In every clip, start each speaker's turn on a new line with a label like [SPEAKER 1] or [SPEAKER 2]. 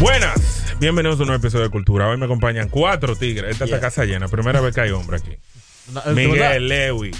[SPEAKER 1] Buenas, bienvenidos a un nuevo episodio de Cultura. Hoy me acompañan cuatro tigres. Esta es la casa llena, primera vez que hay hombre aquí. Miguel, Lewy,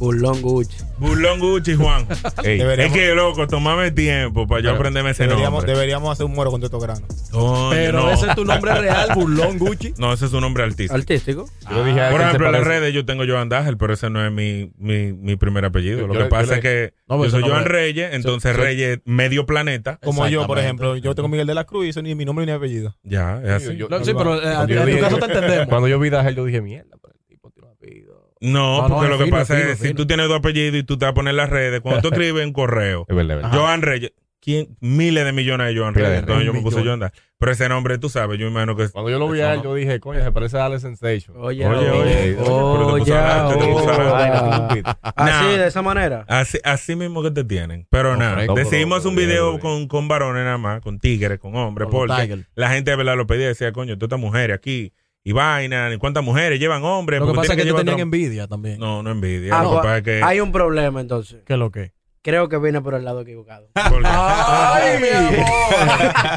[SPEAKER 2] Burlón Gucci.
[SPEAKER 1] Burlón Gucci y Juan. es
[SPEAKER 3] Deberíamos-
[SPEAKER 1] que loco, tomame tiempo para yo aprenderme ese
[SPEAKER 3] Deberíamos,
[SPEAKER 1] nombre.
[SPEAKER 3] deberíamos hacer un moro con todo estos granos.
[SPEAKER 1] Coño,
[SPEAKER 4] Pero
[SPEAKER 1] no.
[SPEAKER 4] ese es tu nombre real, burlón Gucci.
[SPEAKER 1] No, ese es su nombre artístico.
[SPEAKER 2] Artístico.
[SPEAKER 4] Yo le dije
[SPEAKER 1] Por ejemplo, en las redes yo tengo Joan Dagel, pero ese no es mi, mi, mi primer apellido. Lo
[SPEAKER 4] Yo-
[SPEAKER 1] que
[SPEAKER 4] yo
[SPEAKER 1] pasa
[SPEAKER 4] le-
[SPEAKER 1] es que
[SPEAKER 4] No, pero
[SPEAKER 1] yo
[SPEAKER 4] ese
[SPEAKER 1] soy Joan
[SPEAKER 4] nombre-
[SPEAKER 1] Reyes, entonces
[SPEAKER 4] yo- Eh,
[SPEAKER 1] Reyes medio planeta.
[SPEAKER 3] Como yo, por
[SPEAKER 4] Exactamente.
[SPEAKER 3] ejemplo. Yo tengo Miguel de la Cruz y eso ni mi nombre ni mi apellido.
[SPEAKER 1] Ya, es así.
[SPEAKER 4] No, sí, pero eh,
[SPEAKER 3] Cuando
[SPEAKER 4] en
[SPEAKER 3] yo
[SPEAKER 4] tu
[SPEAKER 3] vi-
[SPEAKER 4] caso te entendemos.
[SPEAKER 2] Cuando yo vi a él, yo dije, mierda, pero el tipo tiene un apellido.
[SPEAKER 1] No,
[SPEAKER 4] No, no,
[SPEAKER 1] porque
[SPEAKER 4] es
[SPEAKER 1] lo que
[SPEAKER 4] fino,
[SPEAKER 1] pasa
[SPEAKER 4] es fino,
[SPEAKER 1] es,
[SPEAKER 4] es
[SPEAKER 1] si
[SPEAKER 4] fino.
[SPEAKER 1] tú tienes dos apellidos y tú te vas a poner en las redes, cuando tú escribes en correo,
[SPEAKER 2] Es verdad, es verdad.
[SPEAKER 1] Joan Reyes, ¿quién? miles de millones de Joan
[SPEAKER 2] Miles de
[SPEAKER 1] Reyes. Entonces yo me puse
[SPEAKER 4] millones.
[SPEAKER 1] Joan Dagel. Pero ese nombre, tú sabes, yo imagino que...
[SPEAKER 2] Cuando yo lo vi a él, yo dije, coño, se parece a Ale Sensation.
[SPEAKER 1] Oye, oye, oye, pero te puso
[SPEAKER 2] ya,
[SPEAKER 1] adelante, te puso
[SPEAKER 2] ahora.
[SPEAKER 1] adelante.
[SPEAKER 2] Así,
[SPEAKER 1] Nah.
[SPEAKER 2] de esa manera.
[SPEAKER 1] Así, así mismo que te tienen. Pero
[SPEAKER 2] No,
[SPEAKER 1] nada,
[SPEAKER 2] fresco,
[SPEAKER 1] decidimos
[SPEAKER 2] pero-
[SPEAKER 1] hacer un
[SPEAKER 2] pero
[SPEAKER 1] video
[SPEAKER 2] bien,
[SPEAKER 1] con, con varones nada más, con tigres, con hombres,
[SPEAKER 4] Con los
[SPEAKER 1] porque
[SPEAKER 4] Tiger.
[SPEAKER 1] la gente de verdad lo pedía, decía, coño, todas estas mujeres aquí y vaina, y cuántas mujeres llevan hombres.
[SPEAKER 4] Lo que
[SPEAKER 1] porque
[SPEAKER 4] pasa es que
[SPEAKER 1] tienen
[SPEAKER 4] ellos tenían
[SPEAKER 1] llevar
[SPEAKER 4] envidia también.
[SPEAKER 1] otro- No, no envidia.
[SPEAKER 2] Ah,
[SPEAKER 1] lo que
[SPEAKER 2] no,
[SPEAKER 1] pasa es que...
[SPEAKER 2] Hay un problema entonces.
[SPEAKER 4] ¿Qué es lo que?
[SPEAKER 2] Creo que viene por el lado equivocado.
[SPEAKER 1] porque-
[SPEAKER 4] ¡Ay, mi amor!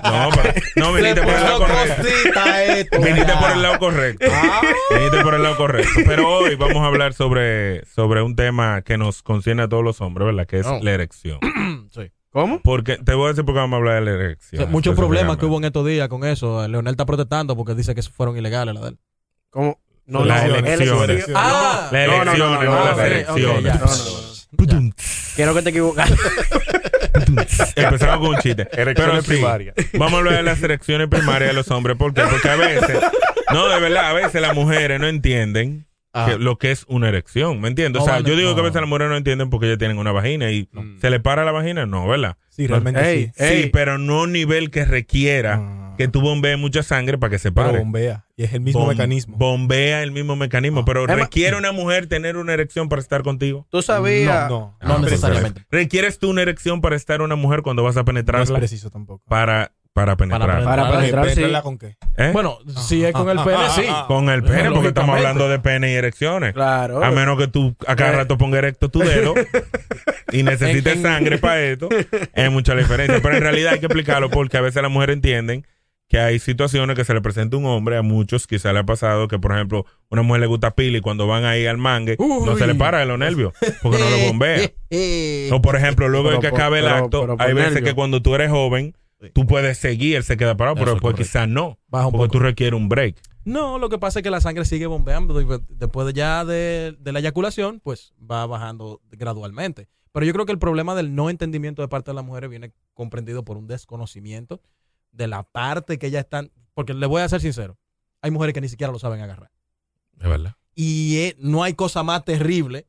[SPEAKER 1] No, pero, no viniste por el lado correcto. Viniste por el lado correcto. Viniste por el lado correcto. Pero hoy vamos a hablar sobre, sobre un tema que nos concierne a todos los hombres, ¿verdad? Que es
[SPEAKER 4] Oh.
[SPEAKER 1] la erección.
[SPEAKER 4] Sí.
[SPEAKER 2] ¿Cómo?
[SPEAKER 1] Porque te voy a decir por qué vamos a hablar de la erección.
[SPEAKER 4] Sí, Muchos problemas
[SPEAKER 1] específicamente.
[SPEAKER 4] que hubo en estos días con eso. Leonel está protestando porque dice que fueron ilegales las de él.
[SPEAKER 2] ¿Cómo? No,
[SPEAKER 1] Las
[SPEAKER 2] no,
[SPEAKER 1] elecciones.
[SPEAKER 2] elecciones.
[SPEAKER 4] ¡Ah!
[SPEAKER 1] Las
[SPEAKER 2] No, no, no,
[SPEAKER 1] elecciones, no,
[SPEAKER 2] no, no,
[SPEAKER 1] las
[SPEAKER 2] ok, ok,
[SPEAKER 1] elecciones.
[SPEAKER 4] ya.
[SPEAKER 2] No, no, no, no. Quiero que te equivocas.
[SPEAKER 1] Empezamos con un chiste. Pero sí,
[SPEAKER 2] primarias.
[SPEAKER 1] vamos a hablar de las erecciones primarias de los hombres. ¿Por qué? Porque a veces, no, de verdad, a veces las mujeres no entienden
[SPEAKER 4] Ah.
[SPEAKER 1] que- lo que es una erección. ¿Me entiendes? o
[SPEAKER 4] No
[SPEAKER 1] sea,
[SPEAKER 4] vale,
[SPEAKER 1] yo digo que a
[SPEAKER 4] no.
[SPEAKER 1] veces las mujeres no entienden porque ellas tienen una vagina y se le para la vagina. No, ¿verdad?
[SPEAKER 3] Sí, realmente
[SPEAKER 2] Ey,
[SPEAKER 3] sí.
[SPEAKER 1] Sí,
[SPEAKER 2] ey.
[SPEAKER 1] pero no a un nivel que requiera
[SPEAKER 3] Ah.
[SPEAKER 1] que tú bombees mucha sangre para que se
[SPEAKER 3] Pero
[SPEAKER 1] pare.
[SPEAKER 3] bombea. Y es el mismo
[SPEAKER 1] Bom-
[SPEAKER 3] mecanismo.
[SPEAKER 1] Bombea el mismo mecanismo, pero
[SPEAKER 2] Emma-
[SPEAKER 1] ¿requiere una mujer tener una erección para estar contigo? Ah,
[SPEAKER 2] Tú sabías.
[SPEAKER 3] No, no.
[SPEAKER 4] No necesariamente.
[SPEAKER 1] ¿Requieres tú una erección para estar una mujer cuando vas a
[SPEAKER 3] No es
[SPEAKER 1] penetrarla?
[SPEAKER 3] preciso tampoco.
[SPEAKER 1] para, para penetrar.
[SPEAKER 4] penetrar.
[SPEAKER 2] Para
[SPEAKER 3] Ahora,
[SPEAKER 2] penetrar, sí.
[SPEAKER 3] ¿penetrarla con qué? Ah,
[SPEAKER 1] ¿Eh?
[SPEAKER 4] Bueno, si es
[SPEAKER 1] Ah,
[SPEAKER 4] con el pene, Ah, sí.
[SPEAKER 1] con el pene, porque estamos
[SPEAKER 4] lógicamente.
[SPEAKER 1] hablando de pene y erecciones.
[SPEAKER 2] Claro.
[SPEAKER 1] A menos que tú a cada rato pongas erecto tu dedo y necesites
[SPEAKER 4] En- en-
[SPEAKER 1] sangre para esto, es mucha la diferencia. Pero en realidad hay que explicarlo porque a veces las mujeres entienden que hay situaciones que se le presenta un hombre, a muchos quizá le ha pasado que, por ejemplo, una mujer le gusta pila y cuando van ahí al mangue, no
[SPEAKER 4] Uy.
[SPEAKER 1] se le para de los nervios porque no lo bombea. O por ejemplo, luego de
[SPEAKER 2] Pero
[SPEAKER 1] que
[SPEAKER 2] por-
[SPEAKER 1] acabe el
[SPEAKER 2] pero-
[SPEAKER 1] acto,
[SPEAKER 2] pero por
[SPEAKER 1] hay veces
[SPEAKER 2] nervio.
[SPEAKER 1] que cuando tú eres joven, tú puedes seguir, él se queda parado, pero
[SPEAKER 4] Eso es
[SPEAKER 1] después
[SPEAKER 4] correcto.
[SPEAKER 1] quizás no,
[SPEAKER 4] Baja un
[SPEAKER 1] Ah, porque
[SPEAKER 4] poco.
[SPEAKER 1] tú requieres un break.
[SPEAKER 4] No, lo que pasa es que la sangre sigue bombeando y pues, después de ya de, de la eyaculación, pues va bajando gradualmente. Pero yo creo que el problema del no entendimiento de parte de las mujeres viene comprendido por un desconocimiento de la parte que ya están, porque le voy a ser sincero, hay mujeres que ni siquiera lo saben agarrar.
[SPEAKER 1] Es verdad.
[SPEAKER 4] Y eh, no hay cosa más terrible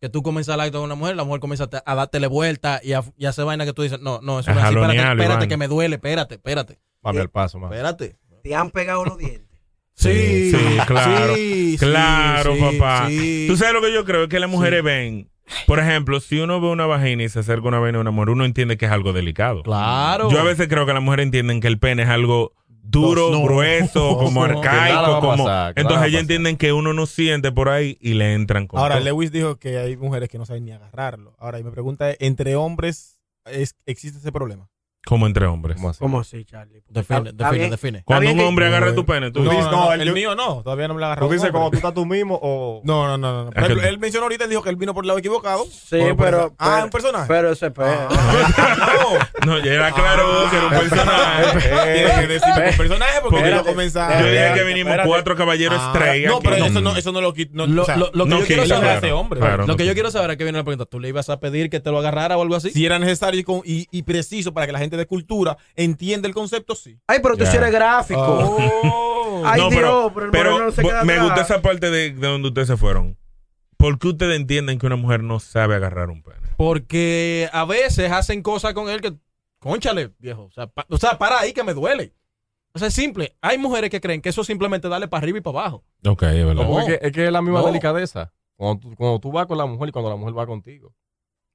[SPEAKER 4] que tú comienzas el acto de una mujer, la mujer comienza a te- a dártele vuelta y a, y a hacer vaina que tú dices, no, no, eso
[SPEAKER 1] A
[SPEAKER 4] no es así, espérate,
[SPEAKER 1] jalonearlo,
[SPEAKER 4] espérate
[SPEAKER 1] Iván.
[SPEAKER 4] que me duele, espérate, espérate,
[SPEAKER 1] Eh,
[SPEAKER 2] Mami, al
[SPEAKER 3] paso, más.
[SPEAKER 4] espérate.
[SPEAKER 2] Te han pegado los dientes.
[SPEAKER 1] Sí, sí, claro.
[SPEAKER 4] sí,
[SPEAKER 1] Claro,
[SPEAKER 4] sí,
[SPEAKER 1] papá.
[SPEAKER 4] sí.
[SPEAKER 1] Tú sabes lo que yo creo es que las mujeres
[SPEAKER 4] Sí.
[SPEAKER 1] ven. Por ejemplo, si uno ve una vagina y se acerca una vagina de una mujer, uno entiende que es algo delicado.
[SPEAKER 4] Claro.
[SPEAKER 1] Yo a veces creo que las mujeres entienden que el pene es algo duro,
[SPEAKER 4] Pues no.
[SPEAKER 1] grueso, como
[SPEAKER 4] Que
[SPEAKER 2] nada va
[SPEAKER 1] arcaico,
[SPEAKER 2] a
[SPEAKER 1] como.
[SPEAKER 2] pasar, que nada va
[SPEAKER 1] Entonces
[SPEAKER 2] a
[SPEAKER 1] ellas
[SPEAKER 2] pasar.
[SPEAKER 1] entienden que uno no siente por ahí y le entran con.
[SPEAKER 3] Ahora,
[SPEAKER 1] todo.
[SPEAKER 3] Lewis dijo que hay mujeres que no saben ni agarrarlo. Ahora, y me pregunta, ¿entre hombres es- existe ese problema?
[SPEAKER 1] Como entre hombres.
[SPEAKER 3] ¿Cómo así?
[SPEAKER 2] ¿Cómo así, Charlie?
[SPEAKER 4] Define,
[SPEAKER 2] Está- está
[SPEAKER 4] define,
[SPEAKER 2] bien.
[SPEAKER 4] define.
[SPEAKER 1] Cuando un
[SPEAKER 2] bien que-
[SPEAKER 1] hombre agarra tu pene, tú
[SPEAKER 3] No,
[SPEAKER 1] dices,
[SPEAKER 3] no, no,
[SPEAKER 5] No,
[SPEAKER 3] el
[SPEAKER 5] yo-
[SPEAKER 3] mío no, todavía no me la agarró.
[SPEAKER 5] Tú dices
[SPEAKER 3] No,
[SPEAKER 5] cuando tú
[SPEAKER 3] pero-
[SPEAKER 5] estás tú mismo o.
[SPEAKER 3] No, no, no, no.
[SPEAKER 1] Es
[SPEAKER 3] Por
[SPEAKER 1] que-
[SPEAKER 3] ejemplo, él mencionó ahorita, él dijo que él vino por el lado
[SPEAKER 1] Oh.
[SPEAKER 3] equivocado.
[SPEAKER 2] Sí,
[SPEAKER 3] Por- por
[SPEAKER 2] pero-
[SPEAKER 3] esa- Ah,
[SPEAKER 2] pero-
[SPEAKER 3] es un personaje.
[SPEAKER 2] Pero ese
[SPEAKER 1] Ah. no, ya era claro que era un personaje.
[SPEAKER 3] Tienes que decirme que es un personaje porque
[SPEAKER 1] Espérate.
[SPEAKER 3] quiero comenzar.
[SPEAKER 1] Yo dije que
[SPEAKER 5] Espérate,
[SPEAKER 1] vinimos
[SPEAKER 5] espérate.
[SPEAKER 1] cuatro caballeros
[SPEAKER 3] Ah,
[SPEAKER 1] estrellas.
[SPEAKER 3] No, pero
[SPEAKER 1] aquí.
[SPEAKER 3] eso no, eso no lo quita. No,
[SPEAKER 4] Lo-
[SPEAKER 3] o sea,
[SPEAKER 4] lo- lo que
[SPEAKER 1] No,
[SPEAKER 4] yo quiero
[SPEAKER 1] que-
[SPEAKER 3] eso
[SPEAKER 4] saber-
[SPEAKER 3] no
[SPEAKER 1] claro,
[SPEAKER 3] hace hombre.
[SPEAKER 1] claro,
[SPEAKER 4] Lo
[SPEAKER 1] no,
[SPEAKER 4] que yo
[SPEAKER 1] que-
[SPEAKER 4] quiero saber es que viene la pregunta. ¿Tú le ibas a pedir que te lo agarrara o algo así?
[SPEAKER 3] Si era necesario y, con- y- y preciso para que la gente de cultura entienda el concepto, sí.
[SPEAKER 2] Ay, pero tú
[SPEAKER 1] Ya.
[SPEAKER 2] sí eres gráfico.
[SPEAKER 3] Ah. Oh.
[SPEAKER 2] Ay,
[SPEAKER 1] No,
[SPEAKER 2] Dios,
[SPEAKER 1] pero-
[SPEAKER 2] pero, el
[SPEAKER 1] Pero
[SPEAKER 2] moreno no se
[SPEAKER 1] bo-
[SPEAKER 2] queda
[SPEAKER 1] me
[SPEAKER 2] atrás.
[SPEAKER 1] gusta esa parte de, de donde ustedes se fueron. ¿Por qué ustedes entienden que una mujer no sabe agarrar un pene?
[SPEAKER 4] Porque a veces hacen cosas con él que, conchale, viejo. O sea, pa- o sea, para ahí que me duele. O sea, es simple. Hay mujeres que creen que eso es simplemente darle para arriba y para abajo.
[SPEAKER 1] Ok, es verdad.
[SPEAKER 4] ¿Cómo?
[SPEAKER 5] Es, que, es que es la misma
[SPEAKER 4] No.
[SPEAKER 5] delicadeza. Cuando tú, cuando tú vas con la mujer y cuando la mujer va contigo.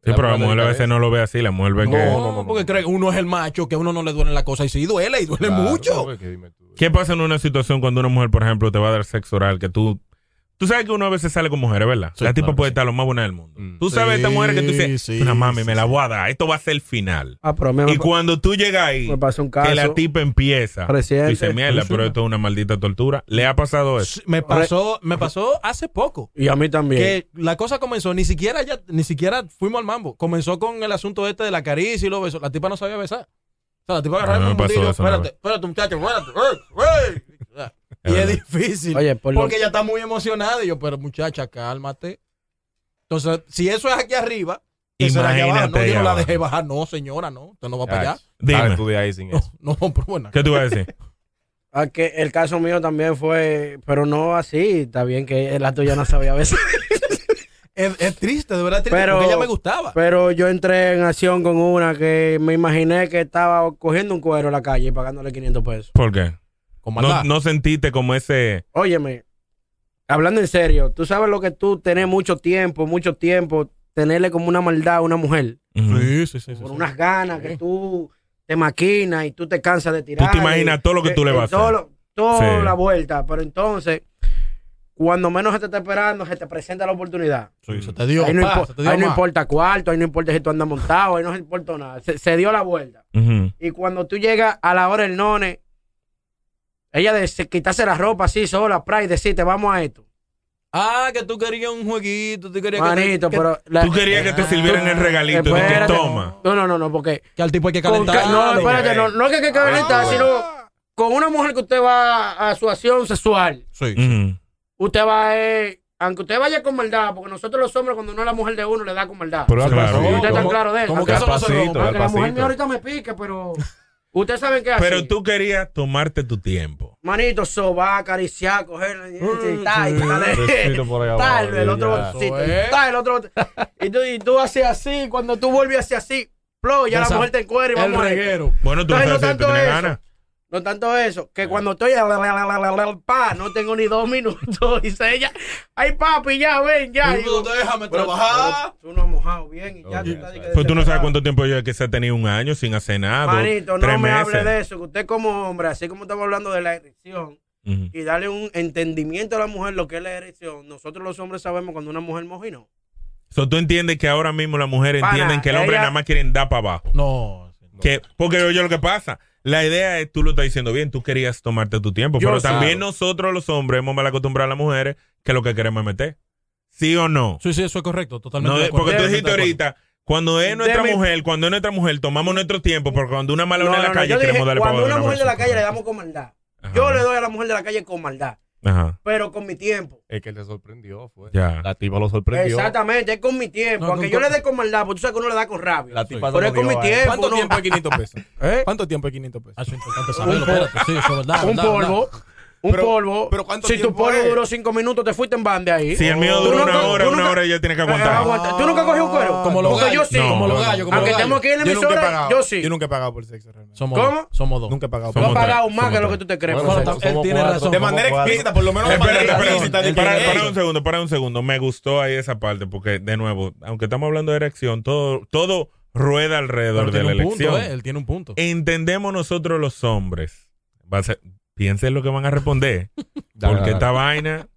[SPEAKER 1] Sí, pero la mujer a veces no lo ve así, la mujer ve
[SPEAKER 5] No,
[SPEAKER 1] que...
[SPEAKER 4] No, porque cree que uno es el macho, que a uno no le duele la cosa. Y sí, duele, y duele mucho.
[SPEAKER 1] ¿Qué pasa en una situación cuando una mujer, por ejemplo, te va a dar sexo oral? Que tú. Tú sabes que uno a veces sale con mujeres, ¿verdad?
[SPEAKER 4] Sí,
[SPEAKER 1] la tipa
[SPEAKER 4] claro que
[SPEAKER 1] puede
[SPEAKER 4] sí.
[SPEAKER 1] estar lo más buena del mundo.
[SPEAKER 5] Mm.
[SPEAKER 1] Tú sabes esta
[SPEAKER 4] Sí,
[SPEAKER 1] mujer que tú dices,
[SPEAKER 4] sí,
[SPEAKER 1] una mami,
[SPEAKER 4] sí,
[SPEAKER 1] me la voy a dar, esto va a ser el final.
[SPEAKER 2] Ah, pero a mí me,
[SPEAKER 1] y cuando tú llegas ahí,
[SPEAKER 2] me pasó un caso.
[SPEAKER 1] que la tipa empieza, tú
[SPEAKER 2] reciente,
[SPEAKER 1] dices, mierda,
[SPEAKER 2] exclusiva.
[SPEAKER 1] pero esto es una maldita tortura. ¿Le ha pasado eso?
[SPEAKER 4] Sí, Me pasó, me pasó hace poco.
[SPEAKER 2] Y a mí también.
[SPEAKER 4] Que la cosa comenzó, ni siquiera ya, ni siquiera fuimos al mambo. Comenzó con el asunto este de la caricia y los besos. La tipa no sabía besar. O sea, la tipa
[SPEAKER 1] A mí
[SPEAKER 4] agarraba
[SPEAKER 1] me
[SPEAKER 4] un
[SPEAKER 1] pasó
[SPEAKER 4] bundillo,
[SPEAKER 1] eso una
[SPEAKER 4] Espérate, espérate, muchacho, espérate. ey, ey". O sea,
[SPEAKER 1] Es
[SPEAKER 4] Y es
[SPEAKER 1] verdad.
[SPEAKER 4] difícil.
[SPEAKER 2] Oye, por lo-
[SPEAKER 4] porque ella está muy emocionada. Y yo, pero muchacha, cálmate. Entonces, si eso es aquí arriba, eso era aquí abajo. No,
[SPEAKER 1] Imagínate
[SPEAKER 4] yo no la
[SPEAKER 1] abajo.
[SPEAKER 4] dejé bajar. No, señora, no. Usted no va para allá.
[SPEAKER 1] Dime,
[SPEAKER 5] tú de ahí sin eso.
[SPEAKER 4] No, no, pero bueno.
[SPEAKER 1] ¿qué tú vas a decir?
[SPEAKER 2] Ah, que el caso mío también fue, pero no así. Está bien que la tuya no sabía besar.
[SPEAKER 4] Es, es triste, de verdad es triste.
[SPEAKER 2] Pero-
[SPEAKER 4] porque ella me gustaba.
[SPEAKER 2] pero yo entré en acción con una que me imaginé que estaba cogiendo un cuero en la calle y pagándole 500 pesos.
[SPEAKER 1] ¿Por qué?
[SPEAKER 4] Con
[SPEAKER 1] No,
[SPEAKER 4] maldad.
[SPEAKER 1] no sentiste como ese...
[SPEAKER 2] Óyeme, hablando en serio, tú sabes lo que tú tener mucho tiempo, mucho tiempo, tenerle como una maldad a una mujer.
[SPEAKER 1] Ujú.
[SPEAKER 4] Sí, sí, sí, sí,
[SPEAKER 2] por
[SPEAKER 4] sí.
[SPEAKER 2] unas ganas que tú te maquinas y tú te cansas de
[SPEAKER 1] Tú
[SPEAKER 2] tirar.
[SPEAKER 1] te imaginas todo lo que tú le
[SPEAKER 2] Eh, eh,
[SPEAKER 1] vas a
[SPEAKER 2] todo
[SPEAKER 1] hacer.
[SPEAKER 2] lo- Toda
[SPEAKER 1] Sí.
[SPEAKER 2] la vuelta. Pero entonces, cuando menos se te está esperando, se te presenta la oportunidad.
[SPEAKER 4] Sí, se te dio.
[SPEAKER 2] ahí no,
[SPEAKER 4] pa,
[SPEAKER 2] impo-
[SPEAKER 4] se te dio
[SPEAKER 2] ahí no
[SPEAKER 4] más.
[SPEAKER 2] importa cuarto, ahí no importa si tú andas montado, ahí no se importa nada. Se, se dio la vuelta.
[SPEAKER 1] Ujú.
[SPEAKER 2] Y cuando tú llegas a la hora del none, ella de se- quitarse la ropa así sola, pra, y decirte, vamos a esto.
[SPEAKER 4] Ah, que tú querías un jueguito, tú querías que te-
[SPEAKER 2] Manito,
[SPEAKER 4] que,
[SPEAKER 2] pero... la-
[SPEAKER 1] Tú querías que te sirvieran el regalito y que
[SPEAKER 2] Eh, Espérate.
[SPEAKER 1] toma.
[SPEAKER 2] No, no, no, no, porque...
[SPEAKER 4] que al tipo hay que
[SPEAKER 2] con
[SPEAKER 4] calentar.
[SPEAKER 2] ca- no, espérate, no, no es que hay que
[SPEAKER 1] Ah,
[SPEAKER 2] calentar, sino con una mujer que usted va a su acción sexual,
[SPEAKER 4] Sí.
[SPEAKER 1] Ujú.
[SPEAKER 2] usted va eh, aunque usted vaya con maldad, porque nosotros los hombres cuando no es la mujer de uno le da con maldad.
[SPEAKER 5] Pero
[SPEAKER 1] Claro.
[SPEAKER 5] claro,
[SPEAKER 2] Ustedes están
[SPEAKER 4] ¿Cómo-
[SPEAKER 2] claros de eso.
[SPEAKER 4] cómo
[SPEAKER 2] Aunque,
[SPEAKER 4] que eso no se
[SPEAKER 5] Despacito,
[SPEAKER 4] rompe?
[SPEAKER 2] aunque la mujer mía
[SPEAKER 5] despacito.
[SPEAKER 2] ahorita me pique, pero ustedes saben que es
[SPEAKER 1] Pero
[SPEAKER 2] así.
[SPEAKER 1] tú querías tomarte tu tiempo.
[SPEAKER 2] Manito, soba, acariciar, coger la diente y tal, y
[SPEAKER 4] Mm, sí.
[SPEAKER 2] tal, eh,
[SPEAKER 5] Besito por ahí abajo,
[SPEAKER 2] tal, el
[SPEAKER 5] ya.
[SPEAKER 2] otro botoncito, y tal, el otro bot- y tú, y tú haces así, cuando tú vuelves hacia así, plo, ya,
[SPEAKER 4] Ya
[SPEAKER 2] la
[SPEAKER 4] sabe,
[SPEAKER 2] mujer te encuentra y
[SPEAKER 4] El
[SPEAKER 2] vamos a-
[SPEAKER 4] reguero.
[SPEAKER 1] Bueno, tú no
[SPEAKER 2] No, y no
[SPEAKER 1] sabes si tú
[SPEAKER 2] tanto
[SPEAKER 1] tienes
[SPEAKER 2] eso.
[SPEAKER 1] ganas.
[SPEAKER 2] No tanto eso,
[SPEAKER 1] Ah.
[SPEAKER 2] que cuando estoy la, la, la, la, la, la, pa, no tengo ni dos minutos, dice ella, ay papi, ya ven, ya.
[SPEAKER 4] Tú,
[SPEAKER 2] Digo,
[SPEAKER 4] déjame
[SPEAKER 2] pero-
[SPEAKER 4] trabajar.
[SPEAKER 2] pero Tú no has mojado bien y ya
[SPEAKER 5] Ok,
[SPEAKER 2] tú estás de que
[SPEAKER 1] Pues tú no sabes
[SPEAKER 2] desesperado.
[SPEAKER 1] cuánto tiempo yo que se ha tenido un año sin hacer nada. dos,
[SPEAKER 2] Manito, no
[SPEAKER 1] tres
[SPEAKER 2] me
[SPEAKER 1] meses.
[SPEAKER 2] hable de eso, que usted como hombre, así como estamos hablando de la erección,
[SPEAKER 1] Ujú.
[SPEAKER 2] y darle un entendimiento a la mujer lo que es la erección, nosotros los hombres sabemos cuando una mujer mojino.
[SPEAKER 1] So, tú entiendes que ahora mismo las mujeres
[SPEAKER 2] Pana,
[SPEAKER 1] entienden que el hombre
[SPEAKER 2] ella-
[SPEAKER 1] nada más quieren dar para abajo.
[SPEAKER 4] No.
[SPEAKER 1] Que, porque oye lo que pasa. La idea es, tú lo estás diciendo bien, tú querías tomarte tu tiempo.
[SPEAKER 2] Yo
[SPEAKER 1] pero
[SPEAKER 2] sé.
[SPEAKER 1] también nosotros los hombres hemos mal acostumbrado a las mujeres que lo que queremos es meter. ¿Sí o no?
[SPEAKER 4] Sí, sí, eso es correcto. Totalmente.
[SPEAKER 1] No,
[SPEAKER 4] de
[SPEAKER 1] de-
[SPEAKER 4] acuerdo.
[SPEAKER 1] porque tú dijiste
[SPEAKER 4] Totalmente de
[SPEAKER 1] ahorita, cuando es
[SPEAKER 2] De
[SPEAKER 1] nuestra
[SPEAKER 2] mi-
[SPEAKER 1] mujer, cuando es nuestra mujer, tomamos nuestro tiempo, porque cuando una mala
[SPEAKER 2] No,
[SPEAKER 1] una en la
[SPEAKER 2] no, no,
[SPEAKER 1] calle
[SPEAKER 2] yo dije,
[SPEAKER 1] queremos darle para
[SPEAKER 2] cuando
[SPEAKER 1] abajo
[SPEAKER 2] una
[SPEAKER 1] de
[SPEAKER 2] mujer de
[SPEAKER 1] una
[SPEAKER 2] la
[SPEAKER 1] vez.
[SPEAKER 2] calle le damos con maldad.
[SPEAKER 1] Ajá.
[SPEAKER 2] Yo le doy a la mujer de la calle con maldad,
[SPEAKER 1] Ajá.
[SPEAKER 2] pero con mi tiempo.
[SPEAKER 5] Es que le sorprendió, fue.
[SPEAKER 1] Ya.
[SPEAKER 5] La tipa lo sorprendió.
[SPEAKER 2] Exactamente, es con mi tiempo.
[SPEAKER 4] No,
[SPEAKER 2] Aunque
[SPEAKER 4] nunca-
[SPEAKER 2] yo le dé con maldad, porque tú sabes que uno le da con rabia.
[SPEAKER 5] La tipa
[SPEAKER 2] Pero
[SPEAKER 5] se lo
[SPEAKER 2] es con
[SPEAKER 5] dio
[SPEAKER 2] mi
[SPEAKER 5] a él.
[SPEAKER 2] tiempo.
[SPEAKER 3] ¿Cuánto
[SPEAKER 2] no.
[SPEAKER 3] tiempo es 500 pesos?
[SPEAKER 2] ¿Eh?
[SPEAKER 3] ¿Cuánto tiempo es 500 pesos?
[SPEAKER 4] acuerdo. Ah, Eso es importante saberlo. espérate. Sí, eso es verdad.
[SPEAKER 2] Un
[SPEAKER 4] verdad,
[SPEAKER 2] polvo,
[SPEAKER 4] verdad.
[SPEAKER 2] un
[SPEAKER 3] Pero-
[SPEAKER 2] polvo.
[SPEAKER 3] pero ¿cuánto
[SPEAKER 2] si tu
[SPEAKER 3] tiempo
[SPEAKER 2] polvo
[SPEAKER 3] es?
[SPEAKER 2] duró cinco minutos, te fuiste en van de ahí.
[SPEAKER 1] Si el mío
[SPEAKER 2] Tú
[SPEAKER 1] dura
[SPEAKER 2] nunca-
[SPEAKER 1] una hora,
[SPEAKER 2] tú
[SPEAKER 1] una
[SPEAKER 2] nunca-
[SPEAKER 1] hora ya tiene que
[SPEAKER 2] Eh,
[SPEAKER 1] aguantar.
[SPEAKER 2] aguanta. ¿Tú nunca cogí un cuero?
[SPEAKER 4] Como los
[SPEAKER 2] Porque
[SPEAKER 4] gallos.
[SPEAKER 2] yo sí.
[SPEAKER 1] No.
[SPEAKER 4] Como los gallos. Como los
[SPEAKER 2] Aunque
[SPEAKER 4] gallos.
[SPEAKER 2] estemos aquí en la
[SPEAKER 3] Yo nunca he
[SPEAKER 2] emisora,
[SPEAKER 3] pagado.
[SPEAKER 2] yo sí.
[SPEAKER 3] Yo nunca he pagado por sexo realmente.
[SPEAKER 4] Somos
[SPEAKER 2] ¿Cómo?
[SPEAKER 4] dos. Somos dos.
[SPEAKER 3] Nunca he pagado.
[SPEAKER 2] Tú has
[SPEAKER 1] Somos tres,
[SPEAKER 2] pagado más
[SPEAKER 1] somos
[SPEAKER 2] que lo
[SPEAKER 1] tres.
[SPEAKER 2] que tú te crees.
[SPEAKER 5] Bueno,
[SPEAKER 2] por
[SPEAKER 5] somos-
[SPEAKER 2] sexo.
[SPEAKER 4] Él
[SPEAKER 5] somos
[SPEAKER 4] tiene
[SPEAKER 5] cuatro,
[SPEAKER 4] razón.
[SPEAKER 3] de
[SPEAKER 5] somos
[SPEAKER 3] manera
[SPEAKER 5] cuatro.
[SPEAKER 3] explícita, por lo menos de
[SPEAKER 1] Espera,
[SPEAKER 3] manera
[SPEAKER 1] espera,
[SPEAKER 3] explícita. de que,
[SPEAKER 1] Para, para
[SPEAKER 3] "Ey,
[SPEAKER 1] un segundo, para un segundo. Me gustó ahí esa parte, porque de nuevo, aunque estamos hablando de erección, todo, todo rueda
[SPEAKER 4] Pero
[SPEAKER 1] alrededor de
[SPEAKER 4] tiene
[SPEAKER 1] la
[SPEAKER 4] un punto,
[SPEAKER 1] elección.
[SPEAKER 4] eh, Él tiene un punto.
[SPEAKER 1] Entendemos nosotros los hombres. Va a ser- piensen lo que van a responder.
[SPEAKER 5] Dale, dale,
[SPEAKER 1] porque esta vaina.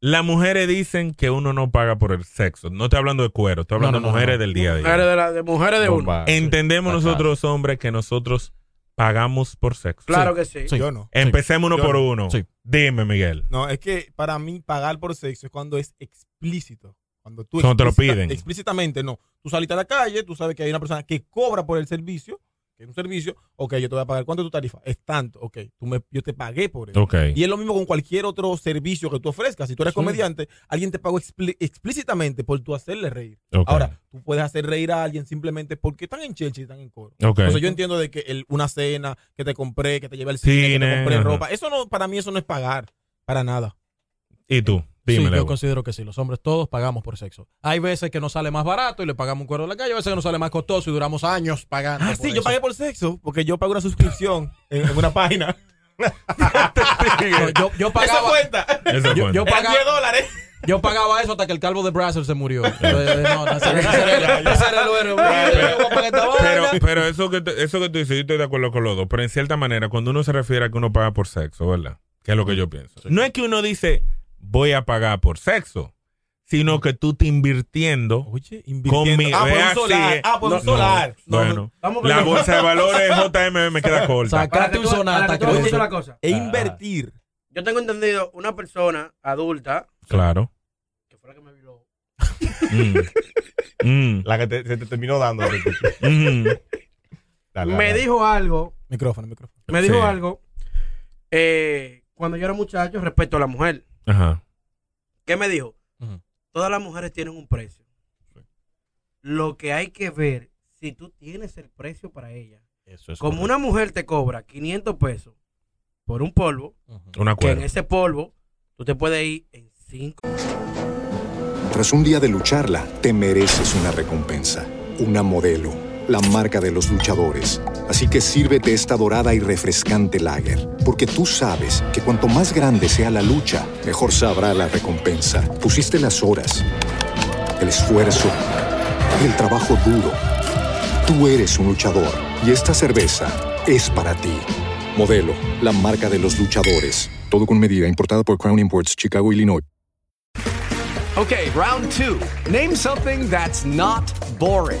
[SPEAKER 1] Las mujeres dicen que uno no paga por el sexo. No estoy hablando de cuero, estoy hablando
[SPEAKER 4] no,
[SPEAKER 1] de
[SPEAKER 4] no,
[SPEAKER 1] mujeres
[SPEAKER 4] no.
[SPEAKER 1] del día a día.
[SPEAKER 2] Mujeres de, la- de mujeres de uno.
[SPEAKER 1] Entendemos
[SPEAKER 5] Está claro.
[SPEAKER 1] nosotros, hombres, que nosotros pagamos por sexo.
[SPEAKER 2] Claro que sí.
[SPEAKER 3] Yo no.
[SPEAKER 1] Empecemos uno
[SPEAKER 3] Yo
[SPEAKER 1] por
[SPEAKER 3] no.
[SPEAKER 1] uno.
[SPEAKER 4] Sí.
[SPEAKER 1] Dime, Miguel.
[SPEAKER 3] No, es que para mí pagar por sexo es cuando es explícito. Cuando tú
[SPEAKER 1] Cuando te lo
[SPEAKER 3] explícita-
[SPEAKER 1] piden.
[SPEAKER 3] Explícitamente, no. Tú saliste a la calle, tú sabes que hay una persona que cobra por el servicio, que es un servicio, ok, yo te voy a pagar. ¿Cuánto es tu tarifa? Es tanto, ok. Tú me, yo te pagué por eso.
[SPEAKER 1] Ok.
[SPEAKER 3] Y es lo mismo con cualquier otro servicio que tú ofrezcas. Si tú eres comediante, alguien te pagó expli- explícitamente por tú hacerle reír.
[SPEAKER 1] Ok.
[SPEAKER 3] Ahora, tú puedes hacer reír a alguien simplemente porque están en Chelsea y están en coro.
[SPEAKER 1] Ok.
[SPEAKER 3] Entonces yo entiendo de que el- una cena, que te compré, que te llevé al cine, que
[SPEAKER 1] Cine,
[SPEAKER 3] te compré
[SPEAKER 1] ajá.
[SPEAKER 3] ropa, eso no, para mí eso no es pagar, para nada.
[SPEAKER 1] ¿Y tú? Dime,
[SPEAKER 4] sí, yo
[SPEAKER 1] Leo.
[SPEAKER 4] considero que sí. Los hombres todos pagamos por sexo. Hay veces que nos sale más barato y le pagamos un cuero en la calle. Hay veces que nos sale más costoso y duramos años pagando.
[SPEAKER 3] Ah,
[SPEAKER 4] por
[SPEAKER 3] sí, yo
[SPEAKER 4] eso.
[SPEAKER 3] pagué por sexo, porque yo pago una suscripción en, en una página.
[SPEAKER 4] No, yo, yo
[SPEAKER 3] Esa
[SPEAKER 4] pagaba,
[SPEAKER 3] cuenta,
[SPEAKER 1] Eso
[SPEAKER 4] yo-
[SPEAKER 1] cuenta.
[SPEAKER 4] yo
[SPEAKER 3] eran
[SPEAKER 4] pagaba-
[SPEAKER 3] 10 dólares.
[SPEAKER 4] yo pagaba eso hasta que el calvo de Brazzers se murió. Entonces, eh, no, no, ese era- ese era el- ese era el héroe, hombre. Yo voy a pagar esta
[SPEAKER 1] pero,
[SPEAKER 4] vaina.
[SPEAKER 1] pero eso que te- eso que tú dices, yo estoy de acuerdo con los dos. Pero en cierta manera, cuando uno se refiere a que uno paga por sexo, ¿verdad? Que es lo que yo pienso. No es que uno dice voy a pagar por sexo, sino que tú te invirtiendo
[SPEAKER 3] Oye,
[SPEAKER 1] con mi
[SPEAKER 3] Ah, por
[SPEAKER 1] ve
[SPEAKER 3] un
[SPEAKER 1] así,
[SPEAKER 3] solar.
[SPEAKER 1] eh.
[SPEAKER 3] Ah, por un
[SPEAKER 1] No,
[SPEAKER 3] solar. No, no.
[SPEAKER 1] Bueno,
[SPEAKER 2] Vamos
[SPEAKER 1] la bolsa de valores JM me queda corta.
[SPEAKER 2] Para que
[SPEAKER 4] Sacaste
[SPEAKER 2] tú-
[SPEAKER 4] un
[SPEAKER 2] para
[SPEAKER 4] sonata,
[SPEAKER 2] que tú veas
[SPEAKER 4] creo.
[SPEAKER 2] una sola cosa.
[SPEAKER 1] Ah,
[SPEAKER 3] E invertir.
[SPEAKER 2] Yo tengo entendido una persona adulta,
[SPEAKER 1] Claro.
[SPEAKER 2] que fue la que me violó,
[SPEAKER 1] Mm. Mm.
[SPEAKER 5] La que te- se te terminó dando. Dale,
[SPEAKER 1] Mm.
[SPEAKER 5] dale,
[SPEAKER 2] me
[SPEAKER 5] dale.
[SPEAKER 2] dijo algo
[SPEAKER 3] Micrófono, micrófono.
[SPEAKER 2] me dijo
[SPEAKER 1] Sí.
[SPEAKER 2] algo eh, cuando yo era muchacho respecto a la mujer.
[SPEAKER 1] Ajá.
[SPEAKER 2] ¿Qué me dijo?
[SPEAKER 4] Ujú.
[SPEAKER 2] Todas las mujeres tienen un precio. Lo que hay que ver si tú tienes el precio para ella. Como una mujer te cobra 500 pesos por un polvo,
[SPEAKER 1] Un
[SPEAKER 2] que en
[SPEAKER 1] acuerdo.
[SPEAKER 2] ese polvo tú te puedes ir en 5.
[SPEAKER 6] Tras un día de lucharla, te mereces una recompensa, una modelo, la marca de los luchadores. Así que sírvete esta dorada y refrescante lager, porque tú sabes que cuanto más grande sea la lucha, mejor sabrá la recompensa. Pusiste las horas, el esfuerzo, el trabajo duro. Tú eres un luchador y esta cerveza es para ti. Modelo, la marca de los luchadores. Todo con medida, importada por Crown Imports, Chicago, Illinois.
[SPEAKER 7] Okay, round two. Name something that's not boring.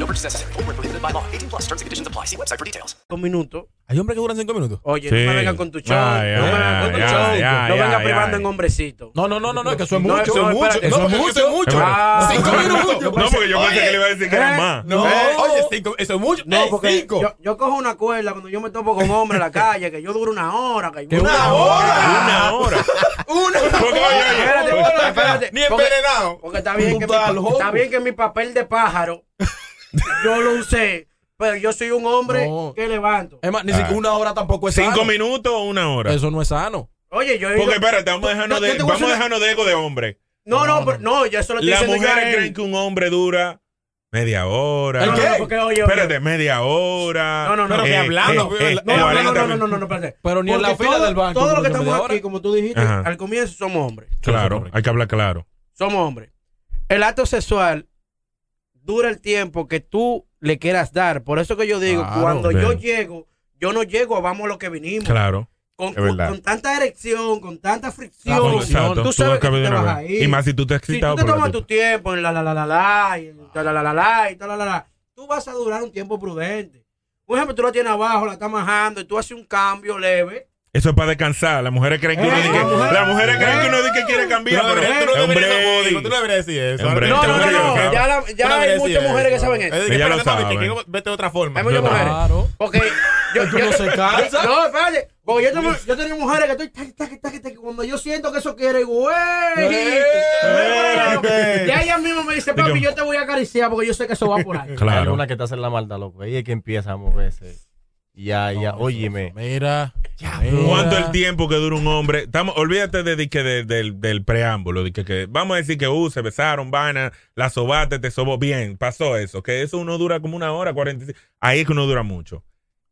[SPEAKER 7] No purchase necessary. Void where prohibited by law. 18 plus terms and conditions apply. See website for details.
[SPEAKER 2] minutos.
[SPEAKER 3] Hay hombres que duran 5 minutos.
[SPEAKER 2] Oye,
[SPEAKER 1] Sí.
[SPEAKER 2] no me vengan con tu show.
[SPEAKER 1] Ay,
[SPEAKER 2] no me vengan
[SPEAKER 1] ay,
[SPEAKER 2] con tu
[SPEAKER 1] ay,
[SPEAKER 2] show.
[SPEAKER 1] ay,
[SPEAKER 2] no
[SPEAKER 1] ay,
[SPEAKER 2] vengan
[SPEAKER 1] ay,
[SPEAKER 2] privando
[SPEAKER 1] ay.
[SPEAKER 2] en hombrecito.
[SPEAKER 4] No, no, no, no, no, que eso es
[SPEAKER 2] No,
[SPEAKER 4] mucho.
[SPEAKER 2] eso es mucho.
[SPEAKER 3] No, porque eso es mucho.
[SPEAKER 2] Ah.
[SPEAKER 3] Cinco minutos.
[SPEAKER 1] No, porque yo pensé que le iba a decir que era
[SPEAKER 2] eh,
[SPEAKER 1] más.
[SPEAKER 3] No,
[SPEAKER 5] Eh,
[SPEAKER 3] oye, cinco, eso es mucho.
[SPEAKER 2] No,
[SPEAKER 3] Ey,
[SPEAKER 2] porque
[SPEAKER 3] cinco.
[SPEAKER 2] yo, yo cojo una cuerda cuando yo me topo con hombre en la calle, que yo duro una hora. Que
[SPEAKER 4] Que
[SPEAKER 3] una hora.
[SPEAKER 1] Una hora.
[SPEAKER 3] Una.
[SPEAKER 1] Porque, oye, oye,
[SPEAKER 2] Espérate,
[SPEAKER 3] Una.
[SPEAKER 2] espérate.
[SPEAKER 3] Ni
[SPEAKER 2] Porque-
[SPEAKER 3] envenenado.
[SPEAKER 2] Porque está bien, que mi,
[SPEAKER 3] Punta al
[SPEAKER 2] pa-
[SPEAKER 3] ojo.
[SPEAKER 2] está bien que mi papel de pájaro yo lo usé, pero yo soy un hombre
[SPEAKER 4] No.
[SPEAKER 2] que levanto.
[SPEAKER 4] Es más, ni siquiera una hora tampoco es
[SPEAKER 1] Cinco
[SPEAKER 4] sano.
[SPEAKER 1] minutos o una hora.
[SPEAKER 4] Eso no es sano.
[SPEAKER 2] Oye, yo he ido-
[SPEAKER 1] Porque espérate, vamos a dejarnos
[SPEAKER 2] Yo- yo
[SPEAKER 1] de,
[SPEAKER 2] te voy a
[SPEAKER 1] vamos a
[SPEAKER 2] hacer
[SPEAKER 1] dejarnos de ego de hombre.
[SPEAKER 2] No, no, pero- no, yo eso lo estoy
[SPEAKER 1] Las
[SPEAKER 2] diciendo yo a
[SPEAKER 1] mujeres
[SPEAKER 2] él.
[SPEAKER 1] creen que un hombre dura media hora.
[SPEAKER 2] No, no,
[SPEAKER 3] ¿El
[SPEAKER 2] no,
[SPEAKER 3] qué?
[SPEAKER 2] porque, oye, oye,
[SPEAKER 1] Espérate, media hora. Eh,
[SPEAKER 2] No, no, no, no, que
[SPEAKER 3] hablando,
[SPEAKER 2] No, no, no,
[SPEAKER 1] 40
[SPEAKER 2] no, no, no, no, no, espérate.
[SPEAKER 4] Pero ni en
[SPEAKER 2] Porque
[SPEAKER 4] la fila
[SPEAKER 2] todo-
[SPEAKER 4] del banco
[SPEAKER 2] Todo lo que
[SPEAKER 4] duran
[SPEAKER 2] estamos
[SPEAKER 4] media hora.
[SPEAKER 2] aquí, como tú dijiste,
[SPEAKER 1] Ajá.
[SPEAKER 2] al comienzo somos hombres.
[SPEAKER 1] Claro, hay que hablar claro.
[SPEAKER 2] Somos hombres. El acto sexual dura el tiempo que tú le quieras dar. Por eso que yo digo,
[SPEAKER 4] Claro,
[SPEAKER 2] cuando yo
[SPEAKER 1] bien.
[SPEAKER 2] llego, yo no llego a vamos a lo que vinimos.
[SPEAKER 1] Claro.
[SPEAKER 2] con,
[SPEAKER 5] Es verdad.
[SPEAKER 2] con tanta erección, con tanta fricción.
[SPEAKER 4] La
[SPEAKER 1] Con-
[SPEAKER 4] función,
[SPEAKER 1] exacto,
[SPEAKER 2] tú
[SPEAKER 1] tú
[SPEAKER 2] sabes que
[SPEAKER 1] acabas de
[SPEAKER 2] tú te
[SPEAKER 1] una
[SPEAKER 2] vas
[SPEAKER 1] vez.
[SPEAKER 2] ahí.
[SPEAKER 1] Y más si tú te has
[SPEAKER 2] Si tú
[SPEAKER 1] excitado
[SPEAKER 2] te
[SPEAKER 1] por la
[SPEAKER 2] tomas tu
[SPEAKER 1] tipa.
[SPEAKER 2] tiempo en la la la la la y en ta, la la la la y ta, la la la la, tú vas a durar un tiempo prudente. Por ejemplo, tú la tienes abajo, la estás majando y tú haces un cambio leve.
[SPEAKER 1] Eso es para descansar. Las mujeres creen que uno
[SPEAKER 2] Eh,
[SPEAKER 1] dice que-
[SPEAKER 2] mujer.
[SPEAKER 1] las mujeres creen que uno dice que quiere cambiar,
[SPEAKER 3] Tú no
[SPEAKER 1] pero
[SPEAKER 3] deberías- tú no
[SPEAKER 1] hombre,
[SPEAKER 3] deberías ser módico, tú no deberías decir eso.
[SPEAKER 1] Hombre,
[SPEAKER 2] No, no, no,
[SPEAKER 1] hombre,
[SPEAKER 2] no.
[SPEAKER 1] yo-
[SPEAKER 2] Ya, la- ya
[SPEAKER 3] Tú no
[SPEAKER 2] hay
[SPEAKER 3] deberías
[SPEAKER 2] muchas
[SPEAKER 3] decir
[SPEAKER 2] mujeres que
[SPEAKER 3] eso.
[SPEAKER 2] saben eso.
[SPEAKER 3] Es que
[SPEAKER 1] Ellas lo
[SPEAKER 3] espérate, mami,
[SPEAKER 1] saben.
[SPEAKER 3] que quiero vete de otra forma.
[SPEAKER 2] Hay muchas
[SPEAKER 1] No.
[SPEAKER 2] mujeres.
[SPEAKER 4] Claro.
[SPEAKER 2] Porque yo,
[SPEAKER 4] Tú
[SPEAKER 2] yo-
[SPEAKER 4] no se cansa.
[SPEAKER 2] No, espérate. Porque yo, tengo- yo tenía mujeres que estoy taqui, taqui, taqui, taqui, cuando yo siento que eso quiere, güey.
[SPEAKER 4] Eh,
[SPEAKER 2] bueno,
[SPEAKER 3] ey.
[SPEAKER 2] Ya ella misma me dice, papi,
[SPEAKER 1] Digo-
[SPEAKER 2] yo te voy a acariciar porque yo sé que eso va por ahí.
[SPEAKER 5] Hay
[SPEAKER 1] Claro.
[SPEAKER 5] una que te hace la maldad, loco. Y es que empieza a moverse. Y ya, ya, óyeme.
[SPEAKER 4] Mira.
[SPEAKER 1] ¿Cuánto el tiempo que dura un hombre? Estamos, olvídate de, de que de- del- del preámbulo. De que, que- vamos a decir que uh, se besaron, vaina, la sobaste, te sobó. Bien, pasó eso. Que eso uno dura como una hora, 45. Ahí es que uno dura mucho.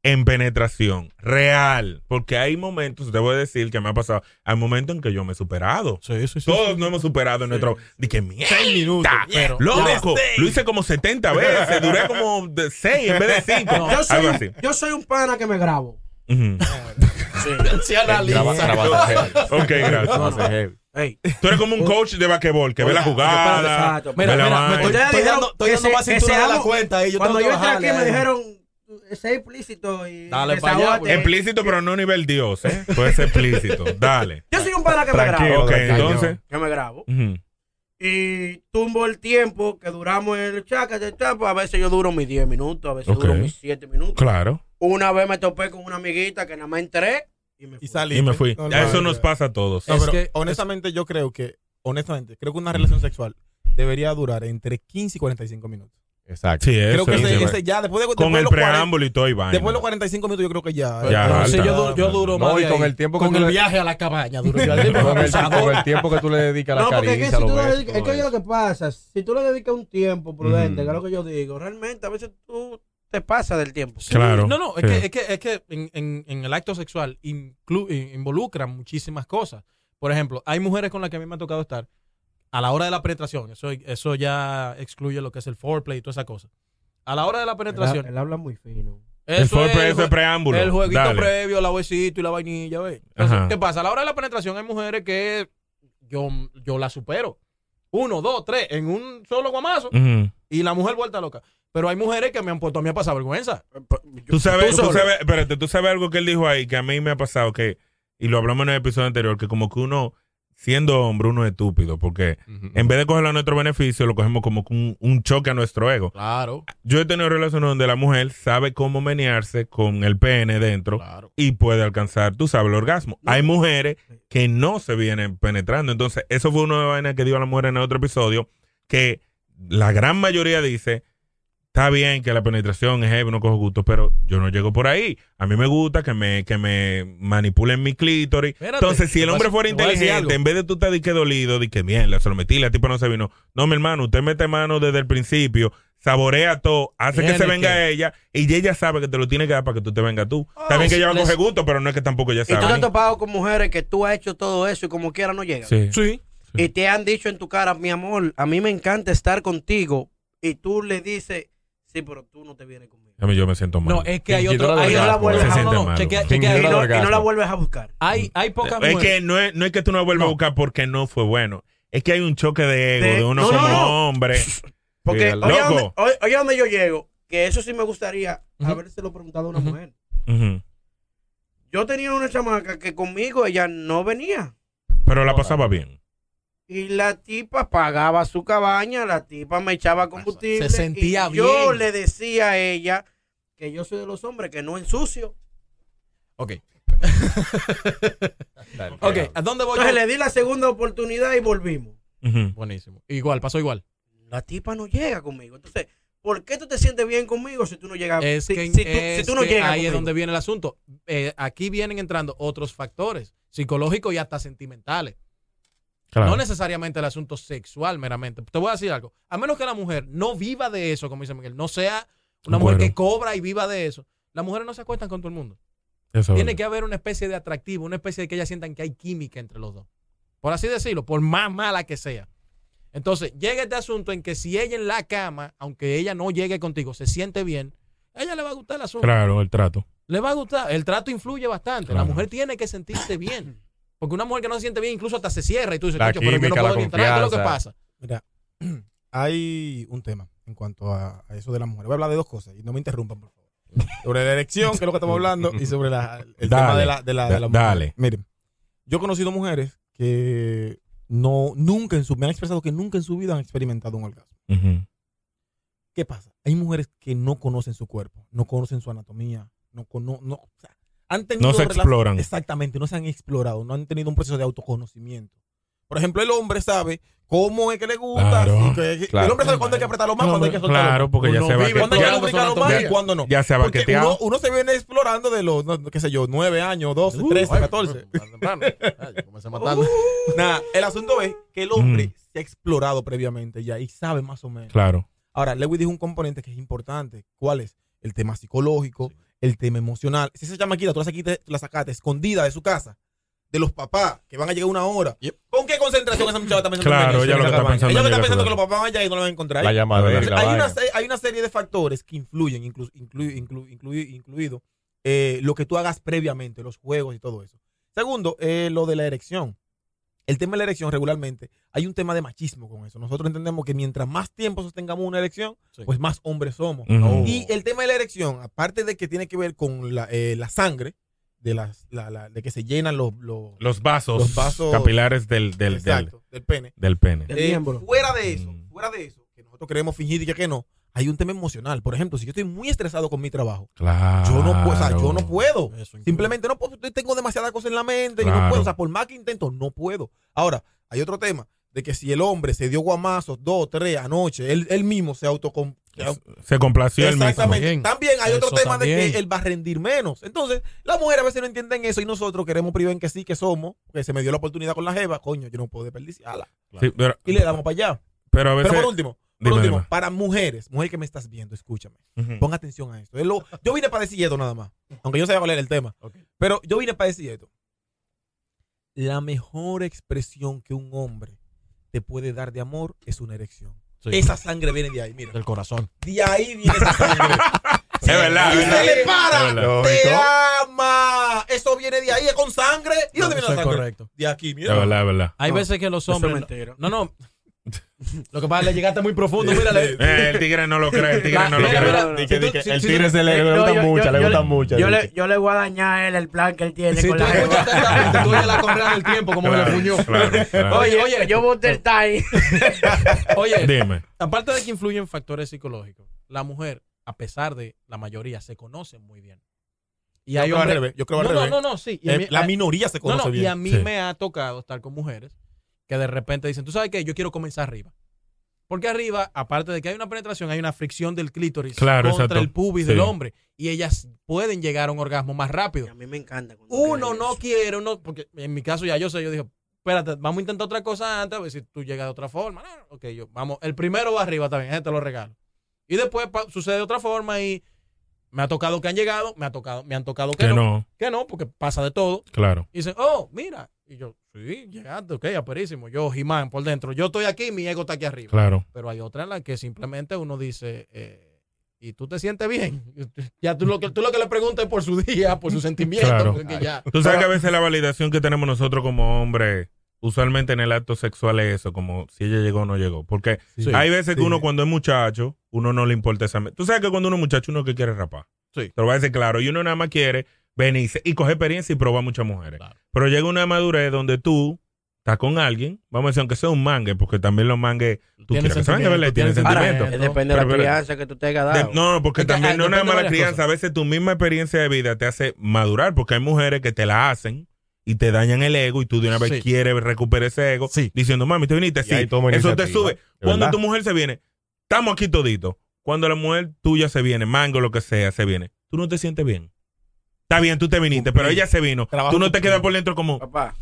[SPEAKER 1] En penetración, real. Porque hay momentos, te voy a decir que me ha pasado, hay momentos en que yo me he superado.
[SPEAKER 3] Sí, sí, sí.
[SPEAKER 1] Todos nos hemos superado en nuestro. De que mierda.
[SPEAKER 3] Seis minutos. Pero,
[SPEAKER 1] Loco, lo hice como 70 veces. Duré como 6 en vez de 5.
[SPEAKER 2] Yo soy,
[SPEAKER 1] algo
[SPEAKER 2] un-
[SPEAKER 1] así.
[SPEAKER 2] yo soy un pana que me grabo.
[SPEAKER 1] Ujú.
[SPEAKER 4] Se analiza.
[SPEAKER 5] Graba- grabando heavy.
[SPEAKER 1] Ok, gracias.
[SPEAKER 5] Grabando heavy.
[SPEAKER 2] Ey,
[SPEAKER 1] Tú eres como un coach de basquetbol que ve la jugada.
[SPEAKER 2] Exacto.
[SPEAKER 1] ve
[SPEAKER 4] Mira,
[SPEAKER 1] la
[SPEAKER 4] mira,
[SPEAKER 1] vaina.
[SPEAKER 4] me estoy-
[SPEAKER 2] Ustedes dijeron
[SPEAKER 4] dando- estoy
[SPEAKER 2] que
[SPEAKER 4] dando
[SPEAKER 2] se-
[SPEAKER 4] más
[SPEAKER 2] que
[SPEAKER 4] cintura de la
[SPEAKER 2] seamos-
[SPEAKER 4] cuenta ahí, yo
[SPEAKER 2] Cuando
[SPEAKER 4] tengo
[SPEAKER 2] yo
[SPEAKER 4] que
[SPEAKER 2] entré aquí me
[SPEAKER 4] bajarle ahí.
[SPEAKER 2] dijeron, sé explícito y
[SPEAKER 4] Dale pa'
[SPEAKER 2] desahógate".
[SPEAKER 4] allá, güey.
[SPEAKER 1] Explícito, pero no nivel Dios. ¿eh? Puede ser explícito. Dale.
[SPEAKER 2] Yo soy un pana que me
[SPEAKER 1] Tranquilo,
[SPEAKER 2] grabo.
[SPEAKER 1] ok, entonces.
[SPEAKER 2] Que me grabo.
[SPEAKER 1] Ujú.
[SPEAKER 2] Y tumbo el tiempo que duramos en el chaca, de chapo. pues A veces yo duro mis 10 minutos, a veces
[SPEAKER 1] Ok.
[SPEAKER 2] duro mis 7 minutos.
[SPEAKER 1] Claro.
[SPEAKER 2] Una vez me topé con una amiguita que nada más entré y me fui.
[SPEAKER 3] y salí.
[SPEAKER 1] Y me fui.
[SPEAKER 3] No, no,
[SPEAKER 1] Ya Eso
[SPEAKER 3] no,
[SPEAKER 1] nos pasa a todos.
[SPEAKER 3] No,
[SPEAKER 4] Es
[SPEAKER 3] pero
[SPEAKER 4] que-
[SPEAKER 3] honestamente, yo creo que, honestamente, creo que una relación sexual debería durar entre 15 y 45 minutos.
[SPEAKER 5] Exacto.
[SPEAKER 1] Sí, eso
[SPEAKER 3] creo que
[SPEAKER 1] es
[SPEAKER 3] ese,
[SPEAKER 1] verdad.
[SPEAKER 3] ese ya, después de,
[SPEAKER 1] Con
[SPEAKER 3] después de
[SPEAKER 1] el
[SPEAKER 3] los 40
[SPEAKER 1] preámbulo y todo y vaina.
[SPEAKER 3] después de los 45 minutos, yo creo que ya.
[SPEAKER 1] Ya,
[SPEAKER 3] Pero
[SPEAKER 1] alta.
[SPEAKER 4] Sí, yo, du- yo duro
[SPEAKER 5] No,
[SPEAKER 4] más.
[SPEAKER 5] y
[SPEAKER 4] de
[SPEAKER 5] con
[SPEAKER 4] ahí.
[SPEAKER 5] el tiempo que
[SPEAKER 4] Con
[SPEAKER 5] tú
[SPEAKER 4] el
[SPEAKER 5] le-
[SPEAKER 4] viaje a la cabaña duro yo.
[SPEAKER 5] Con el, con el tiempo que tú le dedicas a la
[SPEAKER 2] No, porque es que
[SPEAKER 5] caricia,
[SPEAKER 2] si
[SPEAKER 5] los
[SPEAKER 2] tú le
[SPEAKER 5] besos,
[SPEAKER 2] dedicas- es
[SPEAKER 5] todo
[SPEAKER 2] que oye
[SPEAKER 5] eso.
[SPEAKER 2] lo que pasa, si tú le dedicas un tiempo prudente,
[SPEAKER 1] Ujú.
[SPEAKER 2] que es lo que yo digo, realmente a veces tú te pasas del tiempo.
[SPEAKER 4] Sí,
[SPEAKER 1] Claro.
[SPEAKER 4] No, no, es
[SPEAKER 1] Sí.
[SPEAKER 4] que, es que, es que en, en- en el acto sexual inclu- in- involucran muchísimas cosas. Por ejemplo, hay mujeres con las que a mí me ha tocado estar a la hora de la penetración. Eso, eso ya excluye lo que es el foreplay y toda esa cosa. A la hora de la penetración.
[SPEAKER 2] Él habla muy fino.
[SPEAKER 1] El
[SPEAKER 4] eso es
[SPEAKER 1] foreplay,
[SPEAKER 4] el
[SPEAKER 1] eso es
[SPEAKER 4] jue-
[SPEAKER 1] preámbulo.
[SPEAKER 4] el jueguito
[SPEAKER 1] Dale.
[SPEAKER 4] previo, la huesito y la vainilla, ¿ves? Entonces,
[SPEAKER 1] Ajá.
[SPEAKER 4] ¿qué pasa? A la hora de la penetración hay mujeres que yo, yo la supero. Uno, dos, tres, en un solo guamazo
[SPEAKER 1] Ujú.
[SPEAKER 4] y la mujer vuelta loca. Pero hay mujeres que me han puesto a mí a pasar vergüenza.
[SPEAKER 1] Tú sabes,
[SPEAKER 4] Tú
[SPEAKER 1] tú
[SPEAKER 4] solo.
[SPEAKER 1] sabes, espérate, tú sabes algo que él dijo ahí que a mí me ha pasado que, y lo hablamos en el episodio anterior, que como que uno, siendo hombre, uno es estúpido, porque en vez de cogerlo a nuestro beneficio, lo cogemos como que un, un choque a nuestro ego.
[SPEAKER 4] Claro.
[SPEAKER 1] Yo he tenido relaciones donde la mujer sabe cómo menearse con el pene dentro y puede alcanzar, tú sabes, el orgasmo. Hay mujeres que no se vienen penetrando. Entonces, eso fue una de las vainas que dio la mujer en el otro episodio, que la gran mayoría dice, está bien que la penetración es heavy, no cojo gusto, pero yo no llego por ahí. A mí me gusta que me, que me manipulen mi clítoris.
[SPEAKER 4] Espérate,
[SPEAKER 1] Entonces, si
[SPEAKER 4] te
[SPEAKER 1] el
[SPEAKER 4] voy a-
[SPEAKER 1] hombre fuera
[SPEAKER 4] te voy a decir
[SPEAKER 1] inteligente,
[SPEAKER 4] algo.
[SPEAKER 1] en vez de tú estar di que dolido, di que bien, se lo metí, la tipa no se vino. No, mi hermano, usted mete mano desde el principio, saborea todo, hace que
[SPEAKER 4] Tiene
[SPEAKER 1] se venga
[SPEAKER 4] que. Ah,
[SPEAKER 1] ella y ella sabe que te lo tiene que dar para que tú te vengas tú. También que ella va a
[SPEAKER 4] les-
[SPEAKER 1] coger gusto, pero no es que tampoco ella
[SPEAKER 2] Y tú te has
[SPEAKER 1] sabe.
[SPEAKER 2] topado con mujeres que tú has hecho todo eso y como quiera no llegan.
[SPEAKER 1] Sí.
[SPEAKER 4] Sí.
[SPEAKER 2] Y te han dicho en tu cara, mi amor, a mí me encanta estar contigo. Y tú le dices, sí, pero tú no te vienes conmigo.
[SPEAKER 1] A mí yo me siento mal.
[SPEAKER 4] No, es que hay
[SPEAKER 5] Fingidora
[SPEAKER 4] otro.
[SPEAKER 5] de
[SPEAKER 4] Hay,
[SPEAKER 2] orgasmo,
[SPEAKER 4] no,
[SPEAKER 2] se
[SPEAKER 4] no,
[SPEAKER 1] siente
[SPEAKER 4] no,
[SPEAKER 1] malo.
[SPEAKER 4] chequea-
[SPEAKER 5] Fingidora
[SPEAKER 4] chequea
[SPEAKER 2] Y
[SPEAKER 5] de
[SPEAKER 4] ahí.
[SPEAKER 2] no, y no la
[SPEAKER 5] orgasmo.
[SPEAKER 2] vuelves a buscar.
[SPEAKER 4] hay, hay pocas
[SPEAKER 1] es
[SPEAKER 4] mujeres.
[SPEAKER 1] que no es, no es que tú no vuelvas a
[SPEAKER 4] No.
[SPEAKER 1] buscar porque no fue bueno. Es que hay un choque de ego de,
[SPEAKER 2] De-
[SPEAKER 1] uno
[SPEAKER 2] no, no,
[SPEAKER 1] como
[SPEAKER 2] no.
[SPEAKER 1] hombre.
[SPEAKER 2] Porque
[SPEAKER 5] Sí,
[SPEAKER 2] oye, a
[SPEAKER 1] loco.
[SPEAKER 2] donde- oye- oye a donde yo llego, que eso sí me gustaría
[SPEAKER 4] Ujú.
[SPEAKER 2] habérselo preguntado a una
[SPEAKER 4] Ujú.
[SPEAKER 2] mujer.
[SPEAKER 1] Ujú.
[SPEAKER 2] Yo tenía una chamaca que conmigo ella no venía.
[SPEAKER 1] Pero la pasaba bien.
[SPEAKER 2] Y la tipa pagaba su cabaña, la tipa me echaba combustible.
[SPEAKER 4] Se sentía
[SPEAKER 2] y Yo
[SPEAKER 4] bien.
[SPEAKER 2] le decía a ella que yo soy de los hombres que no ensucio.
[SPEAKER 4] Ok.
[SPEAKER 5] Dale.
[SPEAKER 4] Ok, ¿a dónde voy?
[SPEAKER 2] Entonces
[SPEAKER 4] yo?
[SPEAKER 2] le di la segunda oportunidad y volvimos.
[SPEAKER 1] Ujú.
[SPEAKER 4] Buenísimo. Igual, pasó igual.
[SPEAKER 2] La tipa no llega conmigo. Entonces, ¿por qué tú te sientes bien conmigo si tú no llegas?
[SPEAKER 4] Es
[SPEAKER 2] Ah, si,
[SPEAKER 4] que,
[SPEAKER 2] si tú,
[SPEAKER 4] es
[SPEAKER 2] si tú no
[SPEAKER 4] que
[SPEAKER 2] llegas
[SPEAKER 4] ahí es
[SPEAKER 2] conmigo?
[SPEAKER 4] donde viene el asunto. Eh, aquí vienen entrando otros factores psicológicos y hasta sentimentales.
[SPEAKER 1] Claro.
[SPEAKER 4] No necesariamente el asunto sexual meramente. Te voy a decir algo. A menos que la mujer no viva de eso, como dice Miguel, no sea una mujer
[SPEAKER 1] Bueno.
[SPEAKER 4] que cobra y viva de eso. Las mujeres no se acuestan con todo el mundo.
[SPEAKER 1] Eso es
[SPEAKER 4] Tiene
[SPEAKER 1] verdad.
[SPEAKER 4] que haber una especie de atractivo, una especie de que ellas sientan que hay química entre los dos. Por así decirlo, por más mala que sea. Entonces, llega este asunto en que si ella en la cama, aunque ella no llegue contigo, se siente bien, a ella le va a gustar el asunto.
[SPEAKER 1] Claro, el trato.
[SPEAKER 4] Le va a gustar. El trato influye bastante.
[SPEAKER 1] Claro.
[SPEAKER 4] La mujer tiene que sentirse bien. Porque una mujer que no se siente bien, incluso hasta se cierra y tú dices,
[SPEAKER 5] La
[SPEAKER 4] "Cacho, pero yo no
[SPEAKER 5] química, la
[SPEAKER 4] puedo ni entrar. ¿Qué es lo que
[SPEAKER 5] confianza.
[SPEAKER 4] pasa?
[SPEAKER 3] Mira, hay un tema en cuanto a, a eso de la mujer. Voy a hablar de dos cosas y no me interrumpan, por favor. Sobre la erección, que es lo que estamos hablando, y sobre la- el
[SPEAKER 1] Dale,
[SPEAKER 3] tema de la, de la- de la mujer.
[SPEAKER 1] dale.
[SPEAKER 3] Miren, yo he conocido mujeres que no, nunca en su, me han expresado que nunca en su vida han experimentado un orgasmo.
[SPEAKER 1] Ujú.
[SPEAKER 3] ¿Qué pasa? Hay mujeres que no conocen su cuerpo, no conocen su anatomía, no cono- no, o sea, han tenido
[SPEAKER 1] No se
[SPEAKER 3] relaciones-
[SPEAKER 1] exploran.
[SPEAKER 3] Exactamente, no se han explorado, no han tenido un proceso de autoconocimiento. Por ejemplo, el hombre sabe cómo es que le gusta.
[SPEAKER 1] Claro,
[SPEAKER 3] y que-
[SPEAKER 1] claro.
[SPEAKER 3] El hombre sabe cuándo hay que apretarlo más,
[SPEAKER 1] No,
[SPEAKER 3] cuándo hay que soltarlo
[SPEAKER 1] claro,
[SPEAKER 3] más.
[SPEAKER 1] porque ya
[SPEAKER 3] Uno
[SPEAKER 1] se va
[SPEAKER 3] vive,
[SPEAKER 1] que-
[SPEAKER 3] Cuándo hay
[SPEAKER 1] ya
[SPEAKER 3] que
[SPEAKER 1] son
[SPEAKER 3] lubricarlo más y
[SPEAKER 1] automáticos.
[SPEAKER 3] cuándo no.
[SPEAKER 1] Ya se va
[SPEAKER 3] Porque
[SPEAKER 1] queteado.
[SPEAKER 3] uno, uno se viene explorando de los, no, no, qué sé yo, 9 años, 12, 13, 14.
[SPEAKER 5] Comencé matando.
[SPEAKER 3] Nada, el asunto es que el hombre
[SPEAKER 1] Mm.
[SPEAKER 3] se ha explorado previamente ya y sabe más o menos.
[SPEAKER 1] Claro.
[SPEAKER 3] Ahora, Lewis dijo un componente que es importante. ¿Cuál es? El tema psicológico, el tema emocional. Si esa chamaquita tú la sacaste, la sacaste escondida de su casa, de los papás, que van a llegar una hora. ¿Con qué concentración esa muchacha está pensando?
[SPEAKER 1] Claro,
[SPEAKER 3] en
[SPEAKER 1] ella lo que está pensando
[SPEAKER 3] Ella lo
[SPEAKER 1] en
[SPEAKER 3] que está
[SPEAKER 1] llegar a
[SPEAKER 3] pensando
[SPEAKER 1] su
[SPEAKER 3] que los papás van allá y no la van a encontrar.
[SPEAKER 5] La
[SPEAKER 3] ahí.
[SPEAKER 5] llamadera. y
[SPEAKER 3] Entonces,
[SPEAKER 5] la
[SPEAKER 3] hay, una,
[SPEAKER 5] vaina.
[SPEAKER 3] se- hay una serie de factores que influyen, inclu- inclu- inclu- inclu- incluido eh, lo que tú hagas previamente, los juegos y todo eso. Segundo, eh, lo de la erección. El tema de la erección regularmente, hay un tema de machismo con eso. Nosotros entendemos que mientras más tiempo sostengamos una erección,
[SPEAKER 5] Sí.
[SPEAKER 3] pues más hombres somos.
[SPEAKER 1] Ujú.
[SPEAKER 3] Y el tema de la erección, aparte de que tiene que ver con la, eh, la sangre, de, las, la- la- de que se llenan los, los,
[SPEAKER 1] Los vasos,
[SPEAKER 3] Los vasos-
[SPEAKER 1] capilares del, del, del,
[SPEAKER 3] Exacto, del pene.
[SPEAKER 1] del pene.
[SPEAKER 2] Del
[SPEAKER 3] Eh,
[SPEAKER 2] miembro.
[SPEAKER 3] fuera de eso,
[SPEAKER 1] Mm.
[SPEAKER 3] fuera de eso, que nosotros queremos fingir y que no, hay un tema emocional. Por ejemplo, si yo estoy muy estresado con mi trabajo,
[SPEAKER 1] Claro.
[SPEAKER 3] yo no puedo, o sea, yo no puedo.
[SPEAKER 4] Eso incluye.
[SPEAKER 3] Simplemente no puedo, yo tengo demasiada cosa en la mente y no
[SPEAKER 1] Claro.
[SPEAKER 3] puedo. O sea, por más que intento, no puedo. Ahora, hay otro tema de que si el hombre se dio guamazos dos, tres anoche, él, él mismo se autocom... se au-
[SPEAKER 1] Se complació el mismo.
[SPEAKER 3] Exactamente.
[SPEAKER 4] También.
[SPEAKER 3] También, hay
[SPEAKER 4] Eso
[SPEAKER 3] otro tema de
[SPEAKER 4] también.
[SPEAKER 3] que él va a rendir menos. Entonces, las mujeres a veces no entienden eso y nosotros queremos privar en que sí, que somos, que se me dio la oportunidad con la jeva, coño, yo no puedo desperdiciarla.
[SPEAKER 1] Sí, pero,
[SPEAKER 3] Y le damos para allá.
[SPEAKER 1] pero a veces.
[SPEAKER 3] Pero por último, por
[SPEAKER 1] Dime,
[SPEAKER 3] último,
[SPEAKER 1] dime.
[SPEAKER 3] para mujeres, mujer que me estás viendo, escúchame.
[SPEAKER 1] Ujú.
[SPEAKER 3] Pon atención a esto. Es lo- yo vine para decir esto nada más. Aunque yo sabía cuál era el tema. Pero yo vine para decir esto. La mejor expresión que un hombre te puede dar de amor es una erección.
[SPEAKER 4] Sí.
[SPEAKER 3] Esa sangre viene de ahí, mira.
[SPEAKER 4] Del corazón.
[SPEAKER 3] De ahí viene esa sangre.
[SPEAKER 1] Es verdad,
[SPEAKER 3] y
[SPEAKER 1] es
[SPEAKER 3] se
[SPEAKER 1] verdad.
[SPEAKER 3] le para.
[SPEAKER 1] Es verdad.
[SPEAKER 3] Te
[SPEAKER 1] Lógico.
[SPEAKER 3] ama. Eso viene de ahí, es con sangre. ¿Y dónde viene
[SPEAKER 4] Eso
[SPEAKER 3] la
[SPEAKER 4] es
[SPEAKER 3] sangre?
[SPEAKER 4] correcto.
[SPEAKER 3] De aquí,
[SPEAKER 1] Es
[SPEAKER 3] mira.
[SPEAKER 1] verdad, es verdad.
[SPEAKER 4] Hay veces que los
[SPEAKER 2] Eso es
[SPEAKER 4] hombres.
[SPEAKER 2] mentira.
[SPEAKER 4] No, no. Lo que pasa es que le llegaste muy profundo. Mírale.
[SPEAKER 1] Eh, el tigre no lo cree, el tigre
[SPEAKER 4] La-
[SPEAKER 1] no lo
[SPEAKER 4] mira,
[SPEAKER 1] cree.
[SPEAKER 4] mira,
[SPEAKER 2] no, no.
[SPEAKER 5] Di
[SPEAKER 4] Si
[SPEAKER 5] que-
[SPEAKER 4] tú-
[SPEAKER 5] di que
[SPEAKER 4] si-
[SPEAKER 5] El
[SPEAKER 4] si-
[SPEAKER 5] tigre se le le
[SPEAKER 2] No, yo-
[SPEAKER 5] gustan
[SPEAKER 2] yo-
[SPEAKER 5] muchas, le
[SPEAKER 2] yo le-
[SPEAKER 5] gustan muchas.
[SPEAKER 2] Yo
[SPEAKER 5] le
[SPEAKER 2] le,
[SPEAKER 5] gustan.
[SPEAKER 2] yo le voy a dañar a él el plan que él tiene
[SPEAKER 4] Si tú
[SPEAKER 2] con la jeva.
[SPEAKER 4] escuchaste esta, tú oyes la correa del tiempo, como me le
[SPEAKER 1] Claro,
[SPEAKER 4] puñó.
[SPEAKER 1] claro, claro.
[SPEAKER 2] Oye, oye, yo voté el time.
[SPEAKER 4] Oye,
[SPEAKER 1] Dime.
[SPEAKER 4] aparte de que influyen factores psicológicos, la mujer, a pesar de la mayoría, se conoce muy bien. Y hay
[SPEAKER 3] Yo creo al
[SPEAKER 4] hombres-
[SPEAKER 3] revés. Yo creo
[SPEAKER 4] No,
[SPEAKER 3] al
[SPEAKER 4] no,
[SPEAKER 3] revés.
[SPEAKER 4] no, no, sí. Y a
[SPEAKER 3] Eh,
[SPEAKER 4] mí-
[SPEAKER 3] la
[SPEAKER 4] a-
[SPEAKER 3] minoría se
[SPEAKER 4] no,
[SPEAKER 3] conoce
[SPEAKER 4] no,
[SPEAKER 3] bien.
[SPEAKER 4] y a mí
[SPEAKER 1] Sí.
[SPEAKER 4] me ha tocado estar con mujeres que de repente dicen, tú sabes qué, yo quiero comenzar arriba. Porque arriba, aparte de que hay una penetración, hay una fricción del clítoris
[SPEAKER 1] Claro,
[SPEAKER 4] contra
[SPEAKER 1] exacto.
[SPEAKER 4] el pubis
[SPEAKER 1] Sí.
[SPEAKER 4] del hombre. Y ellas pueden llegar a un orgasmo más rápido.
[SPEAKER 2] A mí me encanta. cuando
[SPEAKER 4] Uno
[SPEAKER 2] queda
[SPEAKER 4] no
[SPEAKER 2] eso.
[SPEAKER 4] quiere, uno, porque en mi caso ya yo sé, yo dije, espérate, vamos a intentar otra cosa antes, a ver si tú llegas de otra forma. No, ok, yo, vamos, el primero va arriba también, este te lo regalo. Y después pa- sucede de otra forma y me ha tocado que han llegado, me ha tocado, me han tocado que,
[SPEAKER 1] Que
[SPEAKER 4] no,
[SPEAKER 1] no,
[SPEAKER 4] que no, porque pasa de todo.
[SPEAKER 1] claro.
[SPEAKER 4] Y dicen, oh, mira. Y yo, sí, llegaste, ok, aperísimo. Yo, Jimán, por dentro, yo estoy aquí, mi ego está aquí arriba.
[SPEAKER 1] Claro.
[SPEAKER 4] Pero hay otra en la que simplemente uno dice, eh, y tú te sientes bien. ya tú lo, que, tú lo que le preguntas es por su día, por su sentimiento.
[SPEAKER 1] Claro.
[SPEAKER 4] porque ya.
[SPEAKER 1] Tú sabes que a veces la validación que tenemos nosotros como hombres, usualmente en el acto sexual es eso, como si ella llegó o no llegó. Porque
[SPEAKER 4] Sí.
[SPEAKER 1] hay veces que
[SPEAKER 3] sí.
[SPEAKER 1] uno cuando es muchacho, uno no le importa esa... me- Tú sabes que cuando uno es muchacho, uno que quiere rapar.
[SPEAKER 4] Sí.
[SPEAKER 1] Te lo voy a decir claro. Y uno nada más quiere venir y, se- y coger experiencia y probar muchas mujeres.
[SPEAKER 4] Claro.
[SPEAKER 1] Pero llega una madurez donde tú estás con alguien, vamos a decir, aunque sea un mangue, porque también los mangues, tú
[SPEAKER 4] Tiene
[SPEAKER 1] quieres que se venga, ¿verdad? Y Tiene
[SPEAKER 4] sentimiento, tiene
[SPEAKER 1] sentimiento.
[SPEAKER 4] sentimiento.
[SPEAKER 2] eh, Depende de la
[SPEAKER 1] Pero, pero-
[SPEAKER 2] crianza que tú te hayas
[SPEAKER 1] De-
[SPEAKER 2] dado.
[SPEAKER 1] no, no, porque
[SPEAKER 4] Es que,
[SPEAKER 1] también
[SPEAKER 4] ah,
[SPEAKER 1] no es nada
[SPEAKER 4] depende de
[SPEAKER 1] mala
[SPEAKER 4] varias
[SPEAKER 1] crianza.
[SPEAKER 4] cosas.
[SPEAKER 1] A veces tu misma experiencia de vida te hace madurar, porque hay mujeres que te la hacen y te dañan el ego y tú de una vez
[SPEAKER 4] Sí.
[SPEAKER 1] quieres recuperar ese ego
[SPEAKER 4] Sí.
[SPEAKER 1] diciendo, mami, te viniste,
[SPEAKER 5] Y
[SPEAKER 1] sí,
[SPEAKER 5] ahí toma
[SPEAKER 1] eso te
[SPEAKER 5] iniciativa,
[SPEAKER 1] sube.
[SPEAKER 5] de
[SPEAKER 1] Cuando
[SPEAKER 5] verdad.
[SPEAKER 1] tu mujer se viene, estamos aquí todito. Cuando la mujer tuya se viene, mango, lo que sea, se viene, tú no te sientes bien. Está bien, tú te viniste, pero ella se vino.
[SPEAKER 3] Trabajo
[SPEAKER 1] tú no te
[SPEAKER 3] cumplido.
[SPEAKER 1] quedas por dentro como,
[SPEAKER 2] Papá,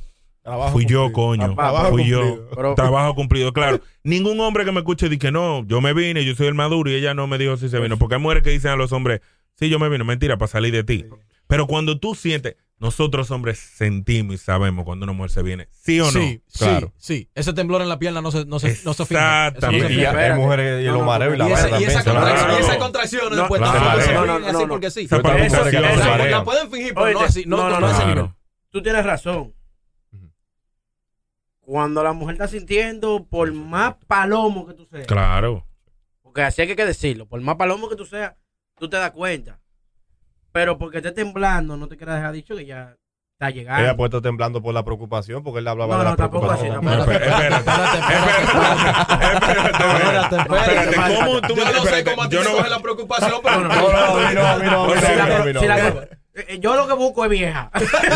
[SPEAKER 3] Trabajo
[SPEAKER 1] fui yo,
[SPEAKER 3] cumplido.
[SPEAKER 1] coño,
[SPEAKER 2] Papá, trabajo
[SPEAKER 1] fui yo.
[SPEAKER 3] cumplido.
[SPEAKER 2] pero
[SPEAKER 1] Trabajo cumplido, claro. Ningún hombre que me escuche dice que no, yo me vine, yo soy el maduro y ella no me dijo si se vino. Porque hay mujeres que dicen a los hombres, sí, yo me vine, mentira, para salir de ti. Pero cuando tú sientes, nosotros hombres sentimos y sabemos cuando una mujer se viene. ¿Sí o no?
[SPEAKER 4] Sí,
[SPEAKER 1] claro.
[SPEAKER 4] sí, sí. Ese temblor en la pierna no se, no se, no se finge. Eso no se
[SPEAKER 1] Exactamente.
[SPEAKER 5] Y y
[SPEAKER 4] finge.
[SPEAKER 5] hay mujeres y
[SPEAKER 2] No,
[SPEAKER 5] los
[SPEAKER 2] no,
[SPEAKER 5] mareos y la
[SPEAKER 4] Y
[SPEAKER 5] vaina
[SPEAKER 4] esa, y
[SPEAKER 5] también.
[SPEAKER 4] esa
[SPEAKER 5] se la-
[SPEAKER 4] contracción, y
[SPEAKER 1] Claro.
[SPEAKER 4] esa contracción
[SPEAKER 2] No,
[SPEAKER 4] después
[SPEAKER 1] no,
[SPEAKER 4] no,
[SPEAKER 1] no,
[SPEAKER 4] se
[SPEAKER 2] no,
[SPEAKER 4] finge
[SPEAKER 2] no,
[SPEAKER 4] así
[SPEAKER 2] no.
[SPEAKER 4] porque sí.
[SPEAKER 1] Esa parte
[SPEAKER 2] Eso-
[SPEAKER 1] se
[SPEAKER 2] eso-
[SPEAKER 1] queda
[SPEAKER 2] eso-
[SPEAKER 1] mareo.
[SPEAKER 4] La pueden fingir, pero
[SPEAKER 2] Oye,
[SPEAKER 4] no así, no,
[SPEAKER 2] no,
[SPEAKER 4] no,
[SPEAKER 2] no,
[SPEAKER 4] no a ese
[SPEAKER 1] no.
[SPEAKER 4] nivel.
[SPEAKER 2] tú tienes razón. Cuando la mujer está sintiendo, por más palomo que tú seas,
[SPEAKER 1] Claro.
[SPEAKER 2] porque así hay que decirlo, por más palomo que tú seas, tú te das cuenta. Pero porque esté temblando, no te quieras dejar dicho que ya está llegando.
[SPEAKER 5] Ella puede estar temblando por la preocupación porque él hablaba
[SPEAKER 2] No,
[SPEAKER 5] de la
[SPEAKER 2] no, tampoco
[SPEAKER 5] preocupación.
[SPEAKER 2] así,
[SPEAKER 1] No,
[SPEAKER 2] tampoco.
[SPEAKER 1] espérate, espérate, espérate, espérate, espérate.
[SPEAKER 4] espérate.
[SPEAKER 1] ¿Cómo tú
[SPEAKER 4] Yo no sé
[SPEAKER 1] espérate,
[SPEAKER 4] cómo a ti
[SPEAKER 1] yo
[SPEAKER 4] te
[SPEAKER 1] no-
[SPEAKER 4] coge la preocupación, pero
[SPEAKER 5] No, no, a mí no, a mí no, a mí no,
[SPEAKER 2] Si
[SPEAKER 5] a mí
[SPEAKER 2] la-
[SPEAKER 5] no, a mí no.
[SPEAKER 2] si la- Eh, eh, Yo lo que busco es vieja.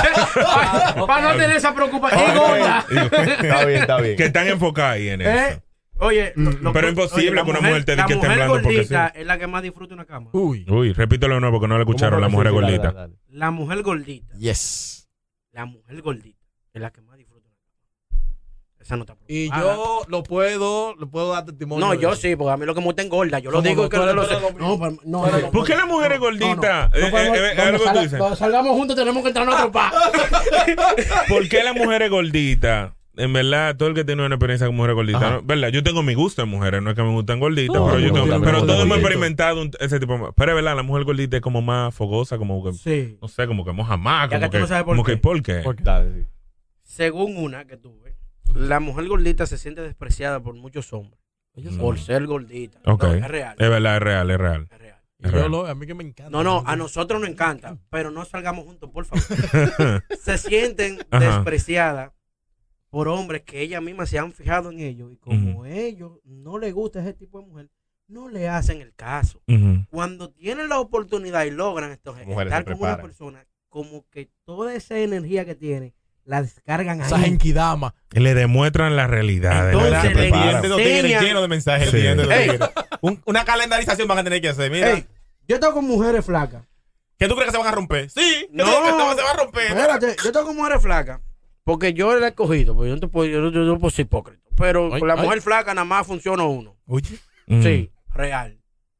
[SPEAKER 2] para, no tener esa preocupación. Y gorda.
[SPEAKER 8] Está bien, está bien.
[SPEAKER 1] Que están enfocadas ahí en eso.
[SPEAKER 2] ¿Eh? Oye, lo- lo-
[SPEAKER 1] Pero es imposible
[SPEAKER 2] la
[SPEAKER 1] que una mujer te
[SPEAKER 2] la
[SPEAKER 1] diga que
[SPEAKER 2] mujer
[SPEAKER 1] temblando porque
[SPEAKER 2] gordita es la que más disfruta una cama.
[SPEAKER 4] Uy.
[SPEAKER 1] Uy, repítelo de nuevo porque no la escucharon, la mujer es gordita.
[SPEAKER 2] La mujer gordita,
[SPEAKER 4] Yes.
[SPEAKER 2] la mujer gordita es la que más disfruta una cama. Esa no está
[SPEAKER 4] Y
[SPEAKER 2] preocupada.
[SPEAKER 4] yo lo puedo, lo puedo dar testimonio.
[SPEAKER 2] No,
[SPEAKER 4] de
[SPEAKER 2] yo
[SPEAKER 4] eso.
[SPEAKER 2] sí, porque a mí lo que me gusta es gorda. Yo lo
[SPEAKER 4] ¿Cómo
[SPEAKER 2] digo
[SPEAKER 4] no?
[SPEAKER 2] que
[SPEAKER 4] Tú
[SPEAKER 2] no
[SPEAKER 4] eres-
[SPEAKER 2] lo
[SPEAKER 4] tú
[SPEAKER 2] sé.
[SPEAKER 4] eres
[SPEAKER 2] No, pa- no, no,
[SPEAKER 1] ¿Por qué la mujer es gordita? Eh,
[SPEAKER 2] podemos-
[SPEAKER 1] eh, eh,
[SPEAKER 2] cuando
[SPEAKER 1] algo tú
[SPEAKER 2] salga-
[SPEAKER 1] dices.
[SPEAKER 2] cuando salgamos juntos tenemos que entrar en otro par.
[SPEAKER 1] ¿Por qué la mujer es gordita? En verdad, todo el que tiene una experiencia con mujeres gorditas, ¿no? ¿verdad? Yo tengo mi gusto en mujeres, no es que me gustan gorditas,
[SPEAKER 4] Todo
[SPEAKER 1] pero
[SPEAKER 4] el
[SPEAKER 1] yo
[SPEAKER 4] mundo
[SPEAKER 1] tengo-
[SPEAKER 4] tiene
[SPEAKER 1] pero
[SPEAKER 4] un
[SPEAKER 1] todo hemos
[SPEAKER 4] gordito.
[SPEAKER 1] experimentado un- ese tipo de... Pero es verdad, la mujer gordita es como más fogosa, como que,
[SPEAKER 2] Sí.
[SPEAKER 1] no sé, como que moja más,
[SPEAKER 2] Ya
[SPEAKER 1] como
[SPEAKER 2] que tú
[SPEAKER 1] que,
[SPEAKER 2] no sabes por
[SPEAKER 1] como
[SPEAKER 2] qué.
[SPEAKER 1] que ¿por qué?
[SPEAKER 8] Dale, sí.
[SPEAKER 2] Según una que tuve, la mujer gordita se siente despreciada por muchos hombres. Por ser gordita.
[SPEAKER 1] Ok.
[SPEAKER 2] No, es real.
[SPEAKER 1] Es verdad, es real, es real.
[SPEAKER 2] es real.
[SPEAKER 4] Y yo
[SPEAKER 1] Ajá.
[SPEAKER 4] lo- a mí que me encanta.
[SPEAKER 2] No, no, a nosotros nos encanta, pero no salgamos juntos, por favor. se sienten
[SPEAKER 1] Ajá.
[SPEAKER 2] despreciadas por hombres que ellas mismas se han fijado en ellos y como
[SPEAKER 1] Ujú.
[SPEAKER 2] ellos no les gusta ese tipo de mujer, no le hacen el caso.
[SPEAKER 1] Ujú.
[SPEAKER 2] cuando tienen la oportunidad y logran entonces
[SPEAKER 8] Mujeres
[SPEAKER 2] estar
[SPEAKER 8] se
[SPEAKER 2] con una
[SPEAKER 8] preparan.
[SPEAKER 2] persona, como que toda esa energía que tienen la descargan
[SPEAKER 4] Esa
[SPEAKER 2] ahí.
[SPEAKER 4] genkidama.
[SPEAKER 1] Le demuestran la realidad. de
[SPEAKER 2] Entonces,
[SPEAKER 1] verdad.
[SPEAKER 2] le
[SPEAKER 8] Preparan.
[SPEAKER 2] enseñan-
[SPEAKER 3] lleno de mensajes.
[SPEAKER 1] Sí.
[SPEAKER 3] el cliente de los
[SPEAKER 2] Ey.
[SPEAKER 3] tigres. Un- una calendarización van a tener que hacer. Mira,
[SPEAKER 2] Ey, yo estoy con mujeres flacas.
[SPEAKER 3] ¿qué tú crees que se van a romper? Sí,
[SPEAKER 2] No.
[SPEAKER 3] no, que esto se va a romper.
[SPEAKER 2] Espérate, yo estoy con mujeres flacas. Porque yo la he cogido, porque yo no, te puedo, yo no- yo no puedo ser hipócrita. Pero
[SPEAKER 4] Ay,
[SPEAKER 2] con la
[SPEAKER 4] ay.
[SPEAKER 2] mujer flaca nada más funciona uno.
[SPEAKER 3] Oye,
[SPEAKER 1] Mm.
[SPEAKER 2] Sí, real.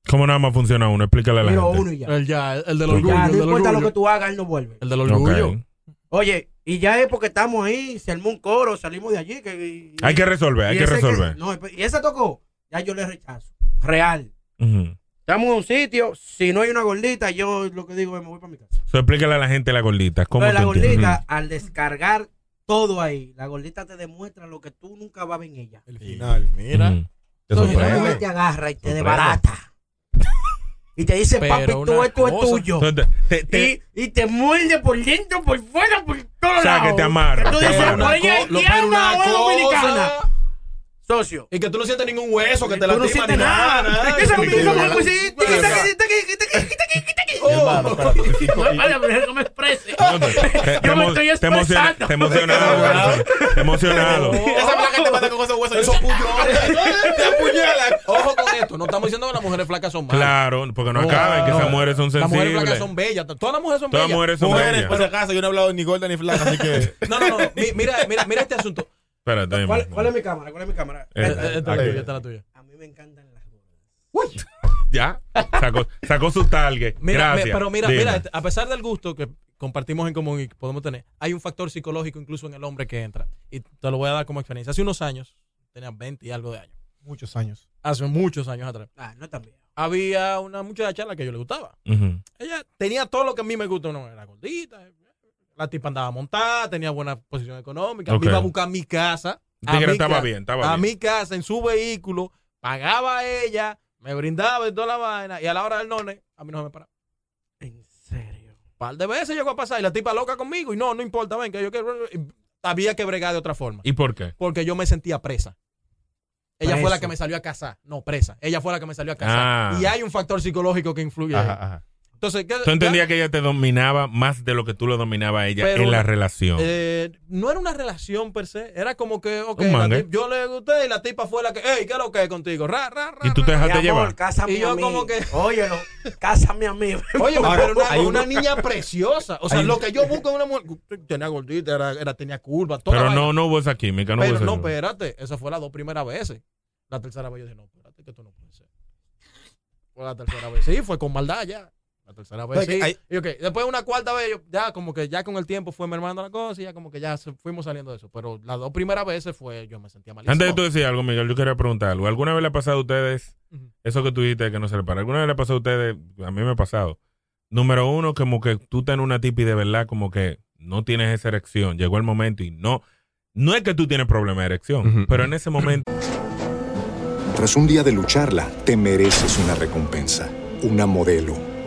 [SPEAKER 1] ¿Cómo nada más funciona uno? Explícale a la
[SPEAKER 2] Pero
[SPEAKER 1] gente.
[SPEAKER 2] uno y ya.
[SPEAKER 4] El, ya, el del
[SPEAKER 2] Ya,
[SPEAKER 4] orgullo. el
[SPEAKER 2] no
[SPEAKER 4] del
[SPEAKER 2] importa lo
[SPEAKER 4] orgullo.
[SPEAKER 2] que tú hagas, él no vuelve.
[SPEAKER 4] El del
[SPEAKER 1] Ok.
[SPEAKER 4] orgullo.
[SPEAKER 2] Oye, y ya es porque estamos ahí, se armó un coro, salimos de allí. Que, y-
[SPEAKER 1] Hay que resolver, hay
[SPEAKER 2] y
[SPEAKER 1] que
[SPEAKER 2] ese
[SPEAKER 1] resolver.
[SPEAKER 2] no, y esa tocó, ya yo le rechazo. Real.
[SPEAKER 1] Ujú.
[SPEAKER 2] Estamos en un sitio, si no hay una gordita, yo lo que digo es me voy para mi casa.
[SPEAKER 1] So, explícale a la gente la gordita. ¿Cómo
[SPEAKER 2] Pero la
[SPEAKER 1] te entiendes?
[SPEAKER 2] gordita, al descargar todo ahí, la gordita te demuestra lo que tú nunca vas a ver en ella.
[SPEAKER 3] el final, mira.
[SPEAKER 1] Ujú. Te
[SPEAKER 2] Entonces la
[SPEAKER 1] sorprende.
[SPEAKER 2] mujer te agarra y te desbarata. Y te dice,
[SPEAKER 4] Pero
[SPEAKER 2] papi, tú
[SPEAKER 4] una
[SPEAKER 2] esto es
[SPEAKER 4] cosa-
[SPEAKER 2] tuyo.
[SPEAKER 1] Entonces, te- te-
[SPEAKER 2] Y, y te muerde por dentro, por fuera, por todos
[SPEAKER 1] O sea,
[SPEAKER 2] lados.
[SPEAKER 1] que te amarra,
[SPEAKER 2] Tú
[SPEAKER 1] te
[SPEAKER 2] dices,
[SPEAKER 1] amarra.
[SPEAKER 2] "Oye,
[SPEAKER 4] co- lo- pero
[SPEAKER 2] ¿haitiana o es dominicana?
[SPEAKER 4] cosa-
[SPEAKER 2] Socio.
[SPEAKER 4] Y que tú no sientes ningún hueso, que
[SPEAKER 2] Tú
[SPEAKER 4] te
[SPEAKER 2] no
[SPEAKER 4] lastima ni
[SPEAKER 2] sientes nada. Esa comida es como así, tiqui, taqui, tiqui, tiqui, tiqui, tiqui, tiqui.
[SPEAKER 8] Hermano, espérate.
[SPEAKER 2] No, vaya, mujer, no me exprese.
[SPEAKER 1] No, te- te- te
[SPEAKER 2] Yo me
[SPEAKER 1] emo-
[SPEAKER 2] estoy
[SPEAKER 1] te emociona-
[SPEAKER 2] expresando.
[SPEAKER 1] Te emocionado. te emocionado.
[SPEAKER 3] Esa es la que te mata con esos huesos. Esos puñones. Te apuñalan.
[SPEAKER 4] Ojo con esto. No estamos diciendo que las mujeres flacas son malas.
[SPEAKER 1] Claro, porque no
[SPEAKER 4] No,
[SPEAKER 1] acaben, que
[SPEAKER 4] no.
[SPEAKER 1] esas mujeres son
[SPEAKER 4] Las mujeres
[SPEAKER 1] sensibles.
[SPEAKER 4] flacas son bellas. Todas las mujeres son
[SPEAKER 1] Todas
[SPEAKER 4] bellas.
[SPEAKER 1] mujeres son
[SPEAKER 3] Mujeres, por si
[SPEAKER 1] bellas.
[SPEAKER 3] acaso, yo no he hablado ni gorda ni flaca, así que.
[SPEAKER 4] No, no, no. no. Mi- Mira, mira, mira este asunto.
[SPEAKER 1] Espérate. mi
[SPEAKER 2] ¿Cuál,
[SPEAKER 1] amor.
[SPEAKER 2] cuál es mi cámara? ¿Cuál es mi cámara?
[SPEAKER 1] Eh,
[SPEAKER 4] Esta esta es la
[SPEAKER 1] aquí.
[SPEAKER 4] tuya, esta es la tuya.
[SPEAKER 2] A mí me encantan las gordas.
[SPEAKER 1] Ya. Sacó, sacó su target.
[SPEAKER 4] Mira,
[SPEAKER 1] Gracias.
[SPEAKER 4] me- pero mira,
[SPEAKER 1] Dime.
[SPEAKER 4] mira, este, a pesar del gusto que compartimos en común y que podemos tener, hay un factor psicológico incluso en el hombre que entra. Y te lo voy a dar como experiencia. Hace unos años, tenía 20 y algo de años,
[SPEAKER 3] Muchos años.
[SPEAKER 4] hace muchos años atrás,
[SPEAKER 2] Ah, no tan bien.
[SPEAKER 4] había una muchacha a la que yo le gustaba.
[SPEAKER 1] Ujú.
[SPEAKER 4] Ella tenía todo lo que a mí me gusta. Una era gordita, la tipa andaba montada, tenía buena posición económica,
[SPEAKER 1] Ok.
[SPEAKER 4] me iba a buscar mi casa. a
[SPEAKER 1] Tigre
[SPEAKER 4] mi
[SPEAKER 1] estaba
[SPEAKER 4] ca-
[SPEAKER 1] bien, estaba
[SPEAKER 4] a
[SPEAKER 1] bien.
[SPEAKER 4] mi casa, en su vehículo, pagaba a ella, me brindaba y toda la vaina. Y a la hora del none, a mí no se me paraba.
[SPEAKER 2] En serio.
[SPEAKER 4] par de veces llegó a pasar y la tipa loca conmigo y no, no importa, ven, que yo quiero... y Había que bregar de otra forma.
[SPEAKER 1] ¿Y por qué?
[SPEAKER 4] Porque yo me sentía presa. Ella fue la
[SPEAKER 2] Preso.
[SPEAKER 4] que me salió a casar. No, presa. Ella fue la que me salió a casar.
[SPEAKER 1] Ah.
[SPEAKER 4] Y hay un factor psicológico que influye. ahí.
[SPEAKER 8] Ajá, ajá.
[SPEAKER 4] Entonces, ¿qué-
[SPEAKER 1] Tú entendías que ella te dominaba más de lo que tú lo dominabas a ella
[SPEAKER 4] Pero-
[SPEAKER 1] en la relación.
[SPEAKER 4] eh, no era una relación per se. Era como que, ok,
[SPEAKER 1] Un
[SPEAKER 4] la
[SPEAKER 1] mangue.
[SPEAKER 4] tip- yo le gusté y la tipa fue la que, hey, ¿qué es lo que es contigo? Ra, ra, ra,
[SPEAKER 1] y tú Ah, te
[SPEAKER 4] ra.
[SPEAKER 1] dejaste
[SPEAKER 2] Mi amor,
[SPEAKER 1] llevar.
[SPEAKER 2] cásame
[SPEAKER 4] Y yo
[SPEAKER 2] a mí.
[SPEAKER 4] como que-
[SPEAKER 2] Óyelo, cásame a mí.
[SPEAKER 4] Oye,
[SPEAKER 3] Ahora,
[SPEAKER 4] pero una,
[SPEAKER 3] hay un-
[SPEAKER 4] una niña preciosa. O sea,
[SPEAKER 3] hay un-
[SPEAKER 4] lo que yo busco en una mujer. Tenía gordita, era, era- tenía curva, toda la
[SPEAKER 1] Pero
[SPEAKER 4] vaina.
[SPEAKER 1] no, no hubo esa química, no
[SPEAKER 4] pero
[SPEAKER 1] hubo
[SPEAKER 4] no,
[SPEAKER 1] esa química.
[SPEAKER 4] espérate, esa fue las dos primeras veces. La tercera vez yo dije, no, espérate, que esto no puede ser. Fue la tercera vez. Sí, fue con maldad ya. La tercera vez.
[SPEAKER 3] Pero es
[SPEAKER 4] Sí.
[SPEAKER 3] que hay-
[SPEAKER 4] Y ok, Después una cuarta vez, yo, ya como que ya con el tiempo fue mermando la cosa y ya como que ya se- fuimos saliendo de eso. Pero las dos primeras veces fue, yo me sentía malísimo.
[SPEAKER 1] Antes de tú decir algo, Miguel, yo quería preguntar algo. ¿Alguna vez le ha pasado a ustedes
[SPEAKER 4] Ujú.
[SPEAKER 1] eso que tú dijiste que no se le para? ¿Alguna vez le ha pasado a ustedes? A mí me ha pasado. Número uno, como que tú estás en una tipi de verdad, como que no tienes esa erección. Llegó el momento y no. No es que tú tienes problema de erección,
[SPEAKER 8] Ujú.
[SPEAKER 1] pero en ese momento.
[SPEAKER 6] Tras un día de lucharla, te mereces una recompensa, una modelo,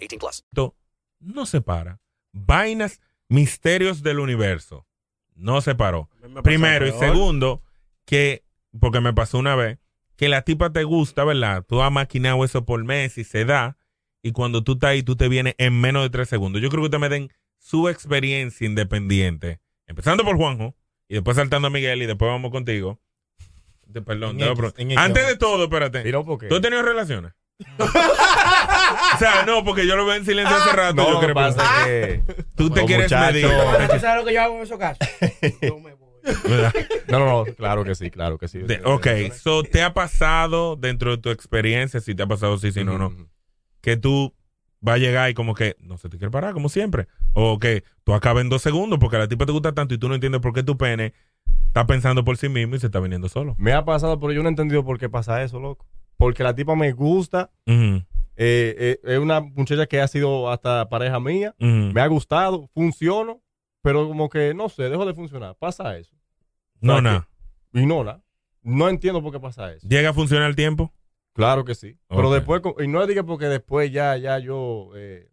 [SPEAKER 9] 18 plus.
[SPEAKER 1] Esto no se para. Vainas, misterios del universo. No se paró.
[SPEAKER 9] pasó
[SPEAKER 1] Primero y
[SPEAKER 9] peor.
[SPEAKER 1] segundo, que, porque me pasó una vez, que la tipa te gusta, ¿verdad? Tú has maquinado eso por meses y se da. Y cuando tú estás ahí, tú te vienes en menos de tres segundos. Yo creo que ustedes me den su experiencia independiente. Empezando por Juanjo, y después saltando a Miguel, y después vamos contigo. Te- perdón,
[SPEAKER 5] En
[SPEAKER 1] te voy a
[SPEAKER 5] X,
[SPEAKER 1] preguntar.
[SPEAKER 5] en X,
[SPEAKER 1] antes
[SPEAKER 5] vamos.
[SPEAKER 1] de todo, espérate.
[SPEAKER 5] porque-
[SPEAKER 1] ¿Tú has tenido relaciones? o sea, no, porque yo lo veo en silencio hace rato.
[SPEAKER 5] Ah, No,
[SPEAKER 1] yo
[SPEAKER 5] lo que
[SPEAKER 1] quería
[SPEAKER 5] pasa
[SPEAKER 1] preguntar.
[SPEAKER 5] es que-
[SPEAKER 1] Tú te
[SPEAKER 5] Los
[SPEAKER 1] quieres
[SPEAKER 5] muchachos-
[SPEAKER 1] medir.
[SPEAKER 2] ¿Tú sabes lo que yo hago en esos casos?
[SPEAKER 5] No, no, no, claro que sí, claro que sí.
[SPEAKER 1] De- ok, so, ¿te ha pasado dentro de tu experiencia, si te ha pasado, sí, sí, no, no, que tú va a llegar y como que no se te quiere parar, como siempre? O que tú acabas en dos segundos porque a la tipa te gusta tanto y tú no entiendes por qué tu pene está pensando por sí mismo y se está viniendo solo.
[SPEAKER 5] Me ha pasado, pero yo no he entendido por qué pasa eso, loco. Porque la tipa me gusta.
[SPEAKER 1] Ujú.
[SPEAKER 5] eh, eh, es una muchacha que ha sido hasta pareja mía.
[SPEAKER 1] Ujú.
[SPEAKER 5] Me ha gustado, funciono, pero como que no sé, dejo de funcionar. Pasa eso.
[SPEAKER 1] No,
[SPEAKER 5] ¿Para
[SPEAKER 1] no.
[SPEAKER 5] qué? Y no, na. No entiendo por qué pasa eso.
[SPEAKER 1] ¿Llega a funcionar el tiempo?
[SPEAKER 5] Claro que sí. Pero
[SPEAKER 1] Ok.
[SPEAKER 5] después, co- y no diga porque después ya, ya yo eh,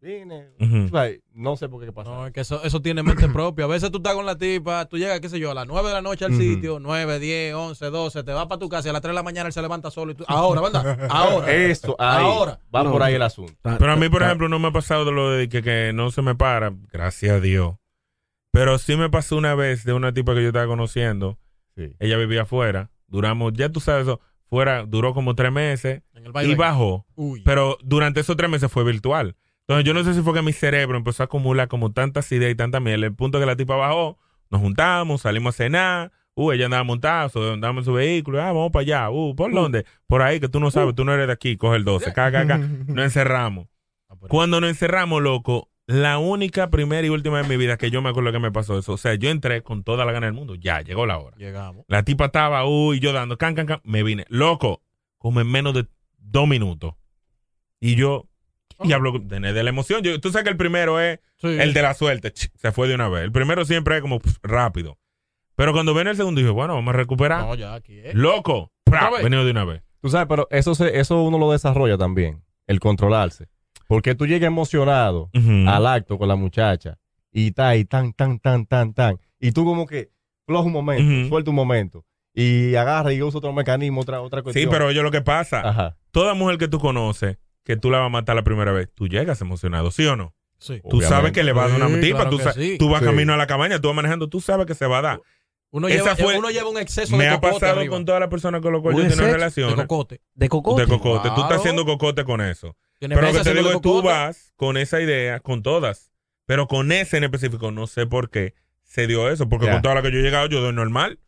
[SPEAKER 5] vine.
[SPEAKER 4] Ujú.
[SPEAKER 5] O sea, no sé por qué pasa.
[SPEAKER 4] No, es que eso, eso tiene mente propia. A veces tú estás con la tipa, tú llegas, qué sé yo, a las 9 de la noche al
[SPEAKER 5] Ujú.
[SPEAKER 4] sitio, 9, 10, 11, 12, te vas para tu casa y a las 3 de la mañana él se levanta solo y tú, ahora, ¿verdad? Ahora.
[SPEAKER 5] Eso, ahí.
[SPEAKER 4] Ahora.
[SPEAKER 5] Va por ahí el asunto.
[SPEAKER 1] Pero a mí, por ejemplo, no me ha pasado de lo de que, que no se me para, gracias a Dios. Pero sí me pasó una vez de una tipa que yo estaba conociendo.
[SPEAKER 5] Sí.
[SPEAKER 1] Ella vivía afuera. Duramos, ya tú sabes eso, fuera duró como tres meses
[SPEAKER 4] el
[SPEAKER 1] y
[SPEAKER 4] vaivén.
[SPEAKER 1] bajó.
[SPEAKER 4] Uy.
[SPEAKER 1] Pero durante esos tres meses fue virtual. Entonces yo no sé si fue que mi cerebro empezó a acumular como tantas ideas y tanta miel. El punto que la tipa bajó, nos juntamos, salimos a cenar. Uh, ella andaba montada, so- andaba en su vehículo. Ah, vamos para allá. Uh, ¿por dónde? Por ahí, que tú no sabes, tú no eres de aquí. Coge el 12. Acá, acá, acá. Nos encerramos. Cuando nos encerramos, loco, la única primera y última de mi vida que yo me acuerdo que me pasó eso. O sea, yo entré con toda la gana del mundo. Ya, llegó la hora.
[SPEAKER 4] Llegamos.
[SPEAKER 1] La tipa estaba, uy, yo dando can, can, can. Me vine. Loco, como en menos de dos minutos. Y yo, y hablo de, de la emoción. Yo- tú sabes que el primero es el de la suerte. Ch, Se fue de una vez. El primero siempre es como pf, rápido. Pero cuando viene el segundo, dije, bueno, vamos a recuperar.
[SPEAKER 4] No, ya, aquí eh. es.
[SPEAKER 1] Loco,
[SPEAKER 5] ¿Otra
[SPEAKER 1] pra,
[SPEAKER 5] vez?
[SPEAKER 1] venido de una vez.
[SPEAKER 5] Tú sabes, pero eso, se- eso uno lo desarrolla también, el controlarse. Porque tú llegas emocionado
[SPEAKER 1] Ujú.
[SPEAKER 5] al acto con la muchacha y está ahí, tan, tan, tan, tan, tan. Y tú como que floja un momento,
[SPEAKER 1] Ujú.
[SPEAKER 5] suelta un momento. Y agarra y usa otro mecanismo, otra, otra
[SPEAKER 1] Sí,
[SPEAKER 5] cuestión.
[SPEAKER 1] pero yo lo que pasa,
[SPEAKER 5] Ajá.
[SPEAKER 1] toda mujer que tú conoces, que tú la vas a matar la primera vez, tú llegas emocionado, ¿sí o no?
[SPEAKER 4] Sí.
[SPEAKER 1] Tú sabes que le vas a dar una
[SPEAKER 4] Sí,
[SPEAKER 1] tipa,
[SPEAKER 4] claro
[SPEAKER 1] tú,
[SPEAKER 4] que
[SPEAKER 1] sa-
[SPEAKER 4] sí.
[SPEAKER 1] tú vas
[SPEAKER 4] Sí.
[SPEAKER 1] camino a la cabaña, tú vas manejando, tú sabes que se va a dar.
[SPEAKER 4] Uno
[SPEAKER 1] Esa
[SPEAKER 4] lleva,
[SPEAKER 1] fue-
[SPEAKER 4] uno lleva un exceso
[SPEAKER 1] me
[SPEAKER 4] de
[SPEAKER 1] ha
[SPEAKER 4] cocote
[SPEAKER 1] pasado
[SPEAKER 4] arriba.
[SPEAKER 1] con todas las personas con las
[SPEAKER 4] Un
[SPEAKER 1] cuales yo he tenido
[SPEAKER 4] exceso
[SPEAKER 1] relaciones.
[SPEAKER 4] De cocote. De
[SPEAKER 1] De cocote. Tú estás haciendo cocote con eso.
[SPEAKER 4] Tienes
[SPEAKER 1] Pero lo que
[SPEAKER 4] meses
[SPEAKER 1] te digo es
[SPEAKER 4] haciendo
[SPEAKER 1] tú
[SPEAKER 4] cocote.
[SPEAKER 1] vas con esa idea, con todas. Pero con ese en específico, no sé por qué se dio eso. Porque
[SPEAKER 5] Ya.
[SPEAKER 1] con todas las que yo he llegado, yo doy normal.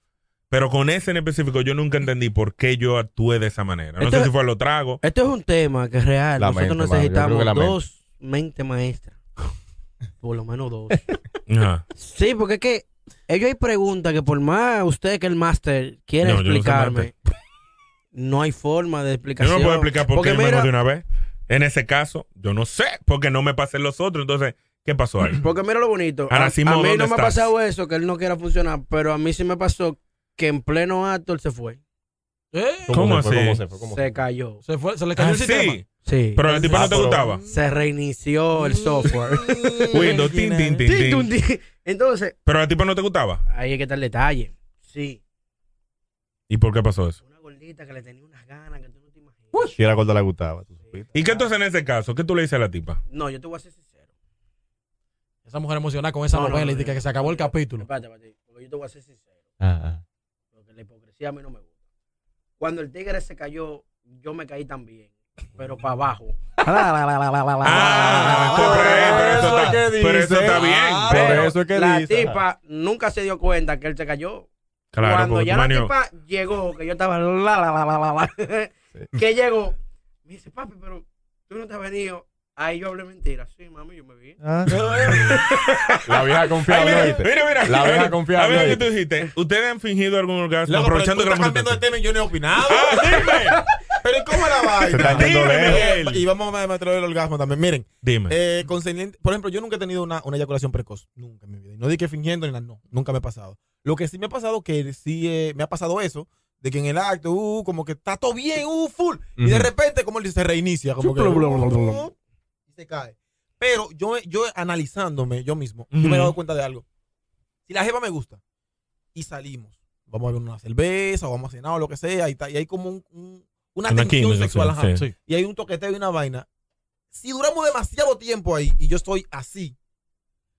[SPEAKER 1] Pero con ese en específico, yo nunca entendí por qué yo actué de esa manera. No
[SPEAKER 2] Esto
[SPEAKER 1] sé si
[SPEAKER 2] es-
[SPEAKER 1] fue a lo trago.
[SPEAKER 2] Esto es un tema que es real.
[SPEAKER 1] La
[SPEAKER 2] Nosotros
[SPEAKER 1] mente, mano. Yo creo
[SPEAKER 2] necesitamos
[SPEAKER 1] que la mente.
[SPEAKER 2] dos mentes maestras. Por lo menos dos.
[SPEAKER 1] Ajá.
[SPEAKER 2] sí, porque es que ellos hay preguntas que por más usted que el máster quiere
[SPEAKER 1] No, yo no soy
[SPEAKER 2] explicarme, no hay forma de
[SPEAKER 1] Yo
[SPEAKER 2] explicación.
[SPEAKER 1] no puedo explicar por
[SPEAKER 2] Porque
[SPEAKER 1] qué yo me
[SPEAKER 2] mira-
[SPEAKER 1] de una vez. En ese caso, yo no sé, porque no me pasé los otros. Entonces, ¿qué pasó ahí?
[SPEAKER 2] Porque mira lo bonito. A,
[SPEAKER 1] Ahora, Simo,
[SPEAKER 2] a mí no
[SPEAKER 1] ¿dónde
[SPEAKER 2] me ha
[SPEAKER 1] estás?
[SPEAKER 2] pasado eso, que él no quiera funcionar, pero a mí sí me pasó que en pleno acto él se fue.
[SPEAKER 1] ¿Cómo así?
[SPEAKER 2] Se cayó.
[SPEAKER 4] Se fue, se le
[SPEAKER 1] cayó el Ah, ¿sí? sistema.
[SPEAKER 2] Sí.
[SPEAKER 1] Pero la tipa no te gustaba.
[SPEAKER 2] Se reinició
[SPEAKER 5] Mm.
[SPEAKER 2] el software.
[SPEAKER 1] Windows, tin, tin, tin,
[SPEAKER 2] Tin,
[SPEAKER 1] tin.
[SPEAKER 2] tun, tin. Entonces,
[SPEAKER 1] Pero la tipa no te gustaba.
[SPEAKER 2] ahí es que está el detalle. Sí.
[SPEAKER 1] ¿Y por qué pasó eso?
[SPEAKER 2] Gordita que le tenía unas ganas. que tú-
[SPEAKER 5] Si era cuando le gustaba. tú supiste.
[SPEAKER 1] ¿Y qué entonces en ese caso? ¿Qué tú le dices a la tipa?
[SPEAKER 2] No, yo te voy a ser sincero.
[SPEAKER 4] Esa mujer emocionada con esa
[SPEAKER 2] No, no,
[SPEAKER 4] novela y
[SPEAKER 2] no,
[SPEAKER 4] dice
[SPEAKER 2] no.
[SPEAKER 4] que se acabó el capítulo.
[SPEAKER 2] Espérate, espérate. Porque yo te voy a ser sincero.
[SPEAKER 5] Ajá.
[SPEAKER 2] Porque la hipocresía a mí no me gusta. Cuando el tigre se cayó, yo me caí también. Pero para abajo.
[SPEAKER 1] Ah, compré, pero eso está- pero eso está bien.
[SPEAKER 2] Ah,
[SPEAKER 5] Por eso es que
[SPEAKER 2] la
[SPEAKER 5] dice.
[SPEAKER 2] tipa nunca se dio cuenta que él se cayó.
[SPEAKER 1] Claro,
[SPEAKER 2] Cuando
[SPEAKER 1] porque
[SPEAKER 2] ya
[SPEAKER 1] tú
[SPEAKER 2] la
[SPEAKER 1] manio-
[SPEAKER 2] tipa llegó, que yo estaba la la la la la la, que llegó, me dice, papi, pero tú no te has venido. Ahí yo hablé mentira. Sí, mami, yo me vi.
[SPEAKER 5] Ah. La vieja confiable,
[SPEAKER 1] Ay, mira,
[SPEAKER 5] ¿oíste?
[SPEAKER 1] mira, mira.
[SPEAKER 5] La vieja
[SPEAKER 1] mira,
[SPEAKER 5] confiable,
[SPEAKER 1] mira lo
[SPEAKER 5] ¿oíste?
[SPEAKER 1] que tú dijiste. Ustedes han fingido algún orgasmo
[SPEAKER 3] Loco, pero
[SPEAKER 1] aprovechando
[SPEAKER 3] tú
[SPEAKER 1] que la
[SPEAKER 3] estás
[SPEAKER 1] mujer Ah,
[SPEAKER 3] cambiando de tema y yo no he opinado. Pero ¿y cómo la
[SPEAKER 1] Se
[SPEAKER 3] vaina?
[SPEAKER 1] están yendo
[SPEAKER 3] Dígame,
[SPEAKER 1] lejos.
[SPEAKER 3] Miguel. Y vamos a meter el orgasmo también. Miren.
[SPEAKER 1] Dime.
[SPEAKER 3] Eh, concerniente- por ejemplo, yo nunca he tenido una, una eyaculación precoz. Nunca en mi vida. Y No dije que fingiendo ni nada. No, nunca me ha pasado. Lo que sí me ha pasado que sí eh, me ha pasado eso. De que en el acto, uh, como que está todo bien, uh, full. Y de
[SPEAKER 5] Ujú.
[SPEAKER 3] repente, como se reinicia, como que. uh, y se cae. Pero yo, yo analizándome yo mismo, yo me he
[SPEAKER 5] Ujú.
[SPEAKER 3] dado cuenta de algo. Si la jeva me gusta y salimos, vamos a ver una cerveza o vamos a cenar o lo que sea, y, ta- y hay como un- un- una,
[SPEAKER 1] Una
[SPEAKER 3] tensión
[SPEAKER 1] química,
[SPEAKER 3] sexual,
[SPEAKER 1] sí,
[SPEAKER 3] ajá.
[SPEAKER 1] sí.
[SPEAKER 3] y hay un toqueteo y una vaina. Si duramos demasiado tiempo ahí y yo estoy así,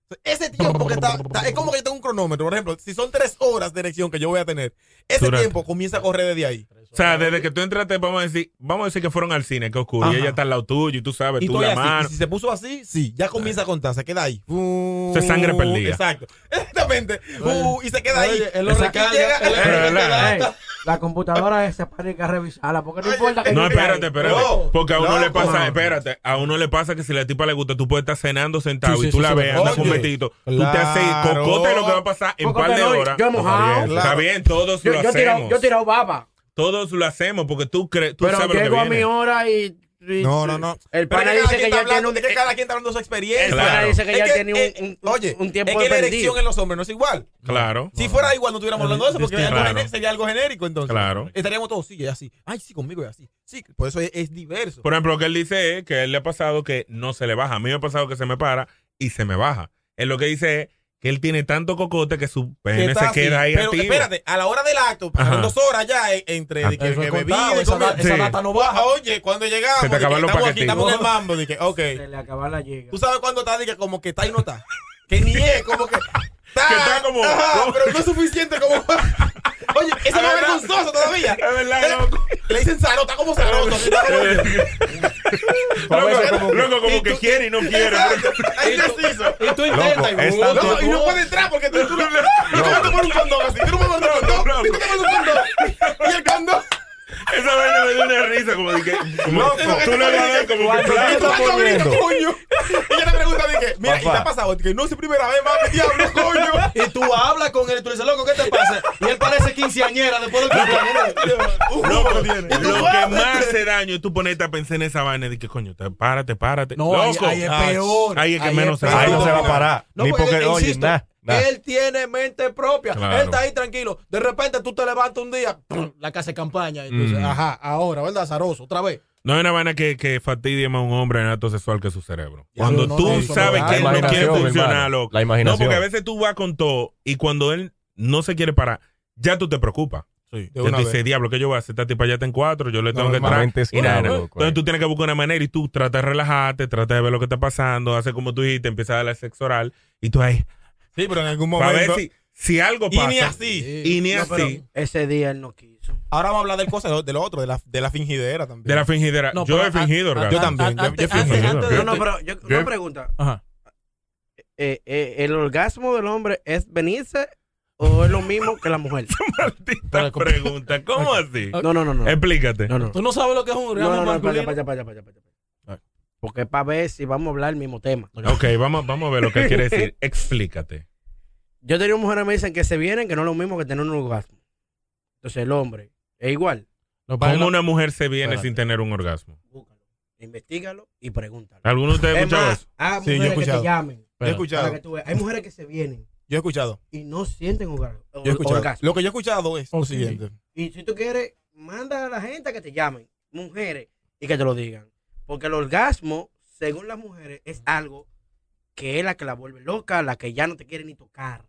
[SPEAKER 3] o sea, ese tiempo que está, está- es como que yo tengo un cronómetro, por ejemplo, si son tres horas de erección que yo voy a tener, ese
[SPEAKER 1] Durante.
[SPEAKER 3] tiempo comienza a correr desde ahí.
[SPEAKER 1] O sea, desde que tú entraste, vamos a decir, vamos a decir que fueron al cine, que oscuro,
[SPEAKER 3] Ajá.
[SPEAKER 1] y ella está al lado tuyo, y tú sabes,
[SPEAKER 3] Y
[SPEAKER 1] tú
[SPEAKER 3] estoy
[SPEAKER 1] la
[SPEAKER 3] así.
[SPEAKER 1] mano.
[SPEAKER 3] Y si se puso así, sí, ya comienza a contar, se queda ahí.
[SPEAKER 1] Eso es sangre perdida.
[SPEAKER 3] Uh, Exacto. Exactamente. Uh, y se queda ahí.
[SPEAKER 2] Oye, él lo
[SPEAKER 3] Esa-
[SPEAKER 2] recarga,
[SPEAKER 3] y llega-
[SPEAKER 2] él lo
[SPEAKER 1] Pero,
[SPEAKER 2] recarga.
[SPEAKER 1] ¿verdad? eh.
[SPEAKER 2] Ey, La computadora esa para que revisarla, porque no importa que
[SPEAKER 1] No,
[SPEAKER 2] esté
[SPEAKER 1] espérate,
[SPEAKER 2] ahí.
[SPEAKER 1] espérate. Porque a uno le
[SPEAKER 2] loco.
[SPEAKER 1] pasa,
[SPEAKER 2] No.
[SPEAKER 1] espérate, a uno le pasa que si la tipa le gusta, tú puedes estar cenando sentado
[SPEAKER 3] Sí, sí,
[SPEAKER 1] y tú
[SPEAKER 3] sí,
[SPEAKER 1] la
[SPEAKER 3] sí,
[SPEAKER 1] ves,
[SPEAKER 3] sí.
[SPEAKER 1] anda con
[SPEAKER 3] Oye,
[SPEAKER 1] vestido. Tú te haces
[SPEAKER 3] claro.
[SPEAKER 1] cocote lo que va a pasar en un par de
[SPEAKER 2] Cocote, no,
[SPEAKER 1] horas.
[SPEAKER 2] yo he mojado.
[SPEAKER 1] Está bien, Está
[SPEAKER 2] Claro.
[SPEAKER 1] bien, todos
[SPEAKER 2] Yo,
[SPEAKER 1] lo
[SPEAKER 2] yo he tirado-
[SPEAKER 1] hacemos.
[SPEAKER 2] yo he tirado baba,
[SPEAKER 1] Todos lo hacemos porque tú crees, tú
[SPEAKER 2] pero
[SPEAKER 1] sabes lo que
[SPEAKER 2] llego a
[SPEAKER 1] viene.
[SPEAKER 2] mi hora y. y-
[SPEAKER 3] No, no, no.
[SPEAKER 2] El
[SPEAKER 3] Pero
[SPEAKER 2] pana dice
[SPEAKER 3] es cada quien
[SPEAKER 2] que
[SPEAKER 3] está
[SPEAKER 2] ya tiene
[SPEAKER 3] hablando,
[SPEAKER 2] un. eh, e-
[SPEAKER 3] es que cada quien está hablando su
[SPEAKER 2] El
[SPEAKER 3] experiencia.
[SPEAKER 2] pana
[SPEAKER 1] Claro.
[SPEAKER 2] dice que
[SPEAKER 3] Es
[SPEAKER 2] ya
[SPEAKER 3] que,
[SPEAKER 2] tiene
[SPEAKER 3] eh,
[SPEAKER 2] un- un,
[SPEAKER 3] Oye,
[SPEAKER 2] un tiempo
[SPEAKER 3] es que la
[SPEAKER 2] perdido.
[SPEAKER 3] erección en los hombres no es igual.
[SPEAKER 1] Claro.
[SPEAKER 3] Si fuera igual, no estuviéramos hablando de eso, porque
[SPEAKER 1] Claro.
[SPEAKER 3] algo gené- sería algo genérico entonces.
[SPEAKER 1] Claro.
[SPEAKER 3] Estaríamos todos, sí, es así. Ay, sí, conmigo es así. Sí, por eso es, es diverso.
[SPEAKER 1] Por ejemplo, lo que él dice es que él le ha pasado que no se le baja. A mí me ha pasado que se me para y se me baja. Él lo que dice es que él tiene tanto cocote que su
[SPEAKER 3] Que
[SPEAKER 1] pene
[SPEAKER 3] está
[SPEAKER 1] se
[SPEAKER 3] así,
[SPEAKER 1] queda ahí
[SPEAKER 3] Pero
[SPEAKER 1] activo.
[SPEAKER 3] espérate, a la hora del acto, pasaron
[SPEAKER 1] Ajá.
[SPEAKER 3] dos horas ya eh, entre de que,
[SPEAKER 4] eso
[SPEAKER 3] que
[SPEAKER 4] he
[SPEAKER 3] bebida
[SPEAKER 4] contado,
[SPEAKER 3] y
[SPEAKER 4] esa
[SPEAKER 3] comida.
[SPEAKER 4] da- esa
[SPEAKER 1] Sí.
[SPEAKER 4] data no
[SPEAKER 3] Ah,
[SPEAKER 4] baja.
[SPEAKER 3] Oye, cuando llegamos,
[SPEAKER 1] Se te
[SPEAKER 3] de que
[SPEAKER 1] acabaron los
[SPEAKER 3] estamos aquí,
[SPEAKER 1] paquetitos.
[SPEAKER 3] estamos en el mambo, dije, ok.
[SPEAKER 2] Se le acaba la llega.
[SPEAKER 3] Tú sabes cuando está, dije, como que está y no está. Que ni es, como que. Está,
[SPEAKER 1] Que está como-
[SPEAKER 3] ajá,
[SPEAKER 1] como-
[SPEAKER 3] Pero no es suficiente como. Oye, esa es más
[SPEAKER 1] verdad.
[SPEAKER 3] vergonzosa todavía.
[SPEAKER 1] Es verdad, loco.
[SPEAKER 3] Le dicen zarota, como zarota. así, está como-
[SPEAKER 5] A veces
[SPEAKER 1] Loco,
[SPEAKER 5] como que-
[SPEAKER 1] loco, como que quiere y no quiere.
[SPEAKER 3] Exacto, ahí preciso.
[SPEAKER 4] Y tú intentas.
[SPEAKER 5] es
[SPEAKER 3] No,
[SPEAKER 5] tanto-
[SPEAKER 3] no, y no puede entrar porque tú, tú no, tú no puedes tomar un condón así. Tú no puedes tomar un condón.
[SPEAKER 1] No, no,
[SPEAKER 3] Tú no puedes tomar un condón. Y el condón.
[SPEAKER 1] Esa vaina me dio una risa como de que como,
[SPEAKER 3] Loco.
[SPEAKER 1] tú le vas a dar como que
[SPEAKER 5] Cuando
[SPEAKER 3] Y
[SPEAKER 1] claro.
[SPEAKER 3] tú vas
[SPEAKER 5] poniendo.
[SPEAKER 3] abriendo, coño. Y ella te pregunta, dije, mira, ¿y te
[SPEAKER 5] Papá.
[SPEAKER 3] ha pasado? Que no es primera vez, mami, diablo, coño.
[SPEAKER 4] Y tú hablas con él y tú le dices, loco, ¿qué te pasa? Y él parece quinceañera después de
[SPEAKER 3] Uh,
[SPEAKER 1] Loco,
[SPEAKER 3] ¿cómo
[SPEAKER 1] lo
[SPEAKER 3] tiene?
[SPEAKER 1] que más
[SPEAKER 3] este".
[SPEAKER 1] hace daño es tú ponerte a pensar en esa vaina de que coño, te- párate, párate.
[SPEAKER 4] No, ahí-
[SPEAKER 1] loco.
[SPEAKER 4] ahí es peor.
[SPEAKER 1] Ahí es que
[SPEAKER 4] Ahí
[SPEAKER 1] menos
[SPEAKER 4] es
[SPEAKER 1] se
[SPEAKER 5] Ah, Ahí no
[SPEAKER 1] va.
[SPEAKER 5] se va a parar.
[SPEAKER 4] No, pues,
[SPEAKER 5] Ni
[SPEAKER 4] porque,
[SPEAKER 5] porque, oye,
[SPEAKER 4] insisto,
[SPEAKER 5] nada, nada.
[SPEAKER 4] él tiene mente propia.
[SPEAKER 1] Claro.
[SPEAKER 4] Él está ahí tranquilo. De repente tú te levantas un día, ¡pum! la casa de campaña. Y tú dices,
[SPEAKER 5] Mm.
[SPEAKER 4] ajá, ahora, ¿verdad? Zaroso, otra vez.
[SPEAKER 1] No hay una vaina que, que fastidie más a un hombre en el acto sexual que su cerebro.
[SPEAKER 4] Ya,
[SPEAKER 1] Cuando
[SPEAKER 4] no, no,
[SPEAKER 1] tú
[SPEAKER 4] no, eso
[SPEAKER 1] sabes
[SPEAKER 4] no
[SPEAKER 1] que
[SPEAKER 4] da.
[SPEAKER 1] él no
[SPEAKER 4] La
[SPEAKER 1] quiere
[SPEAKER 5] imaginación, mi
[SPEAKER 1] funcionar,
[SPEAKER 5] hermano.
[SPEAKER 1] loco.
[SPEAKER 5] La imaginación.
[SPEAKER 1] No, porque a veces tú vas con todo y cuando él no se quiere parar, ya tú te preocupas.
[SPEAKER 3] Sí,
[SPEAKER 1] Ya tú dices, diablo, ¿qué yo voy a hacer? Esta tipa ya está en cuatro, yo le tengo que entrar.
[SPEAKER 5] Normalmente es
[SPEAKER 1] Y nada,
[SPEAKER 5] claro,
[SPEAKER 1] nada.
[SPEAKER 5] loco,
[SPEAKER 1] Entonces
[SPEAKER 5] eh.
[SPEAKER 1] tú tienes que buscar una manera y tú tratas de relajarte, tratas de ver lo que está pasando, haces como tú dijiste, empiezas a darle sexo oral y tú ahí,
[SPEAKER 3] Sí, pero en algún
[SPEAKER 1] para ver
[SPEAKER 3] momento.
[SPEAKER 1] si, si algo
[SPEAKER 3] Y
[SPEAKER 1] pasa.
[SPEAKER 3] ni así.
[SPEAKER 1] Y ni
[SPEAKER 2] No, pero
[SPEAKER 1] así.
[SPEAKER 2] Ese día él no quiso.
[SPEAKER 3] Ahora vamos a hablar del cosa de lo otro, de la, de la fingidera también.
[SPEAKER 1] De la fingidera.
[SPEAKER 4] No,
[SPEAKER 1] yo
[SPEAKER 4] pero
[SPEAKER 1] he fingido,
[SPEAKER 4] an-
[SPEAKER 1] orgasmo.
[SPEAKER 3] yo también, yo- yo
[SPEAKER 4] Antes-
[SPEAKER 3] fui
[SPEAKER 4] antes-
[SPEAKER 1] fingido.
[SPEAKER 4] antes de-
[SPEAKER 2] No, no, pero yo,
[SPEAKER 1] yo-
[SPEAKER 2] una pregunta.
[SPEAKER 4] Ajá.
[SPEAKER 2] eh, eh, el orgasmo del hombre es venirse o es lo mismo que la mujer?
[SPEAKER 1] Maldita pregunta. ¿Cómo así?
[SPEAKER 2] No, no, no, no.
[SPEAKER 1] Explícate.
[SPEAKER 2] Mm. No, no.
[SPEAKER 4] Tú no sabes lo que es un orgasmo
[SPEAKER 2] No, no, no, espérate,
[SPEAKER 4] masculino.
[SPEAKER 2] espérate, espérate, espérate, espérate. Porque es para ver si vamos a hablar el mismo tema.
[SPEAKER 1] Ok, vamos, vamos a ver lo que quiere decir. Explícate.
[SPEAKER 2] Yo tenía mujeres que me dicen que se vienen, que no es lo mismo que tener un orgasmo. Entonces el hombre es igual.
[SPEAKER 4] Lo que pasa es
[SPEAKER 1] ¿Cómo
[SPEAKER 4] que-
[SPEAKER 1] una mujer se viene
[SPEAKER 4] Espérate.
[SPEAKER 1] sin tener un orgasmo?
[SPEAKER 2] Búscalo, investigalo y pregúntalo.
[SPEAKER 1] ¿Alguno de ustedes ha
[SPEAKER 2] Es
[SPEAKER 1] escuchado
[SPEAKER 2] más,
[SPEAKER 1] eso?
[SPEAKER 2] hay
[SPEAKER 3] Sí, yo he
[SPEAKER 2] mujeres que
[SPEAKER 3] escuchado.
[SPEAKER 2] te llamen.
[SPEAKER 3] Yo he
[SPEAKER 2] Para que
[SPEAKER 3] escuchado.
[SPEAKER 2] tú veas. Hay mujeres que se vienen
[SPEAKER 3] Yo he escuchado.
[SPEAKER 2] y no sienten orgasmo.
[SPEAKER 3] Yo he escuchado.
[SPEAKER 2] orgasmo.
[SPEAKER 3] Lo que yo he escuchado es lo siguiente.
[SPEAKER 2] Y si tú quieres, manda a la gente a que te llamen, mujeres, y que te lo digan. Porque el orgasmo, según las mujeres, es algo que es la que la vuelve loca, la que ya no te quiere ni tocar.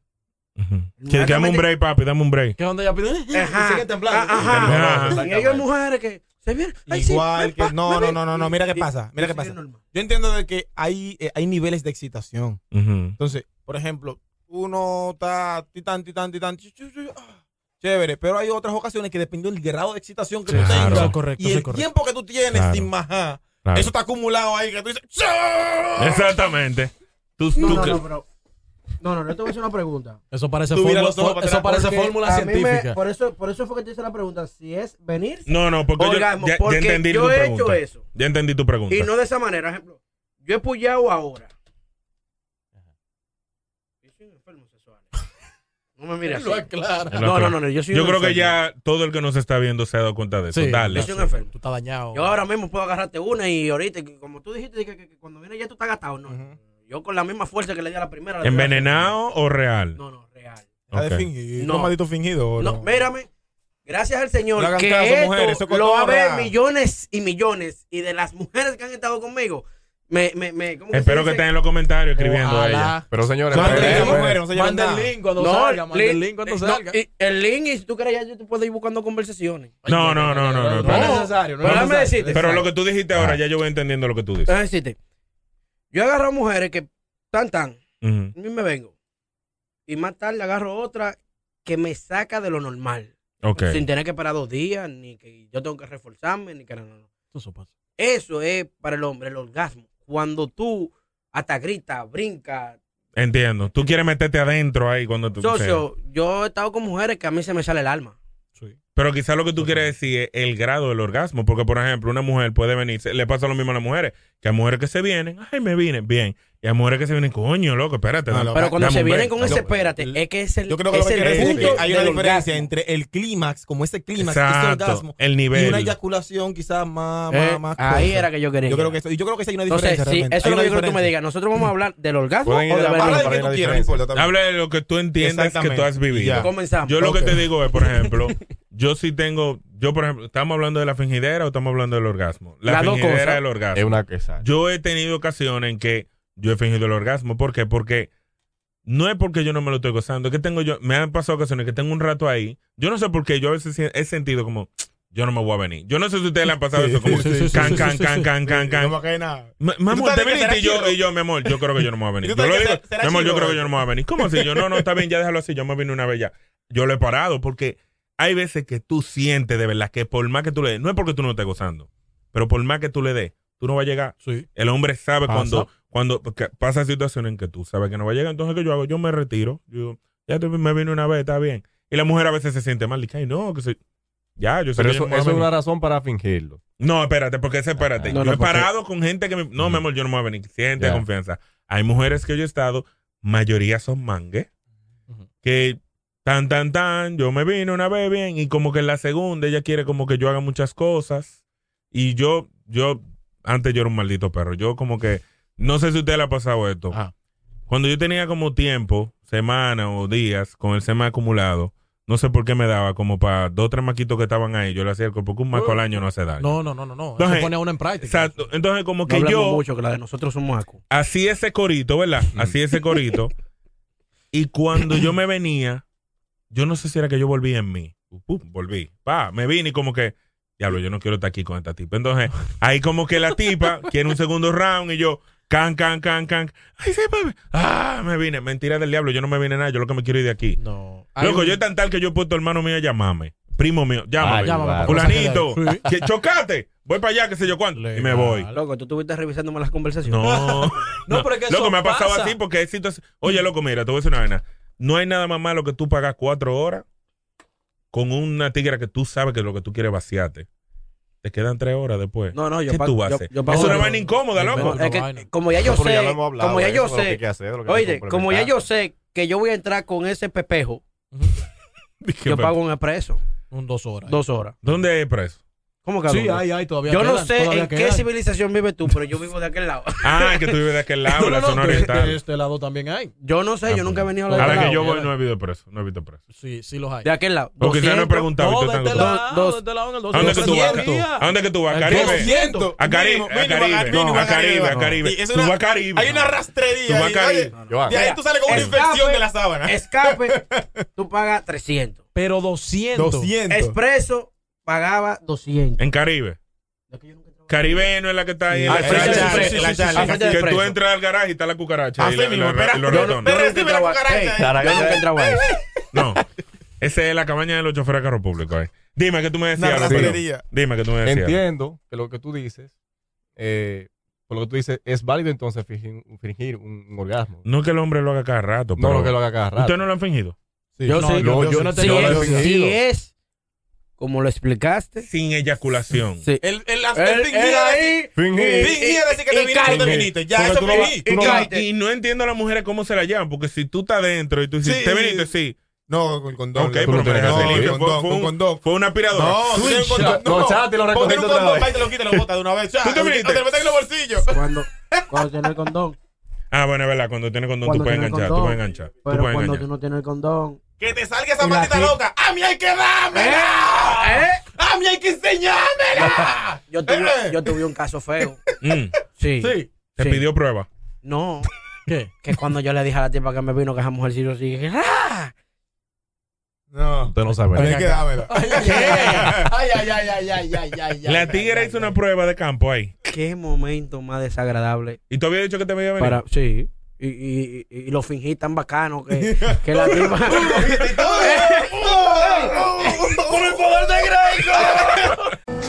[SPEAKER 1] Ujú. Que- que Dame un break, papi, dame un break.
[SPEAKER 4] ¿Qué onda? Ya pide.
[SPEAKER 2] Ajá. Ah,
[SPEAKER 4] Sigue temblando.
[SPEAKER 1] Ajá.
[SPEAKER 2] Ajá.
[SPEAKER 3] Temblando.
[SPEAKER 2] Y ellos mujeres que se vienen. ay, sí,
[SPEAKER 3] Igual
[SPEAKER 2] me
[SPEAKER 3] que-
[SPEAKER 2] pa-
[SPEAKER 3] no,
[SPEAKER 2] me
[SPEAKER 3] no,
[SPEAKER 2] ven.
[SPEAKER 3] no, no, no, mira qué
[SPEAKER 2] Y-
[SPEAKER 3] pasa, mira
[SPEAKER 2] y
[SPEAKER 3] qué
[SPEAKER 2] sigue
[SPEAKER 3] pasa.
[SPEAKER 2] normal.
[SPEAKER 3] Yo entiendo de que hay, eh, hay niveles de excitación.
[SPEAKER 1] Ujú.
[SPEAKER 3] Entonces, por ejemplo, uno está titán, titán, titán, chu, chu, chu, ah, chévere, pero hay otras ocasiones que depende del grado de excitación que tú
[SPEAKER 1] Claro.
[SPEAKER 3] tengas
[SPEAKER 1] Sí,
[SPEAKER 4] correcto,
[SPEAKER 3] y
[SPEAKER 4] sí,
[SPEAKER 3] el
[SPEAKER 4] correcto.
[SPEAKER 3] tiempo que tú tienes
[SPEAKER 1] Claro.
[SPEAKER 3] sin majar,
[SPEAKER 1] Claro.
[SPEAKER 3] eso está acumulado ahí que tú dices, "Chu".
[SPEAKER 1] Exactamente. Tú,
[SPEAKER 2] No,
[SPEAKER 1] tú
[SPEAKER 2] no,
[SPEAKER 1] que-
[SPEAKER 2] no, pero No, no, no, te voy a hacer una pregunta.
[SPEAKER 4] Eso parece
[SPEAKER 2] Tú mira
[SPEAKER 4] fórmula,
[SPEAKER 2] los ojos para
[SPEAKER 4] eso
[SPEAKER 2] atrás,
[SPEAKER 4] parece
[SPEAKER 2] porque
[SPEAKER 4] fórmula
[SPEAKER 2] a mí me-
[SPEAKER 4] científica.
[SPEAKER 2] por, eso, por eso fue que te hice la pregunta, si es venir.
[SPEAKER 1] No, no, porque yo-
[SPEAKER 2] orgasmo,
[SPEAKER 1] ya, ya
[SPEAKER 2] porque
[SPEAKER 1] entendí
[SPEAKER 2] yo
[SPEAKER 1] tu
[SPEAKER 2] he
[SPEAKER 1] pregunta.
[SPEAKER 2] hecho eso.
[SPEAKER 1] Ya entendí tu pregunta.
[SPEAKER 2] Y no de esa manera, ejemplo, yo he pullado ahora. Yo soy un enfermo sexual. eh. No me mires
[SPEAKER 4] Él lo
[SPEAKER 2] así.
[SPEAKER 4] aclara.
[SPEAKER 1] Él lo
[SPEAKER 2] No,
[SPEAKER 1] aclara.
[SPEAKER 2] no, no, no, yo soy un
[SPEAKER 1] creo que
[SPEAKER 2] enfermo.
[SPEAKER 1] ya todo el que nos está viendo se ha dado cuenta de eso.
[SPEAKER 4] Sí,
[SPEAKER 1] Dale.
[SPEAKER 2] Yo soy un enfermo.
[SPEAKER 4] Tú estás dañado.
[SPEAKER 2] Yo ahora mismo puedo agarrarte una y ahorita, que como tú dijiste, que, que- que cuando viene ya tú estás gastado, no. Yo con la misma fuerza que le di a la primera. le doy a la
[SPEAKER 1] ¿Envenenado o real?
[SPEAKER 2] No, no, real.
[SPEAKER 3] Está de
[SPEAKER 1] Ok.
[SPEAKER 3] fingir,
[SPEAKER 2] No.
[SPEAKER 3] un maldito fingido. ¿o
[SPEAKER 2] No, mírame. Gracias al Señor
[SPEAKER 3] No hagan
[SPEAKER 2] que
[SPEAKER 3] caso,
[SPEAKER 2] esto
[SPEAKER 3] mujeres, eso es
[SPEAKER 2] lo va a ver
[SPEAKER 3] cotorra.
[SPEAKER 2] millones y millones. Y de las mujeres que han estado conmigo, me, me, me, ¿cómo
[SPEAKER 1] Espero
[SPEAKER 2] se
[SPEAKER 1] que
[SPEAKER 2] dice?
[SPEAKER 1] estén en los comentarios escribiendo a ella.
[SPEAKER 5] Pero señores,
[SPEAKER 4] Manda el link cuando salga, manda el
[SPEAKER 2] li-
[SPEAKER 4] link cuando
[SPEAKER 2] eh, no,
[SPEAKER 4] salga.
[SPEAKER 2] y el link, y si tú quieres, ya yo te puedo ir buscando conversaciones.
[SPEAKER 1] No, no, no, no. no,
[SPEAKER 2] No,
[SPEAKER 1] espérate.
[SPEAKER 2] no es necesario, no es Pero déjame necesario. decirte.
[SPEAKER 1] Pero lo que tú dijiste
[SPEAKER 5] Ah.
[SPEAKER 1] ahora, ya yo voy entendiendo lo que tú dices.
[SPEAKER 2] Déjame decirte. Yo agarro a mujeres que tan tan,
[SPEAKER 1] Ujú.
[SPEAKER 2] a mí me vengo. Y más tarde agarro otra que me saca de lo normal.
[SPEAKER 1] Ok.
[SPEAKER 2] Sin tener que esperar dos días, ni que yo tengo que reforzarme, ni que no, no, no.
[SPEAKER 4] Eso pasa.
[SPEAKER 2] Eso es para el hombre, el orgasmo. Cuando tú hasta gritas, brincas,
[SPEAKER 1] Entiendo. Tú quieres meterte adentro ahí cuando tú.
[SPEAKER 2] Socio, yo he estado con mujeres que a mí se me sale el alma.
[SPEAKER 1] Pero quizás lo que tú quieres decir es el grado del orgasmo. Porque, por ejemplo, una mujer puede venir, se- le pasa lo mismo a las mujeres, que a mujeres que se vienen, ay, me vine, bien. Y a mujeres que se vienen, coño, loco, espérate.
[SPEAKER 3] No,
[SPEAKER 1] dame-
[SPEAKER 3] no,
[SPEAKER 2] Pero cuando
[SPEAKER 1] dame
[SPEAKER 2] se
[SPEAKER 1] un
[SPEAKER 2] vienen
[SPEAKER 1] break".
[SPEAKER 2] con ese espérate, es que es el,
[SPEAKER 3] Yo creo que lo
[SPEAKER 2] es
[SPEAKER 3] que
[SPEAKER 2] el
[SPEAKER 3] quiere decir
[SPEAKER 2] punto
[SPEAKER 3] es que hay una
[SPEAKER 2] del
[SPEAKER 3] diferencia
[SPEAKER 2] orgasmo.
[SPEAKER 3] entre el clímax, como ese clímax,
[SPEAKER 1] Exacto,
[SPEAKER 3] ese orgasmo,
[SPEAKER 1] el nivel.
[SPEAKER 3] y una eyaculación quizás más, más,
[SPEAKER 2] Eh,
[SPEAKER 3] más
[SPEAKER 2] ahí
[SPEAKER 3] cosa.
[SPEAKER 2] era que yo quería
[SPEAKER 3] Yo creo
[SPEAKER 2] llegar.
[SPEAKER 3] que eso, y yo creo que sí hay una
[SPEAKER 2] Entonces,
[SPEAKER 3] diferencia
[SPEAKER 2] sí,
[SPEAKER 3] realmente.
[SPEAKER 2] eso es
[SPEAKER 3] Hay
[SPEAKER 2] lo
[SPEAKER 3] una
[SPEAKER 2] que yo creo que tú me
[SPEAKER 3] diferencia.
[SPEAKER 2] digas. Nosotros vamos a hablar del orgasmo o
[SPEAKER 3] Pueden ir
[SPEAKER 2] de
[SPEAKER 3] de la
[SPEAKER 2] la
[SPEAKER 3] mano,
[SPEAKER 2] vergüenza.
[SPEAKER 3] para ir a la diferencia.
[SPEAKER 1] Habla de lo que tú entiendas que tú has
[SPEAKER 3] Exactamente. Y
[SPEAKER 1] vivido.
[SPEAKER 3] ya. Comenzamos.
[SPEAKER 1] Yo lo
[SPEAKER 3] Ok.
[SPEAKER 1] que te digo es, por ejemplo, yo sí tengo, yo por ejemplo, ¿estamos hablando de la fingidera o estamos hablando del orgasmo? La
[SPEAKER 5] Las dos
[SPEAKER 1] fingidera
[SPEAKER 5] cosas.
[SPEAKER 1] del orgasmo.
[SPEAKER 5] Es una que sale.
[SPEAKER 1] Yo he tenido ocasiones en que yo he fingido el orgasmo. ¿Por qué? Porque no es porque yo no me lo estoy gozando, es que tengo yo, me han pasado ocasiones que tengo un rato ahí. Yo no sé por qué, yo a veces he sentido como, yo no me voy a venir. Yo no sé si ustedes le han pasado eso, como
[SPEAKER 3] sí, sí,
[SPEAKER 1] can,
[SPEAKER 3] sí,
[SPEAKER 1] can,
[SPEAKER 3] sí, sí,
[SPEAKER 1] can,
[SPEAKER 3] sí.
[SPEAKER 1] can, can, can.
[SPEAKER 3] No me cae nada.
[SPEAKER 1] Ma-
[SPEAKER 3] ¿Y tú
[SPEAKER 1] Mamón, te
[SPEAKER 3] sabes que
[SPEAKER 1] viniste
[SPEAKER 3] será
[SPEAKER 1] y yo,
[SPEAKER 3] chiro?
[SPEAKER 1] y yo, mi amor, yo creo que yo no me voy a venir.
[SPEAKER 3] ¿Y tú
[SPEAKER 1] Yo
[SPEAKER 3] sabes
[SPEAKER 1] lo
[SPEAKER 3] que
[SPEAKER 1] digo,
[SPEAKER 3] será
[SPEAKER 1] mi amor, yo
[SPEAKER 3] chiro
[SPEAKER 1] creo que
[SPEAKER 3] eso?
[SPEAKER 1] yo no me voy a venir. ¿Cómo así? Yo no, no, está bien, ya déjalo así, yo me vine una vez ya. Yo lo he parado porque hay veces que tú sientes de verdad que por más que tú le des, no es porque tú no estés gozando, pero por más que tú le des, tú no vas a llegar.
[SPEAKER 4] Sí.
[SPEAKER 1] El hombre sabe
[SPEAKER 4] Pasa.
[SPEAKER 1] cuando, cuando porque pasa situaciones en que tú sabes que no va a llegar. Entonces, ¿qué yo hago? Yo me retiro. Yo digo, ya te- me vine una vez, está bien. Y la mujer a veces se siente mal. Dice, ay, no, que se... Ya, yo sé
[SPEAKER 5] Pero
[SPEAKER 1] que yo
[SPEAKER 5] eso,
[SPEAKER 1] no me voy
[SPEAKER 5] eso
[SPEAKER 1] a
[SPEAKER 5] es
[SPEAKER 1] venir".
[SPEAKER 5] una razón para fingirlo.
[SPEAKER 1] No, espérate, porque ese, espérate.
[SPEAKER 5] Ah, no,
[SPEAKER 1] yo
[SPEAKER 5] no,
[SPEAKER 1] he
[SPEAKER 5] porque-
[SPEAKER 1] parado con gente que me. No, mi amor, yo no me voy a venir. Siente
[SPEAKER 5] Ya.
[SPEAKER 1] confianza. Hay mujeres que yo he estado, mayoría son mangue, que tan, tan, tan, yo me vine una vez bien, y como que en la segunda ella quiere como que yo haga muchas cosas. Y yo, yo, antes yo era un maldito perro. Yo como que. No sé si a usted le ha pasado esto.
[SPEAKER 5] Ah.
[SPEAKER 1] Cuando yo tenía como tiempo, semana o días, con el sema acumulado, no sé por qué me daba como para dos o tres maquitos que estaban ahí. Yo le hacía el cuerpo, porque un maco al año no hace daño.
[SPEAKER 4] No, no, no, no, no. Eso
[SPEAKER 1] Entonces,
[SPEAKER 4] pone a uno en práctica.
[SPEAKER 1] Exacto. Entonces, como
[SPEAKER 2] No
[SPEAKER 1] que
[SPEAKER 2] hablemos
[SPEAKER 1] yo.
[SPEAKER 2] mucho, que la de nosotros somos acu.
[SPEAKER 1] Así ese corito, ¿verdad? Así ese corito. y cuando yo me venía, yo no sé si era que yo volví en mí. Uh, uh, volví. Pa, me vine y como que. Diablo, yo no quiero estar aquí con esta tipa. Entonces, ahí como que la tipa quiere un segundo round y yo. Can, can, can, can. Ay, sí, papi. Ah, me vine. Mentira del diablo. Yo no me vine nada. Yo lo que me quiero ir de aquí.
[SPEAKER 4] No.
[SPEAKER 1] Loco,
[SPEAKER 4] Hay un-
[SPEAKER 1] yo tan tal que yo he puesto hermano mío a llamarme. Primo mío,
[SPEAKER 4] Ay,
[SPEAKER 1] llámame.
[SPEAKER 4] llámame, papá.
[SPEAKER 1] Fulanito,
[SPEAKER 4] Sí.
[SPEAKER 1] que chocate. Voy para allá, qué sé yo cuánto. Y me voy.
[SPEAKER 2] Ah, Loco, tú estuviste revisándome las conversaciones.
[SPEAKER 1] No.
[SPEAKER 4] No, pero es que
[SPEAKER 1] Loco,
[SPEAKER 4] eso
[SPEAKER 1] me ha pasado
[SPEAKER 4] pasa.
[SPEAKER 1] así porque es situación- Oye, loco, mira, te voy a decir una vaina. No hay nada más malo que tú pagas cuatro horas con una tigra que tú sabes que lo que tú quieres vaciarte. Te quedan tres horas después.
[SPEAKER 2] No, no, yo
[SPEAKER 1] ¿Qué
[SPEAKER 2] pa-
[SPEAKER 1] tú
[SPEAKER 2] yo-
[SPEAKER 1] haces?
[SPEAKER 2] yo pago-
[SPEAKER 1] es una
[SPEAKER 2] no,
[SPEAKER 1] vaina
[SPEAKER 2] no,
[SPEAKER 1] incómoda,
[SPEAKER 2] no,
[SPEAKER 1] loco.
[SPEAKER 2] no, es que, eh, como ya yo
[SPEAKER 5] No, pero
[SPEAKER 2] sé,
[SPEAKER 5] ya lo hemos hablado
[SPEAKER 2] como ya
[SPEAKER 5] de
[SPEAKER 2] yo
[SPEAKER 5] eso, de lo
[SPEAKER 2] sé,
[SPEAKER 5] que hay que hacer, de lo que hay que
[SPEAKER 2] oye, como ya yo
[SPEAKER 5] complementar.
[SPEAKER 2] sé que yo voy a entrar con ese pepejo, yo pago un expreso,
[SPEAKER 4] Un dos horas.
[SPEAKER 2] dos horas.
[SPEAKER 1] ¿Dónde es preso?
[SPEAKER 2] ¿Cómo que?
[SPEAKER 4] Sí,
[SPEAKER 2] algo?
[SPEAKER 4] hay, hay, todavía
[SPEAKER 2] Yo no
[SPEAKER 4] quedan,
[SPEAKER 2] sé
[SPEAKER 4] todavía
[SPEAKER 2] en qué
[SPEAKER 4] quedan.
[SPEAKER 2] civilización vives tú, pero yo vivo de aquel lado.
[SPEAKER 1] Ah, que tú vives de aquel lado,
[SPEAKER 4] No,
[SPEAKER 1] la
[SPEAKER 4] no,
[SPEAKER 1] zona
[SPEAKER 4] no, de-
[SPEAKER 1] oriental.
[SPEAKER 4] De este lado también hay.
[SPEAKER 2] Yo no sé, yo nunca he venido a la
[SPEAKER 1] A
[SPEAKER 2] de
[SPEAKER 1] la que
[SPEAKER 2] aquel
[SPEAKER 1] yo
[SPEAKER 2] lado.
[SPEAKER 1] voy no he visto preso. No he visto preso.
[SPEAKER 4] Sí, sí los hay.
[SPEAKER 2] De aquel lado.
[SPEAKER 1] Porque quizás no he
[SPEAKER 2] 200,
[SPEAKER 1] preguntado. y tú
[SPEAKER 4] No, de
[SPEAKER 1] estás
[SPEAKER 4] este
[SPEAKER 1] gustando.
[SPEAKER 4] lado,
[SPEAKER 2] dos-
[SPEAKER 4] de este lado en el
[SPEAKER 1] ¿A dónde que tú vas?
[SPEAKER 4] 200.
[SPEAKER 1] ¿A dónde que tú vas? ¿A Caribe?
[SPEAKER 3] 200.
[SPEAKER 1] A Caribe,
[SPEAKER 3] Mínimo,
[SPEAKER 1] a
[SPEAKER 3] mínimo,
[SPEAKER 1] Caribe,
[SPEAKER 3] mínimo,
[SPEAKER 1] a Caribe, a
[SPEAKER 3] no.
[SPEAKER 1] Caribe.
[SPEAKER 3] Y es
[SPEAKER 1] Tú
[SPEAKER 3] una-
[SPEAKER 1] vas a Caribe.
[SPEAKER 3] Hay una rastrería.
[SPEAKER 1] Tú vas
[SPEAKER 3] y,
[SPEAKER 1] a Caribe.
[SPEAKER 3] oye,
[SPEAKER 5] Yo, ah,
[SPEAKER 3] De ahí tú sales con una
[SPEAKER 2] Escape,
[SPEAKER 3] infección de la sábana.
[SPEAKER 2] Escape, tú pagas 300.
[SPEAKER 4] Pero 200.
[SPEAKER 3] 200.
[SPEAKER 2] Expreso pagaba 200.
[SPEAKER 1] En Caribe. Caribe no es la que está ahí.
[SPEAKER 3] Sí,
[SPEAKER 1] en la
[SPEAKER 3] al frente
[SPEAKER 1] calle.
[SPEAKER 3] del preso,
[SPEAKER 1] Sí, sí,
[SPEAKER 3] la
[SPEAKER 1] sí,
[SPEAKER 3] calle,
[SPEAKER 1] sí,
[SPEAKER 3] al
[SPEAKER 2] frente del
[SPEAKER 1] Ah, Que tú
[SPEAKER 2] preso.
[SPEAKER 1] entras al garaje y está la cucaracha.
[SPEAKER 3] Así
[SPEAKER 1] y la-
[SPEAKER 3] mismo,
[SPEAKER 1] la-
[SPEAKER 3] espera.
[SPEAKER 1] y los
[SPEAKER 3] Yo no-
[SPEAKER 1] ratones.
[SPEAKER 3] espera. Recibe la
[SPEAKER 2] Yo nunca he
[SPEAKER 3] cucaracha,
[SPEAKER 2] entrado
[SPEAKER 5] eh.
[SPEAKER 2] a- Ey, yo nunca he entrado a eso.
[SPEAKER 1] No. Esa es la cabaña de los choferes de carro público. eh. Dime que tú me decías.
[SPEAKER 3] Una
[SPEAKER 1] Alberto.
[SPEAKER 3] rastrería.
[SPEAKER 1] Dime que tú me decías.
[SPEAKER 5] Entiendo que lo que tú dices, eh, Por lo que tú dices, ¿es válido entonces fingir, fingir un, un orgasmo?
[SPEAKER 1] No es que el hombre lo haga cada rato.
[SPEAKER 5] No,
[SPEAKER 1] pero-
[SPEAKER 5] lo que lo haga cada rato.
[SPEAKER 1] ¿Ustedes no lo han fingido?
[SPEAKER 5] Sí. Yo sí, yo- yo no
[SPEAKER 2] Si es, si es, como lo explicaste.
[SPEAKER 1] Sin eyaculación.
[SPEAKER 2] Sí.
[SPEAKER 3] El, el,
[SPEAKER 2] Él- él ahí-
[SPEAKER 1] Fingir.
[SPEAKER 3] Fingir decir que te
[SPEAKER 1] Y
[SPEAKER 3] viniste, no te
[SPEAKER 1] cállate.
[SPEAKER 3] viniste. Ya,
[SPEAKER 1] Pero
[SPEAKER 3] eso
[SPEAKER 1] tú no
[SPEAKER 3] es
[SPEAKER 1] vas-
[SPEAKER 3] fingir.
[SPEAKER 1] tú no
[SPEAKER 3] Y
[SPEAKER 1] vas-
[SPEAKER 3] cállate.
[SPEAKER 1] Y no entiendo a las mujeres cómo se la llevan, porque si tú estás dentro y tú dices,
[SPEAKER 3] Sí.
[SPEAKER 1] te viniste, sí.
[SPEAKER 10] No, con condón.
[SPEAKER 1] Ok,
[SPEAKER 10] la-
[SPEAKER 1] pero
[SPEAKER 10] con
[SPEAKER 1] me
[SPEAKER 10] condón,
[SPEAKER 1] dejaste libre.
[SPEAKER 10] con
[SPEAKER 1] Fue-
[SPEAKER 10] condón,
[SPEAKER 1] fue
[SPEAKER 10] con
[SPEAKER 1] un-
[SPEAKER 10] condón.
[SPEAKER 1] Fue una aspiradora.
[SPEAKER 10] No, tú tienes un condón. No,
[SPEAKER 3] Ponte un condón,
[SPEAKER 10] vez.
[SPEAKER 3] pa' y te lo quita y lo bota de una vez. Ya,
[SPEAKER 10] Tú te
[SPEAKER 3] o te-
[SPEAKER 10] viniste.
[SPEAKER 3] o te lo metes en los bolsillos.
[SPEAKER 2] Cuando, cuando tienes condón.
[SPEAKER 1] Ah, bueno, es verdad. Cuando tienes condón, tú
[SPEAKER 2] Cuando
[SPEAKER 1] puedes
[SPEAKER 2] tienes
[SPEAKER 1] enganchar. Tú
[SPEAKER 2] condón.
[SPEAKER 1] puedes enganchar. Tú
[SPEAKER 2] Pero
[SPEAKER 1] puedes
[SPEAKER 2] cuando
[SPEAKER 1] enganchar.
[SPEAKER 2] tú no tienes el condón.
[SPEAKER 3] Que te salga esa
[SPEAKER 2] Y la
[SPEAKER 3] maldita
[SPEAKER 2] gente-
[SPEAKER 3] loca. ¡A mí hay que dármela! ¡A mí hay que enseñármela!
[SPEAKER 2] Yo tuve, yo tuve un caso feo.
[SPEAKER 1] Mm.
[SPEAKER 2] Sí.
[SPEAKER 3] Sí.
[SPEAKER 1] ¿Te
[SPEAKER 2] Sí.
[SPEAKER 1] pidió prueba?
[SPEAKER 2] No.
[SPEAKER 4] ¿Qué?
[SPEAKER 2] Que cuando yo le dije a la tipa que me vino que esa mujer sí lo sigue. ¡Ah!
[SPEAKER 10] No.
[SPEAKER 5] Usted no sabe.
[SPEAKER 10] A mí hay que dármela.
[SPEAKER 3] Ay, ay, ay, ay, ay, ay, ay, ay.
[SPEAKER 1] La tigre hizo una prueba de campo ahí.
[SPEAKER 2] Qué momento más desagradable.
[SPEAKER 1] ¿Y tú habías dicho que te veía venir?
[SPEAKER 2] Para, sí. Y, y- y- y lo fingí tan bacano que, que la tipa.
[SPEAKER 3] ¡Por el poder de Grey!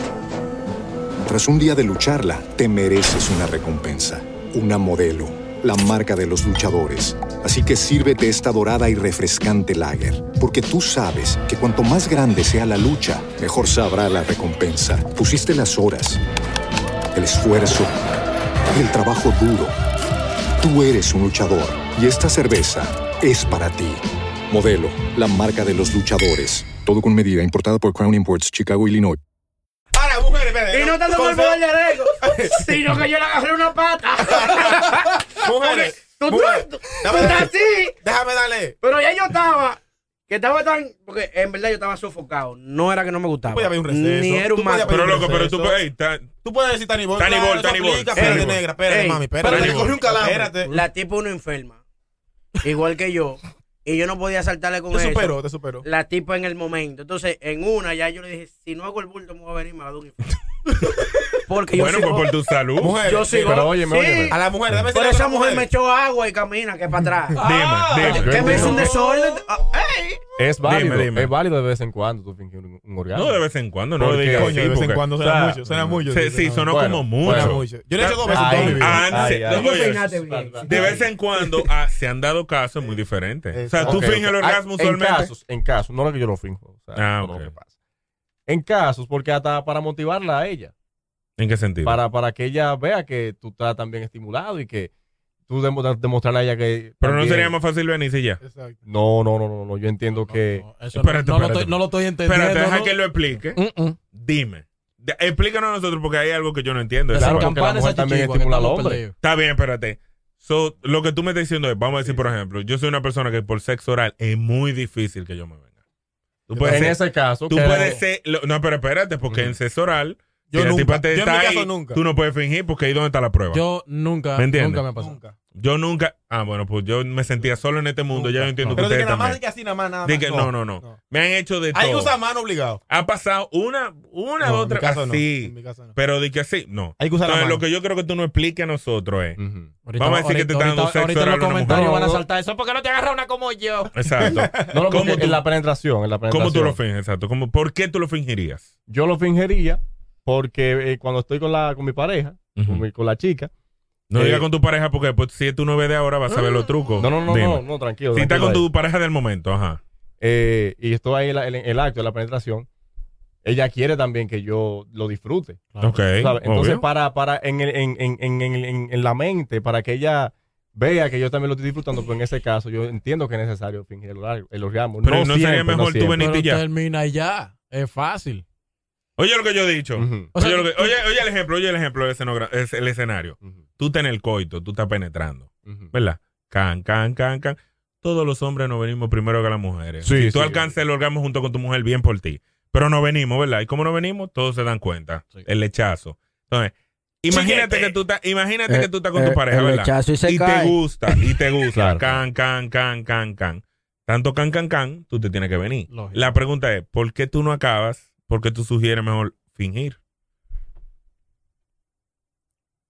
[SPEAKER 6] Tras un día de lucharla, te mereces una recompensa, una modelo, la marca de los luchadores. Así que sírvete esta dorada y refrescante lager, porque tú sabes que cuanto más grande sea la lucha, mejor sabrá la recompensa. Pusiste las horas, el esfuerzo, el trabajo duro. Tú eres un luchador y esta cerveza es para ti. Modelo, la marca de los luchadores. Todo con medida, importada por Crown Imports, Chicago, Illinois.
[SPEAKER 3] Ahora, mujeres, espérate.
[SPEAKER 2] Y no tanto con el poder de Rego, sino que yo le agarré una pata.
[SPEAKER 3] Mujeres.
[SPEAKER 2] Tú, tú,
[SPEAKER 3] mujeres,
[SPEAKER 2] tú-
[SPEAKER 3] dame-
[SPEAKER 2] tú estás así.
[SPEAKER 3] Déjame darle.
[SPEAKER 2] Pero ya yo estaba. Que estaba tan. Porque en verdad yo estaba sofocado. No era que no me gustaba.
[SPEAKER 3] podías pedir un receso,
[SPEAKER 2] Ni era
[SPEAKER 3] tú
[SPEAKER 2] un
[SPEAKER 3] podías
[SPEAKER 2] mato.
[SPEAKER 3] pedir
[SPEAKER 1] Pero
[SPEAKER 3] un
[SPEAKER 1] loco, pero tú.
[SPEAKER 3] Eso.
[SPEAKER 1] ey, ta-
[SPEAKER 3] Tú puedes decir Tani Ball.
[SPEAKER 1] Tani
[SPEAKER 3] claro,
[SPEAKER 1] Ball,
[SPEAKER 3] eso
[SPEAKER 1] Tani Ball.
[SPEAKER 3] aplica,
[SPEAKER 1] Tani
[SPEAKER 3] Espérate,
[SPEAKER 1] Ball.
[SPEAKER 3] negra, espérate,
[SPEAKER 2] Ey,
[SPEAKER 3] mami, espérate.
[SPEAKER 2] Tani
[SPEAKER 3] Te cogió un calambre. Espérate.
[SPEAKER 2] La tipa una enferma. Igual que yo. Y yo no podía saltarle con
[SPEAKER 3] Te
[SPEAKER 2] eso.
[SPEAKER 3] superó, te superó.
[SPEAKER 2] La tipa en el momento. Entonces, en una ya yo le dije, si no hago el bulto, me voy a venir me va a dar un infarto. Porque yo
[SPEAKER 1] Bueno,
[SPEAKER 2] sigo-
[SPEAKER 1] pues por tu salud.
[SPEAKER 3] Mujeres,
[SPEAKER 2] Yo sigo.
[SPEAKER 5] Pero óyeme,
[SPEAKER 2] Sí.
[SPEAKER 5] óyeme.
[SPEAKER 3] A la mujer, dame
[SPEAKER 2] Pero
[SPEAKER 3] decirle a
[SPEAKER 2] esa
[SPEAKER 3] la
[SPEAKER 2] mujer me echó agua y camina, que para atrás.
[SPEAKER 1] Dime, dime.
[SPEAKER 2] Que me hizo un
[SPEAKER 5] Dime,
[SPEAKER 2] desorden. Ah, ¡Ey!
[SPEAKER 5] Es válido.
[SPEAKER 1] dime.
[SPEAKER 5] Es válido de vez en cuando tú fingir un, un orgasmo.
[SPEAKER 1] No, de vez en cuando, no lo
[SPEAKER 5] Porque-
[SPEAKER 1] digas.
[SPEAKER 10] Coño,
[SPEAKER 1] así,
[SPEAKER 10] de vez en
[SPEAKER 1] porque-
[SPEAKER 10] cuando suena
[SPEAKER 5] o sea,
[SPEAKER 10] mucho, suena mucho.
[SPEAKER 1] se- Sí,
[SPEAKER 10] suena
[SPEAKER 1] sonó
[SPEAKER 5] Bueno,
[SPEAKER 1] como
[SPEAKER 10] Suena
[SPEAKER 1] mucho.
[SPEAKER 10] mucho. Yo le he hecho dos veces
[SPEAKER 5] Ay,
[SPEAKER 10] en toda mi vida.
[SPEAKER 1] Ah,
[SPEAKER 5] Ay,
[SPEAKER 1] se-
[SPEAKER 5] ay.
[SPEAKER 1] oye,
[SPEAKER 2] Peinaste bien.
[SPEAKER 1] de vez en cuando ah, se han dado casos muy diferentes. O sea, tú
[SPEAKER 5] Ok,
[SPEAKER 1] finges el
[SPEAKER 5] ok.
[SPEAKER 1] orgasmo
[SPEAKER 5] Ah,
[SPEAKER 1] usualmente.
[SPEAKER 5] En casos, en casos, no lo que yo lo finjo. O sea,
[SPEAKER 1] Ah,
[SPEAKER 5] no lo
[SPEAKER 1] ok.
[SPEAKER 5] que pasa. En casos, porque hasta para motivarla a ella,
[SPEAKER 1] ¿En qué sentido?
[SPEAKER 5] para, para que ella vea que tú estás también estimulado y que tú demo- demostrarle a ella que.
[SPEAKER 1] Pero no
[SPEAKER 5] también-
[SPEAKER 1] sería más fácil venirse y ya.
[SPEAKER 10] Exacto.
[SPEAKER 5] No, no, no, no, no, yo entiendo que.
[SPEAKER 4] Eso
[SPEAKER 1] Espérate,
[SPEAKER 4] no, no lo
[SPEAKER 1] espérate.
[SPEAKER 4] estoy, no lo estoy entendiendo.
[SPEAKER 1] Espérate, deja
[SPEAKER 4] ¿no?
[SPEAKER 1] que lo explique.
[SPEAKER 5] Mm,
[SPEAKER 4] Mm-mm.
[SPEAKER 1] Dime. De- explícanos a nosotros porque hay algo que yo no entiendo.
[SPEAKER 4] Las
[SPEAKER 1] Esa parte.
[SPEAKER 5] porque la
[SPEAKER 4] campanas
[SPEAKER 5] mujer
[SPEAKER 4] a
[SPEAKER 5] también
[SPEAKER 4] Chichigua,
[SPEAKER 5] estimula
[SPEAKER 4] que
[SPEAKER 5] al
[SPEAKER 4] estamos
[SPEAKER 5] hombre.
[SPEAKER 4] perdidos.
[SPEAKER 1] Está bien, espérate. So, lo que tú me estás diciendo es, vamos a decir, por ejemplo, yo soy una persona que por sexo oral es muy difícil que yo me venga. Tú puedes
[SPEAKER 5] en
[SPEAKER 1] ser,
[SPEAKER 5] ese caso.
[SPEAKER 1] tú
[SPEAKER 5] que-
[SPEAKER 1] puedes ser- lo- no, pero espérate, porque
[SPEAKER 5] Ujú.
[SPEAKER 1] en sexo oral,
[SPEAKER 10] Yo
[SPEAKER 1] si la
[SPEAKER 10] nunca,
[SPEAKER 1] tipa te
[SPEAKER 10] yo en
[SPEAKER 1] está
[SPEAKER 10] mi
[SPEAKER 1] ahí,
[SPEAKER 10] caso nunca.
[SPEAKER 1] tú no puedes fingir porque ahí donde está la prueba. Yo,
[SPEAKER 4] Yo nunca,
[SPEAKER 1] ¿Me entiendes?
[SPEAKER 4] nunca me pasó.
[SPEAKER 10] Nunca.
[SPEAKER 1] nunca, ah, bueno, pues yo me sentía solo en este mundo, ya yo entiendo que
[SPEAKER 10] Pero de que
[SPEAKER 1] ustedes
[SPEAKER 10] nada más,
[SPEAKER 1] también.
[SPEAKER 10] de que así nada más, nada
[SPEAKER 1] De
[SPEAKER 10] más.
[SPEAKER 1] que- no, no, no, Me han hecho de
[SPEAKER 10] Hay que
[SPEAKER 1] todo.
[SPEAKER 10] usar mano obligado.
[SPEAKER 1] Ha pasado una, una,
[SPEAKER 10] No, en
[SPEAKER 1] otra,
[SPEAKER 10] mi caso no,
[SPEAKER 1] así.
[SPEAKER 10] en mi caso no.
[SPEAKER 1] Pero de que así, no.
[SPEAKER 10] Hay que usar la
[SPEAKER 1] Entonces,
[SPEAKER 10] mano. Mm.
[SPEAKER 1] lo que yo creo que tú no expliques a nosotros es.
[SPEAKER 5] Ujú.
[SPEAKER 4] Ahorita-
[SPEAKER 1] Vamos a decir que te están dando
[SPEAKER 4] ahorita-
[SPEAKER 1] sexo
[SPEAKER 4] Ahorita
[SPEAKER 1] oral
[SPEAKER 4] los
[SPEAKER 1] a una mujer.
[SPEAKER 4] comentarios van a
[SPEAKER 5] No, no.
[SPEAKER 4] saltar. Eso es porque no te agarra una como yo.
[SPEAKER 5] No,
[SPEAKER 1] Exacto.
[SPEAKER 5] no, porque
[SPEAKER 1] ¿Cómo tú-
[SPEAKER 5] en la penetración, en la penetración.
[SPEAKER 1] ¿Cómo tú lo finges? Exacto. ¿Cómo, ¿Por qué tú lo fingirías?
[SPEAKER 5] Yo lo fingiría porque eh, cuando estoy con la con mi pareja, con, mi- con la chica.
[SPEAKER 1] No
[SPEAKER 5] Eh,
[SPEAKER 1] digas con tu pareja porque después, si tú no ves de ahora, vas a ver los trucos.
[SPEAKER 5] No, no, no,
[SPEAKER 1] Dime.
[SPEAKER 5] no, no, tranquilo.
[SPEAKER 1] Si estás
[SPEAKER 5] tranquilo
[SPEAKER 1] con
[SPEAKER 5] ahí.
[SPEAKER 1] tu pareja del momento, ajá.
[SPEAKER 5] eh, y estoy ahí en la- en el acto de la penetración, ella quiere también que yo lo disfrute.
[SPEAKER 1] Ok.
[SPEAKER 5] ¿sabes? Entonces,
[SPEAKER 1] obvio.
[SPEAKER 5] para, para en, el- en, en, en, en, en- en la mente, para que ella vea que yo también lo estoy disfrutando, pero en ese caso yo entiendo que es necesario fingir el, horario, el orgasmo.
[SPEAKER 1] Pero
[SPEAKER 5] no,
[SPEAKER 1] ¿no sería
[SPEAKER 5] siempre,
[SPEAKER 1] mejor tú
[SPEAKER 5] no siempre.
[SPEAKER 1] venir-
[SPEAKER 4] Pero
[SPEAKER 1] Venite ya.
[SPEAKER 4] termina ya. Es fácil.
[SPEAKER 1] Oye lo que yo he dicho.
[SPEAKER 5] Ujú.
[SPEAKER 4] O sea,
[SPEAKER 1] oye, lo que-
[SPEAKER 4] tú-
[SPEAKER 1] oye- oye el ejemplo, oye el ejemplo del escenogra- es el escenario.
[SPEAKER 5] Ujú,
[SPEAKER 1] Tú estás en el coito, tú estás penetrando,
[SPEAKER 5] ujú.
[SPEAKER 1] ¿verdad? Can, can, can, can. Todos los hombres nos venimos primero que las mujeres.
[SPEAKER 5] Sí,
[SPEAKER 1] si tú
[SPEAKER 5] sí.
[SPEAKER 1] alcanzas el orgasmo junto con tu mujer, bien por ti. Pero no venimos, ¿verdad? Y como no venimos, todos se dan cuenta.
[SPEAKER 4] Sí.
[SPEAKER 1] El lechazo. Entonces, imagínate que tú estás, imagínate que tú estás con
[SPEAKER 2] Eh,
[SPEAKER 1] tu pareja,
[SPEAKER 2] el
[SPEAKER 1] ¿verdad?
[SPEAKER 2] lechazo y se
[SPEAKER 1] te
[SPEAKER 2] cae.
[SPEAKER 1] gusta, y te gusta.
[SPEAKER 5] Claro.
[SPEAKER 1] Can, can, can, can, can. Tanto can, can, can, tú te tienes que venir.
[SPEAKER 4] Lógico.
[SPEAKER 1] La pregunta es, ¿por qué tú no acabas? ¿Por qué tú sugieres mejor fingir?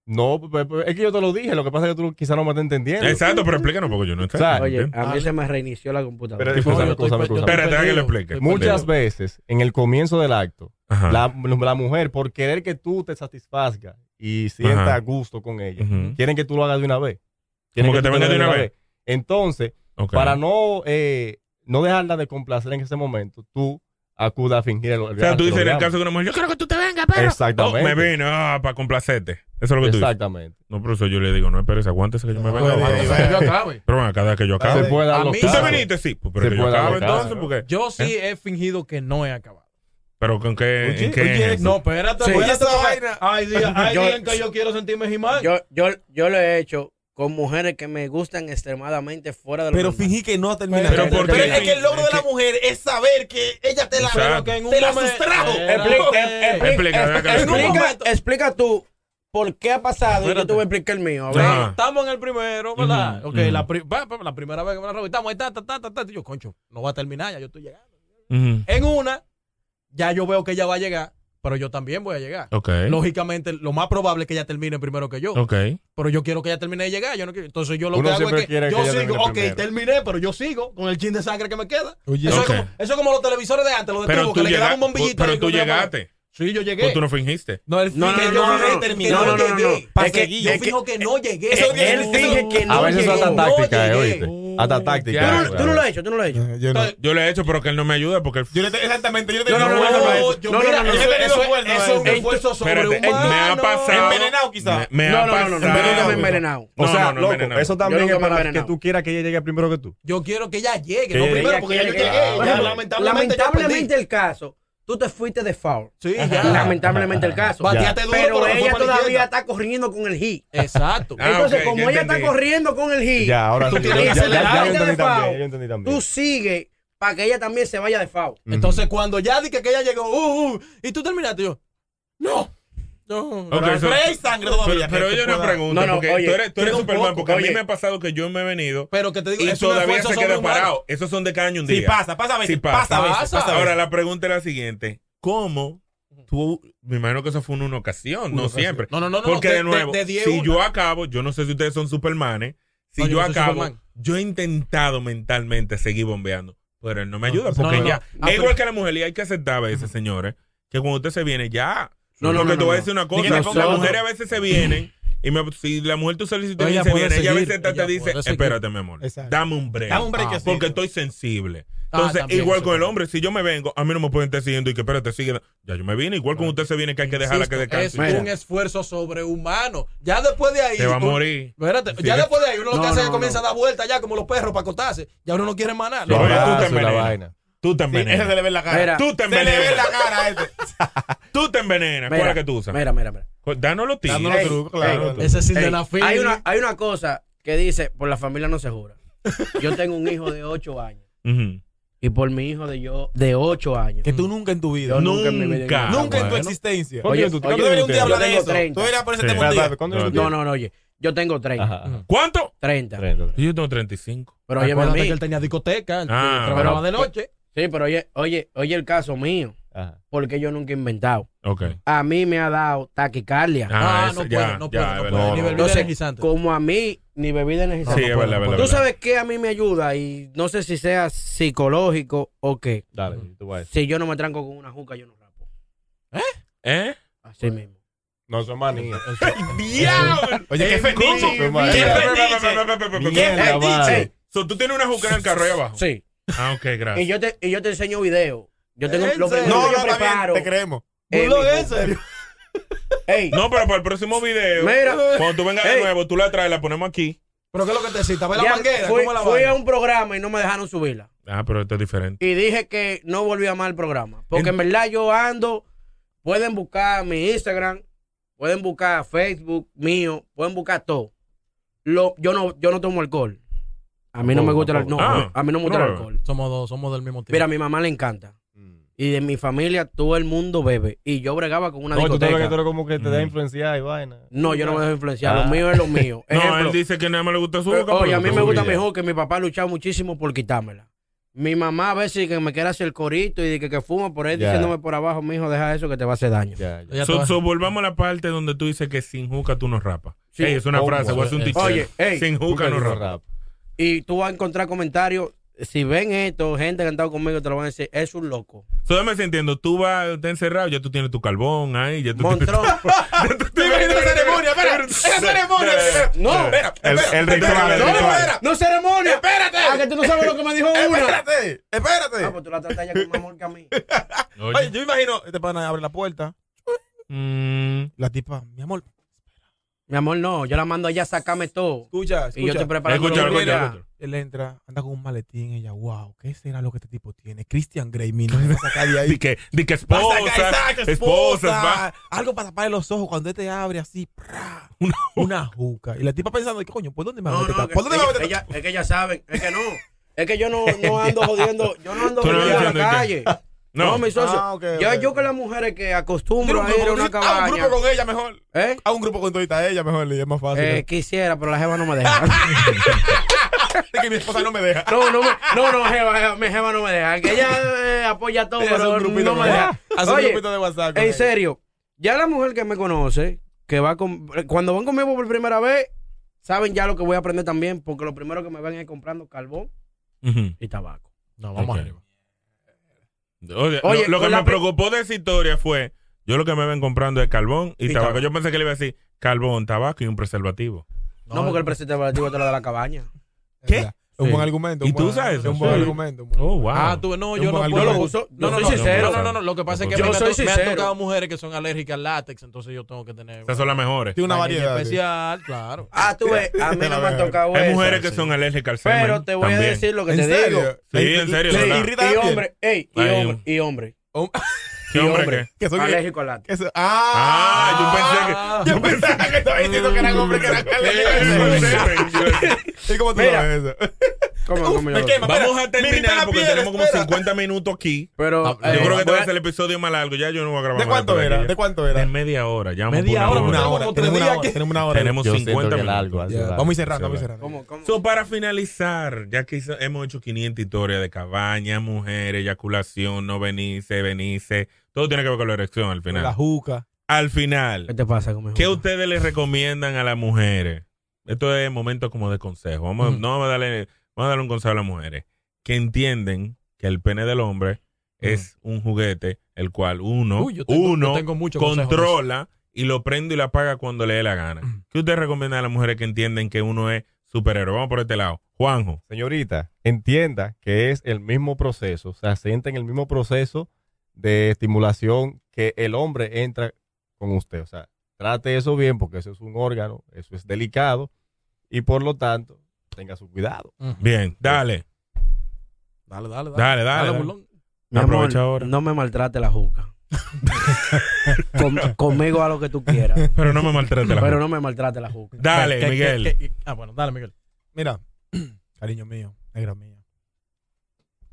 [SPEAKER 5] No, pues, pues, es que yo te lo dije, lo que pasa es que tú quizás no me estás entendiendo.
[SPEAKER 1] Exacto, pero explícanos porque yo no estoy.
[SPEAKER 5] Claro.
[SPEAKER 2] Oye, a
[SPEAKER 4] Dale.
[SPEAKER 2] mí se me reinició la computadora.
[SPEAKER 5] Pero-
[SPEAKER 4] No,
[SPEAKER 5] Escúchame,
[SPEAKER 4] yo estoy
[SPEAKER 5] escúchame,
[SPEAKER 4] pe- yo
[SPEAKER 5] escúchame.
[SPEAKER 4] estoy
[SPEAKER 1] Espérate, deja que
[SPEAKER 4] perdido.
[SPEAKER 1] lo explique.
[SPEAKER 4] Estoy perdido.
[SPEAKER 5] Muchas veces, en el comienzo del acto,
[SPEAKER 1] Ajá.
[SPEAKER 5] la, la mujer, por querer que tú te satisfazgas y sientas
[SPEAKER 1] Ajá.
[SPEAKER 5] a gusto con ella,
[SPEAKER 1] Ujú.
[SPEAKER 5] quieren que tú lo hagas de una vez. Quieren
[SPEAKER 1] Como que te
[SPEAKER 5] tú
[SPEAKER 1] venga
[SPEAKER 5] lo
[SPEAKER 1] de
[SPEAKER 5] hagas
[SPEAKER 1] una vez.
[SPEAKER 5] Entonces,
[SPEAKER 1] Ok.
[SPEAKER 5] para no, eh, no dejarla de complacer en ese momento, tú acudas a fingir el
[SPEAKER 1] O sea, tú dices en el caso de una mujer, yo quiero que tú te vengas, pero.
[SPEAKER 5] Exactamente.
[SPEAKER 1] me vino ah, para complacerte. Eso es lo que tú dices.
[SPEAKER 5] Exactamente.
[SPEAKER 1] No, pero eso yo le digo, no esperes, aguántese que yo me
[SPEAKER 5] No,
[SPEAKER 1] venga.
[SPEAKER 5] puede,
[SPEAKER 1] Aguántese.
[SPEAKER 5] puede. Yo acabe.
[SPEAKER 1] Pero bueno, cada que yo acabe.
[SPEAKER 5] Se puede dar A los mí-
[SPEAKER 1] ¿Tú te
[SPEAKER 5] casos.
[SPEAKER 1] viniste? Sí, pues, pero
[SPEAKER 5] Se
[SPEAKER 1] que yo
[SPEAKER 5] puede dar
[SPEAKER 1] acabe
[SPEAKER 5] los casos.
[SPEAKER 1] entonces, porque.
[SPEAKER 4] Yo sí he fingido que no he acabado.
[SPEAKER 1] Pero con qué.
[SPEAKER 4] Oye,
[SPEAKER 1] ¿en qué
[SPEAKER 4] oye,
[SPEAKER 1] es?
[SPEAKER 4] no, espérate,
[SPEAKER 1] Sí.
[SPEAKER 4] espérate,
[SPEAKER 1] Esa
[SPEAKER 4] porque-
[SPEAKER 1] vaina.
[SPEAKER 4] Ay, día- ay,
[SPEAKER 2] Yo-
[SPEAKER 4] día en que yo quiero sentirme Jimán.
[SPEAKER 2] Yo, yo, yo lo he hecho con mujeres que me gustan extremadamente fuera de lo
[SPEAKER 3] Pero
[SPEAKER 2] normal.
[SPEAKER 3] fingí que no ha terminado.
[SPEAKER 2] Pero ¿por qué?
[SPEAKER 3] es que el logro de la mujer es saber que ella te la,
[SPEAKER 2] Exacto.
[SPEAKER 3] que en un
[SPEAKER 2] Te la
[SPEAKER 3] momento-
[SPEAKER 2] sustrajo. eh,
[SPEAKER 3] Espérate.
[SPEAKER 2] Explica, explica, explica tú por qué ha pasado y yo
[SPEAKER 4] Espérate.
[SPEAKER 2] te voy a explicar el mío. a ver.
[SPEAKER 4] Bueno, Estamos en el primero, ¿verdad?
[SPEAKER 2] Ujú,
[SPEAKER 4] Ok,
[SPEAKER 2] ujú.
[SPEAKER 4] la, pri- pa, pa, la primera vez que me la robé, estamos ahí, ta, ta, ta, ta, ta, y yo, concho, no va a terminar, ya yo estoy llegando.
[SPEAKER 1] Ujú.
[SPEAKER 4] En una, ya yo veo que ella va a llegar, pero yo también voy a llegar.
[SPEAKER 1] Ok.
[SPEAKER 4] Lógicamente, lo más probable es que ella termine primero que yo.
[SPEAKER 1] Ok.
[SPEAKER 4] Pero yo quiero que ella termine de llegar. Yo no quiero- entonces yo lo
[SPEAKER 5] Uno
[SPEAKER 4] que hago
[SPEAKER 5] siempre
[SPEAKER 4] es que
[SPEAKER 5] quiere que
[SPEAKER 4] yo
[SPEAKER 5] ella
[SPEAKER 4] sigo,
[SPEAKER 5] termine
[SPEAKER 4] ok,
[SPEAKER 5] primero.
[SPEAKER 4] terminé, pero yo sigo con el chin de sangre que me queda.
[SPEAKER 1] Oye,
[SPEAKER 4] eso,
[SPEAKER 1] ok.
[SPEAKER 4] es como, eso es como los televisores de antes, los de
[SPEAKER 1] Pero
[SPEAKER 4] tubo,
[SPEAKER 1] tú
[SPEAKER 4] que le quedaba
[SPEAKER 1] llegaste.
[SPEAKER 4] un bombillito.
[SPEAKER 1] Pero
[SPEAKER 4] ahí
[SPEAKER 1] tú
[SPEAKER 4] que una-
[SPEAKER 1] llegaste.
[SPEAKER 4] Sí, yo llegué.
[SPEAKER 1] Pues tú no fingiste.
[SPEAKER 4] No, él
[SPEAKER 2] No, no,
[SPEAKER 4] finge,
[SPEAKER 2] no,
[SPEAKER 4] yo
[SPEAKER 2] no,
[SPEAKER 4] finge
[SPEAKER 2] no,
[SPEAKER 4] que
[SPEAKER 2] no,
[SPEAKER 4] terminé,
[SPEAKER 2] no, no,
[SPEAKER 4] yo
[SPEAKER 2] no,
[SPEAKER 4] llegué.
[SPEAKER 2] no.
[SPEAKER 4] Pa'
[SPEAKER 2] Es que-
[SPEAKER 4] seguir, yo
[SPEAKER 2] es que- eh,
[SPEAKER 4] fijo que no llegué.
[SPEAKER 2] Él- él
[SPEAKER 4] Eso-
[SPEAKER 2] finge que
[SPEAKER 5] A
[SPEAKER 2] no
[SPEAKER 5] veces
[SPEAKER 2] llegó.
[SPEAKER 5] hasta táctica, eh,
[SPEAKER 4] No
[SPEAKER 5] oíste. Hasta táctica.
[SPEAKER 2] Tú no- tú no lo has hecho, tú no lo has
[SPEAKER 4] Eh,
[SPEAKER 2] hecho.
[SPEAKER 1] Yo, lo he hecho, pero que él no me ayuda porque. Yo
[SPEAKER 3] Exactamente. Yo
[SPEAKER 2] No, no, no, no, no, no,
[SPEAKER 3] yo-
[SPEAKER 2] no,
[SPEAKER 3] mira,
[SPEAKER 2] no, no,
[SPEAKER 3] yo he
[SPEAKER 2] no,
[SPEAKER 3] tenido
[SPEAKER 2] eso es-
[SPEAKER 3] esfuerzo,
[SPEAKER 2] eso es un
[SPEAKER 3] eh.
[SPEAKER 2] esfuerzo
[SPEAKER 1] Espérate, me ha pasado.
[SPEAKER 3] Envenenado, quizá.
[SPEAKER 1] Me, me
[SPEAKER 2] No,
[SPEAKER 1] ha
[SPEAKER 2] no, no, no,
[SPEAKER 1] pasado.
[SPEAKER 2] envenenado, envenenado.
[SPEAKER 5] O
[SPEAKER 1] No,
[SPEAKER 5] sea,
[SPEAKER 1] no, no,
[SPEAKER 5] loco,
[SPEAKER 1] envenenado.
[SPEAKER 5] eso
[SPEAKER 2] Yo
[SPEAKER 5] también
[SPEAKER 2] nunca
[SPEAKER 5] es
[SPEAKER 2] me
[SPEAKER 5] para que
[SPEAKER 2] envenenado.
[SPEAKER 5] tú quieras que ella llegue primero que tú.
[SPEAKER 4] Yo quiero que ella llegue,
[SPEAKER 5] Que
[SPEAKER 4] no
[SPEAKER 5] ella
[SPEAKER 4] primero,
[SPEAKER 5] llegue,
[SPEAKER 4] porque ya yo
[SPEAKER 5] que
[SPEAKER 4] llegué.
[SPEAKER 5] ella
[SPEAKER 4] ya
[SPEAKER 5] llegue.
[SPEAKER 4] lamentablemente. ya perdí.
[SPEAKER 2] el caso, tú te fuiste de foul.
[SPEAKER 4] Sí, ya.
[SPEAKER 2] Lamentablemente el caso.
[SPEAKER 4] Bateaste duro,
[SPEAKER 2] pero,
[SPEAKER 4] pero se fue
[SPEAKER 2] ella
[SPEAKER 4] para la
[SPEAKER 2] todavía
[SPEAKER 4] izquierda. Ah,
[SPEAKER 2] está corriendo con el hit.
[SPEAKER 4] Exacto.
[SPEAKER 2] Entonces, como ella está corriendo con el hit,
[SPEAKER 5] Ya, ahora
[SPEAKER 2] tú
[SPEAKER 5] sí,
[SPEAKER 2] tienes
[SPEAKER 5] ya- ya-
[SPEAKER 2] que
[SPEAKER 5] ya-
[SPEAKER 2] acelerar
[SPEAKER 5] ya yo
[SPEAKER 2] de
[SPEAKER 5] entendí
[SPEAKER 2] foul.
[SPEAKER 5] también, ya yo entendí también.
[SPEAKER 2] Tú sigue para que ella también se vaya de foul.
[SPEAKER 4] Entonces, cuando ya dije que ella llegó, uh, uh, y tú terminaste, yo, no. No,
[SPEAKER 1] Ok,
[SPEAKER 4] pero-
[SPEAKER 1] eso-
[SPEAKER 4] pero hay sangre
[SPEAKER 1] Pero,
[SPEAKER 4] todavía.
[SPEAKER 1] pero
[SPEAKER 4] que
[SPEAKER 1] yo
[SPEAKER 4] tú
[SPEAKER 1] no
[SPEAKER 4] puedas-
[SPEAKER 1] pregunto, porque tú eres, tú eres
[SPEAKER 4] queda un
[SPEAKER 1] Superman,
[SPEAKER 4] poco,
[SPEAKER 1] porque a
[SPEAKER 4] oye.
[SPEAKER 1] mí me ha pasado que yo me he venido
[SPEAKER 4] Pero que te digo,
[SPEAKER 1] y
[SPEAKER 4] es un
[SPEAKER 1] todavía
[SPEAKER 4] esfuerzo
[SPEAKER 1] se queda
[SPEAKER 4] sobrehumano.
[SPEAKER 1] parado. Esos son de caño un
[SPEAKER 3] Sí,
[SPEAKER 1] día.
[SPEAKER 3] pasa, pasa a veces,
[SPEAKER 1] Sí
[SPEAKER 3] pasa a veces, pasa a veces.
[SPEAKER 1] Ahora, la pregunta es la siguiente. ¿Cómo tú, me imagino que eso fue en una ocasión,
[SPEAKER 4] Una
[SPEAKER 1] no
[SPEAKER 4] ocasión.
[SPEAKER 1] siempre.
[SPEAKER 4] No, no, no, no,
[SPEAKER 1] Porque
[SPEAKER 4] de-
[SPEAKER 1] de nuevo,
[SPEAKER 4] de- de diez,
[SPEAKER 1] si
[SPEAKER 4] una.
[SPEAKER 1] yo acabo, yo no sé si ustedes son Supermanes, si
[SPEAKER 4] No,
[SPEAKER 1] yo,
[SPEAKER 4] yo no soy
[SPEAKER 1] acabo,
[SPEAKER 4] Superman.
[SPEAKER 1] yo he intentado mentalmente seguir bombeando, pero él no me ayuda,
[SPEAKER 4] no,
[SPEAKER 1] porque
[SPEAKER 4] no, no.
[SPEAKER 1] ya,
[SPEAKER 4] Ah,
[SPEAKER 1] es igual
[SPEAKER 4] pero-
[SPEAKER 1] que la mujer, y hay que aceptar a veces, señores, que cuando usted se viene, ya.
[SPEAKER 2] No, no,
[SPEAKER 1] porque
[SPEAKER 2] no,
[SPEAKER 1] te voy a
[SPEAKER 2] no,
[SPEAKER 1] decir
[SPEAKER 2] no.
[SPEAKER 1] una
[SPEAKER 2] Ni que
[SPEAKER 1] cosa,
[SPEAKER 2] te
[SPEAKER 1] las
[SPEAKER 2] pongas-
[SPEAKER 1] mujeres a veces se vienen. Y me- si la mujer tú solicitas y
[SPEAKER 4] Ella
[SPEAKER 1] se
[SPEAKER 4] puede
[SPEAKER 1] viene, ella a
[SPEAKER 4] seguir,
[SPEAKER 1] veces te, te
[SPEAKER 4] ella
[SPEAKER 1] dice,
[SPEAKER 4] puede seguir.
[SPEAKER 1] espérate, mi amor,
[SPEAKER 4] Exacto.
[SPEAKER 1] dame un break.
[SPEAKER 4] Dame un
[SPEAKER 3] Ah,
[SPEAKER 4] brequecito.
[SPEAKER 1] porque estoy sensible.
[SPEAKER 4] Ah,
[SPEAKER 1] Entonces,
[SPEAKER 4] también,
[SPEAKER 1] igual
[SPEAKER 4] eso
[SPEAKER 1] con el hombre, si yo me vengo, a mí no me pueden estar siguiendo y que espérate, sigue. Ya yo me vine, igual con usted se viene que hay que dejarla que
[SPEAKER 4] Insisto,
[SPEAKER 1] descanse.
[SPEAKER 4] Es un esfuerzo sobrehumano. Ya después de ahí.
[SPEAKER 1] Te va a
[SPEAKER 4] un-
[SPEAKER 1] morir.
[SPEAKER 4] Espérate,
[SPEAKER 1] Sí.
[SPEAKER 4] ya después de ahí uno lo que
[SPEAKER 1] No,
[SPEAKER 4] hace es
[SPEAKER 1] no,
[SPEAKER 4] que comienza a dar vueltas ya como los perros para acotarse. Ya uno no quiere más nada.
[SPEAKER 1] Lo
[SPEAKER 4] Lo-
[SPEAKER 1] Oye, tú te
[SPEAKER 5] abrazo y la
[SPEAKER 1] envenenas.
[SPEAKER 5] vaina.
[SPEAKER 1] Tú te
[SPEAKER 3] Sí,
[SPEAKER 1] envenenas.
[SPEAKER 3] ese se le ve en la cara.
[SPEAKER 2] Mira.
[SPEAKER 1] Tú te
[SPEAKER 3] Se le ve en la
[SPEAKER 1] envenenas.
[SPEAKER 3] cara a este.
[SPEAKER 1] Tú te envenenas. ¿Cuál es la que tú usas?
[SPEAKER 2] Mira, mira, mira.
[SPEAKER 1] Cu- Danos los tips.
[SPEAKER 3] Danos los trucos, claro.
[SPEAKER 1] Danos los
[SPEAKER 4] Ese sí de
[SPEAKER 2] Ey,
[SPEAKER 4] la fila.
[SPEAKER 2] hay, una, hay una cosa que dice, por la familia no se jura. Yo tengo un hijo de 8 años.
[SPEAKER 1] Ujú.
[SPEAKER 2] Y por mi hijo de yo de 8 años.
[SPEAKER 3] Que tú nunca en tu vida.
[SPEAKER 2] Yo nunca en mi vida
[SPEAKER 1] Nunca.
[SPEAKER 2] llegué a
[SPEAKER 3] Nunca
[SPEAKER 2] la
[SPEAKER 3] en tu
[SPEAKER 2] buena.
[SPEAKER 3] existencia.
[SPEAKER 5] Oye,
[SPEAKER 2] Oye,
[SPEAKER 5] tú-
[SPEAKER 2] oye,
[SPEAKER 3] tú deberías un día
[SPEAKER 2] yo
[SPEAKER 3] hablar de
[SPEAKER 2] tengo
[SPEAKER 3] eso.
[SPEAKER 2] 30.
[SPEAKER 3] Tú deberías
[SPEAKER 1] Sí.
[SPEAKER 3] presentarte un día.
[SPEAKER 5] ¿Cuándo
[SPEAKER 1] No,
[SPEAKER 5] yo
[SPEAKER 2] No, no, no, oye. Yo tengo 30.
[SPEAKER 5] Ajá, ajá.
[SPEAKER 1] ¿Cuánto?
[SPEAKER 2] 30.
[SPEAKER 5] Tremendo, tremendo.
[SPEAKER 1] Yo tengo 35.
[SPEAKER 2] Pero oye, a
[SPEAKER 4] Acuérdate
[SPEAKER 2] mí.
[SPEAKER 4] que él tenía discoteca, él
[SPEAKER 1] Ah,
[SPEAKER 4] trabajaba
[SPEAKER 1] bueno.
[SPEAKER 4] de noche.
[SPEAKER 2] Sí, pero oye, oye, oye el caso mío.
[SPEAKER 5] Ajá.
[SPEAKER 2] Porque yo nunca he inventado.
[SPEAKER 1] Ok.
[SPEAKER 2] A mí me ha dado taquicardia.
[SPEAKER 4] Ah, no
[SPEAKER 1] ese-
[SPEAKER 4] puede, no puede, no
[SPEAKER 1] es
[SPEAKER 4] puede.
[SPEAKER 1] verdad.
[SPEAKER 4] Ni beber-
[SPEAKER 2] Entonces,
[SPEAKER 4] energizante.
[SPEAKER 2] como a mí, ni bebida energizante.
[SPEAKER 1] Sí,
[SPEAKER 2] no
[SPEAKER 1] es
[SPEAKER 2] puedo.
[SPEAKER 1] verdad, verdad,
[SPEAKER 2] Tú
[SPEAKER 1] verdad.
[SPEAKER 2] sabes que a mí me ayuda y no sé si sea psicológico o qué.
[SPEAKER 5] Dale, tú vas a decir.
[SPEAKER 2] Si yo no me tranco con una juca, yo no rapo.
[SPEAKER 1] ¿Eh?
[SPEAKER 2] Así mismo.
[SPEAKER 5] No, son manías.
[SPEAKER 1] ¡Diablo!
[SPEAKER 3] Oye, qué fetiche.
[SPEAKER 5] Qué
[SPEAKER 3] Qué
[SPEAKER 5] mierda,
[SPEAKER 3] fetiche. Qué
[SPEAKER 5] Mierda,
[SPEAKER 3] fetiche.
[SPEAKER 5] vale.
[SPEAKER 3] Ey,
[SPEAKER 1] So, tú tienes una juca en el carro ahí abajo.
[SPEAKER 2] Sí.
[SPEAKER 1] Ah, ok,
[SPEAKER 2] Y
[SPEAKER 1] gracias.
[SPEAKER 2] yo te, y yo te enseño video. Yo tengo
[SPEAKER 4] ¿En
[SPEAKER 2] lo
[SPEAKER 4] serio?
[SPEAKER 2] primero
[SPEAKER 3] No,
[SPEAKER 2] que
[SPEAKER 3] no,
[SPEAKER 2] yo
[SPEAKER 3] está bien,
[SPEAKER 2] preparo.
[SPEAKER 3] te creemos.
[SPEAKER 2] es
[SPEAKER 3] Burlón,
[SPEAKER 2] mi
[SPEAKER 3] en
[SPEAKER 2] juca.
[SPEAKER 3] serio.
[SPEAKER 2] Ey,
[SPEAKER 1] No, pero para el próximo video,
[SPEAKER 2] Mira.
[SPEAKER 1] cuando tú vengas de
[SPEAKER 2] Ey.
[SPEAKER 1] nuevo, tú la traes, la ponemos aquí.
[SPEAKER 4] Pero ¿qué es lo que te cita? ¿Ve la
[SPEAKER 2] ya
[SPEAKER 4] manguera?
[SPEAKER 2] fui,
[SPEAKER 4] ¿Cómo la
[SPEAKER 2] fui
[SPEAKER 4] vaina?
[SPEAKER 2] a un programa y no me dejaron subirla.
[SPEAKER 1] Ah, pero esto es diferente.
[SPEAKER 2] Y dije que no volvía más al programa. Porque
[SPEAKER 1] En-
[SPEAKER 2] en verdad yo ando. Pueden buscar mi Instagram, pueden buscar Facebook mío, pueden buscar todo. Lo, yo no, yo no tomo alcohol. A mí no
[SPEAKER 5] Oh,
[SPEAKER 2] me gusta el alcohol.
[SPEAKER 1] Ah,
[SPEAKER 2] a mí no me gusta el
[SPEAKER 1] no.
[SPEAKER 2] alcohol.
[SPEAKER 4] Somos dos, somos del mismo tipo.
[SPEAKER 2] Mira, a mi mamá le encanta.
[SPEAKER 5] Mm.
[SPEAKER 2] Y de mi familia todo el mundo bebe. Y yo bregaba con una
[SPEAKER 5] No, tú te ves
[SPEAKER 2] discoteca.
[SPEAKER 5] que tú eres como que te deja
[SPEAKER 1] Mm.
[SPEAKER 5] influenciar y vaina.
[SPEAKER 2] No, yo no me dejo influenciar.
[SPEAKER 5] Ah.
[SPEAKER 2] Lo mío es lo mío.
[SPEAKER 1] No,
[SPEAKER 2] Ejemplo,
[SPEAKER 1] él dice que nada más le gusta su
[SPEAKER 2] eh,
[SPEAKER 1] juca.
[SPEAKER 2] oye, a mí me gusta
[SPEAKER 1] mi
[SPEAKER 2] mejor que mi papá luchaba muchísimo por quitármela. Mi mamá a veces que me quiere hacer el corito y de que, que fuma por ahí
[SPEAKER 5] Ya.
[SPEAKER 2] diciéndome por abajo, mijo, deja eso que te va a hacer daño.
[SPEAKER 5] Ya, ya.
[SPEAKER 4] Ella
[SPEAKER 1] So,
[SPEAKER 4] estaba-
[SPEAKER 1] so, volvamos a la parte donde tú dices que sin juca tú no rapas.
[SPEAKER 2] Sí.
[SPEAKER 1] Ey, es una
[SPEAKER 5] Oh,
[SPEAKER 1] frase, voy a hacer un
[SPEAKER 4] eh,
[SPEAKER 1] t
[SPEAKER 2] oye, ey,
[SPEAKER 1] sin
[SPEAKER 5] Tú
[SPEAKER 1] juca
[SPEAKER 5] que
[SPEAKER 1] no
[SPEAKER 5] dices
[SPEAKER 1] rapas.
[SPEAKER 5] rap.
[SPEAKER 2] Y tú vas a encontrar comentarios si ven esto, gente que ha andado conmigo, te lo van a decir, es un loco.
[SPEAKER 1] So, déjame sintiendo, tú vas, estás encerrado, ya tú tienes tu carbón ahí, ya tú
[SPEAKER 2] Montrón.
[SPEAKER 1] Te imaginas la ceremonia, espera, esa ceremonia, espera.
[SPEAKER 2] No, espera,
[SPEAKER 1] El- el ritual, el
[SPEAKER 2] no,
[SPEAKER 1] ritual.
[SPEAKER 2] espera, no ceremonia. Espérate. Ah, que tú no sabes lo que me dijo una.
[SPEAKER 3] Eh, Espérate, espérate.
[SPEAKER 2] No, pues tú la tratas ya con más amor que a mí.
[SPEAKER 3] Oye. yo me imagino, este pana abre la puerta. La tipa, mi amor.
[SPEAKER 2] Mi amor, no, yo la mando allá a sacarme todo.
[SPEAKER 3] Escucha,
[SPEAKER 2] Y yo estoy preparando Escucha, lo escucha, mío.
[SPEAKER 3] Él entra, anda con un maletín. Ella, wow, ¿qué será lo que este tipo tiene? Christian Grey, mi no se saca de ahí.
[SPEAKER 1] Di que, di que
[SPEAKER 3] Va a
[SPEAKER 1] esposa,
[SPEAKER 3] sacar- exacto,
[SPEAKER 1] esposa, va.
[SPEAKER 3] Algo para taparle los ojos. Cuando este abre así, ¡prá! una, juca. Y la tipa pensando, ¿qué coño? ¿Por dónde me va a meter? esta- ¿Por dónde me va a
[SPEAKER 2] ella,
[SPEAKER 3] meter? esta-
[SPEAKER 2] ella- es que ya saben, es que no. Es que yo no, no ando jodiendo, yo no ando
[SPEAKER 3] Tú no
[SPEAKER 2] jodiendo en la
[SPEAKER 3] entiendes
[SPEAKER 2] calle.
[SPEAKER 3] que-
[SPEAKER 2] No,
[SPEAKER 3] No.
[SPEAKER 2] mi socio.
[SPEAKER 3] Ah, ok,
[SPEAKER 2] yo,
[SPEAKER 3] ok.
[SPEAKER 2] yo con las mujeres que acostumbro
[SPEAKER 3] Tiene
[SPEAKER 2] a ir a una
[SPEAKER 3] un grupo, dice, "Ah, un
[SPEAKER 2] cabaña.
[SPEAKER 3] grupo con ella mejor.
[SPEAKER 2] ¿Eh?
[SPEAKER 3] A un grupo con todita ella mejor, y es más fácil.
[SPEAKER 2] Eh,
[SPEAKER 3] ¿eh?
[SPEAKER 2] quisiera, pero la jeva no me deja.
[SPEAKER 3] Es que mi esposa no me deja.
[SPEAKER 2] No, no, me- no, no, jeva, jeva, mi jeva no me deja. Que ella eh, apoya todo,
[SPEAKER 3] Ella hace
[SPEAKER 2] pero
[SPEAKER 3] un grupito
[SPEAKER 2] no
[SPEAKER 3] con
[SPEAKER 2] me deja.
[SPEAKER 3] Hace un
[SPEAKER 2] Oye,
[SPEAKER 3] grupito de WhatsApp con
[SPEAKER 2] En
[SPEAKER 3] ella.
[SPEAKER 2] serio, ya la mujer que me conoce, que va con, cuando van conmigo por primera vez, saben ya lo que voy a aprender también, porque lo primero que me ven es comprando carbón y tabaco.
[SPEAKER 4] No,
[SPEAKER 1] vamos
[SPEAKER 4] arriba.
[SPEAKER 1] Oye,
[SPEAKER 2] Oye,
[SPEAKER 1] lo, lo que
[SPEAKER 2] con la
[SPEAKER 1] me
[SPEAKER 2] pri-
[SPEAKER 1] preocupó de esa historia fue, yo lo que me ven comprando es carbón y,
[SPEAKER 2] Y
[SPEAKER 1] tabaco.
[SPEAKER 2] tabaco.
[SPEAKER 1] Yo pensé que le iba a decir carbón, tabaco y un preservativo.
[SPEAKER 2] No, porque el preservativo te lo da la cabaña.
[SPEAKER 1] ¿Qué?
[SPEAKER 3] Es un buen argumento.
[SPEAKER 1] ¿Y
[SPEAKER 3] un
[SPEAKER 1] tú
[SPEAKER 3] buen-
[SPEAKER 1] sabes eso?
[SPEAKER 3] Un buen
[SPEAKER 1] Sí.
[SPEAKER 3] argumento.
[SPEAKER 1] Oh, wow.
[SPEAKER 4] Ah, tú, no,
[SPEAKER 3] Un
[SPEAKER 4] yo no
[SPEAKER 3] buen
[SPEAKER 4] puedo.
[SPEAKER 3] argumento.
[SPEAKER 4] No, no,
[SPEAKER 2] Yo
[SPEAKER 4] no,
[SPEAKER 2] soy
[SPEAKER 4] no,
[SPEAKER 2] sincero.
[SPEAKER 4] No, no, no, lo que pasa es que
[SPEAKER 2] Yo
[SPEAKER 4] me, han
[SPEAKER 2] soy
[SPEAKER 4] to- me han
[SPEAKER 2] sincero.
[SPEAKER 4] tocado mujeres que son alérgicas al látex, entonces yo tengo que tener.
[SPEAKER 1] Esas son las mejores.
[SPEAKER 3] Tiene una
[SPEAKER 4] vainilla
[SPEAKER 3] variedad, pues, sí.
[SPEAKER 4] especial, claro.
[SPEAKER 2] Ah, tú ves, a mí no me ha tocado
[SPEAKER 1] Hay
[SPEAKER 2] eso.
[SPEAKER 1] mujeres que son alérgicas al semen.
[SPEAKER 2] Pero te voy
[SPEAKER 1] también.
[SPEAKER 2] a decir lo que
[SPEAKER 3] ¿En
[SPEAKER 2] te
[SPEAKER 3] serio?
[SPEAKER 2] digo.
[SPEAKER 1] Sí, en serio.
[SPEAKER 3] Le
[SPEAKER 1] ¿verdad?
[SPEAKER 3] irrita
[SPEAKER 2] Y
[SPEAKER 3] la piel.
[SPEAKER 2] hombre, ey, y
[SPEAKER 1] Ay,
[SPEAKER 2] hombre, y hombre.
[SPEAKER 3] Hom-
[SPEAKER 1] ¿Qué
[SPEAKER 2] y
[SPEAKER 1] hombre
[SPEAKER 2] hombre.
[SPEAKER 3] que son-
[SPEAKER 2] Alérgico al látex.
[SPEAKER 3] que son-
[SPEAKER 1] Ah,
[SPEAKER 3] yo pensaba que estaba diciendo que eran hombres que eran ¿Y cómo tú
[SPEAKER 2] Mira.
[SPEAKER 3] sabes eso?
[SPEAKER 2] ¿Cómo, cómo yo
[SPEAKER 3] Me
[SPEAKER 2] lo-
[SPEAKER 3] quema,
[SPEAKER 1] Vamos
[SPEAKER 3] espera.
[SPEAKER 1] a
[SPEAKER 3] Me irrita
[SPEAKER 1] terminar
[SPEAKER 3] la
[SPEAKER 1] porque
[SPEAKER 3] piel,
[SPEAKER 1] tenemos como
[SPEAKER 3] espera.
[SPEAKER 1] 50 minutos aquí.
[SPEAKER 2] Pero
[SPEAKER 1] Yo creo que
[SPEAKER 2] eh,
[SPEAKER 1] este
[SPEAKER 2] voy
[SPEAKER 1] va
[SPEAKER 2] a-
[SPEAKER 1] a ser el episodio más largo. Ya yo no voy a grabar
[SPEAKER 3] ¿De
[SPEAKER 1] más
[SPEAKER 3] cuánto
[SPEAKER 1] después
[SPEAKER 3] era?
[SPEAKER 1] ya.
[SPEAKER 3] ¿De cuánto
[SPEAKER 1] De
[SPEAKER 3] era?
[SPEAKER 1] media hora. Ya vamos
[SPEAKER 4] Media
[SPEAKER 1] por
[SPEAKER 4] hora,
[SPEAKER 1] una
[SPEAKER 4] una
[SPEAKER 1] hora.
[SPEAKER 4] hora. Como tres
[SPEAKER 3] Tenemos una
[SPEAKER 4] días
[SPEAKER 3] hora.
[SPEAKER 4] que-
[SPEAKER 3] Tenemos una hora.
[SPEAKER 1] Tenemos
[SPEAKER 5] Yo siento
[SPEAKER 1] 50
[SPEAKER 5] que
[SPEAKER 1] minutos.
[SPEAKER 5] largo, hace
[SPEAKER 3] Ya,
[SPEAKER 5] largo.
[SPEAKER 3] Vamos a ir cerrando,
[SPEAKER 5] Hace
[SPEAKER 3] vamos a ir
[SPEAKER 5] largo.
[SPEAKER 3] cerrando.
[SPEAKER 2] ¿Cómo, cómo?
[SPEAKER 1] So, para finalizar, ya que hizo- hemos hecho 500 historias de cabañas, mujeres, eyaculación, no venirse, venirse. Todo tiene que ver con la erección al
[SPEAKER 3] La
[SPEAKER 1] final.
[SPEAKER 3] juca.
[SPEAKER 1] Al final,
[SPEAKER 2] ¿Qué te pasa conmigo?
[SPEAKER 1] ¿qué ustedes les recomiendan a las mujeres? Esto es momento como de consejo. Vamos, a-
[SPEAKER 4] Ujú.
[SPEAKER 1] no, vamos a darle, vamos a darle un consejo a las mujeres. Que entienden que el pene del hombre es un juguete, el cual uno,
[SPEAKER 4] Uy, yo tengo- yo
[SPEAKER 1] uno
[SPEAKER 4] tengo muchos consejos de
[SPEAKER 1] controla y lo prende y lo apaga cuando le dé la gana. ¿Qué ustedes recomiendan a las mujeres que entienden que uno es superhéroe? Vamos por este lado. Juanjo.
[SPEAKER 5] Señorita, entienda que es el mismo proceso, o sea, se entra en el mismo proceso de estimulación que el hombre entra con usted. O sea, trate eso bien porque eso es un órgano, eso es delicado y por lo tanto, tenga su cuidado.
[SPEAKER 1] Bien, dale.
[SPEAKER 4] Dale, dale, dale.
[SPEAKER 1] Dale, dale.
[SPEAKER 4] burlón.
[SPEAKER 2] Mi
[SPEAKER 1] Aprovecha
[SPEAKER 2] amor,
[SPEAKER 1] ahora.
[SPEAKER 2] No me maltrate la juca. Con- conmigo a lo que tú quieras.
[SPEAKER 1] Pero no me maltrate la
[SPEAKER 2] Pero
[SPEAKER 1] juca.
[SPEAKER 2] no me maltrate la juca.
[SPEAKER 1] Dale,
[SPEAKER 4] Que- que-
[SPEAKER 1] Miguel.
[SPEAKER 4] que- que- ah, bueno, dale, Miguel.
[SPEAKER 3] Mira, cariño mío, negra mía,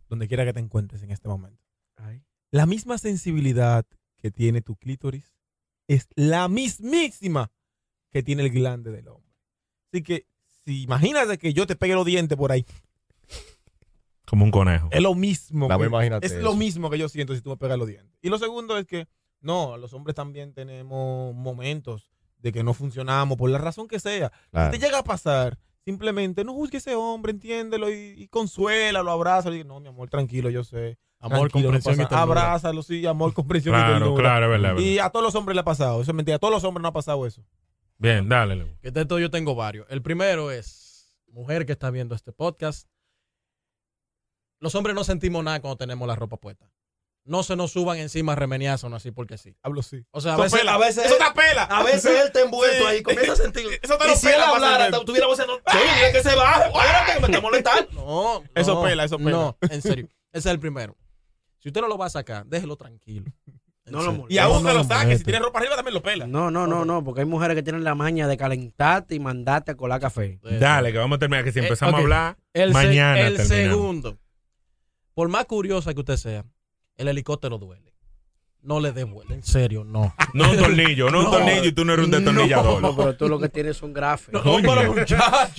[SPEAKER 3] donde quiera que te encuentres en este momento,
[SPEAKER 2] Ay.
[SPEAKER 3] la misma sensibilidad que tiene tu clítoris es la mismísima que tiene el glande del hombre. Así que, si imagínate que yo te pegue los dientes por ahí,
[SPEAKER 1] Como un conejo.
[SPEAKER 4] Este
[SPEAKER 3] es lo mismo.
[SPEAKER 5] Nada más
[SPEAKER 3] que-
[SPEAKER 5] imagínate
[SPEAKER 3] es lo
[SPEAKER 5] eso.
[SPEAKER 3] mismo que yo siento si tú me pegas los dientes. Y lo segundo es que, no, los hombres también tenemos momentos de que no funcionamos por la razón que sea.
[SPEAKER 5] Claro.
[SPEAKER 3] Si te llega a pasar, simplemente no juzgue a ese hombre, entiéndelo y, y consuélalo, abrázalo. Y, no, mi amor, tranquilo, yo sé.
[SPEAKER 4] Amor,
[SPEAKER 3] Tranquilo, no
[SPEAKER 4] comprensión
[SPEAKER 3] pasa-
[SPEAKER 4] y ternura.
[SPEAKER 3] Abrázalo, sí, amor, comprensión y
[SPEAKER 1] Claro,
[SPEAKER 3] ternura.
[SPEAKER 1] claro, es verdad. es verdad.
[SPEAKER 3] Y a todos los hombres le ha pasado, eso es mentira. A todos los hombres no ha pasado eso.
[SPEAKER 1] Bien, dale. Leo.
[SPEAKER 4] Que de esto Este yo tengo varios. El primero es, mujer que está viendo este podcast, los hombres no sentimos nada cuando tenemos la ropa puesta. No se nos suban encima remeniazos, no así porque sí.
[SPEAKER 3] Hablo sí.
[SPEAKER 4] O sea, a
[SPEAKER 3] Eso
[SPEAKER 4] veces,
[SPEAKER 3] pela.
[SPEAKER 4] a veces
[SPEAKER 3] eso está pela.
[SPEAKER 4] a veces él te envuelto ahí, comienza a sentir.
[SPEAKER 3] Eso te
[SPEAKER 4] y
[SPEAKER 3] lo
[SPEAKER 4] si
[SPEAKER 3] pela,
[SPEAKER 4] él
[SPEAKER 3] pasa
[SPEAKER 4] hablara,
[SPEAKER 3] de-
[SPEAKER 4] te- tuviera voceando, "Ey, dile que se baje, espérate, que me está molestando. No, no,
[SPEAKER 3] Eso pela, eso pela.
[SPEAKER 4] No, en serio. Ese es el primero. Si usted no lo va a sacar, déjelo tranquilo. En
[SPEAKER 2] No lo
[SPEAKER 4] serio.
[SPEAKER 2] moleste.
[SPEAKER 3] Y aún
[SPEAKER 4] No,
[SPEAKER 3] te
[SPEAKER 4] no
[SPEAKER 3] lo saques, si
[SPEAKER 4] moleste.
[SPEAKER 3] tienes ropa arriba también lo pela.
[SPEAKER 2] No, no, no, no, porque hay mujeres que tienen la maña de calentarte y mandarte a colar café.
[SPEAKER 4] Eh,
[SPEAKER 1] Dale, que vamos a terminar. Que si
[SPEAKER 4] Eh,
[SPEAKER 1] empezamos
[SPEAKER 4] ok.
[SPEAKER 1] a hablar,
[SPEAKER 4] El, se-
[SPEAKER 1] mañana
[SPEAKER 4] el
[SPEAKER 1] terminamos.
[SPEAKER 4] segundo. Por más curiosa que usted sea, el helicóptero duele. No le dé vuelta. En serio, no.
[SPEAKER 1] no un tornillo, no, un tornillo y tú no eres un detornillador.
[SPEAKER 2] No, pero tú lo que tienes son grafes.
[SPEAKER 4] No, pero muchacho,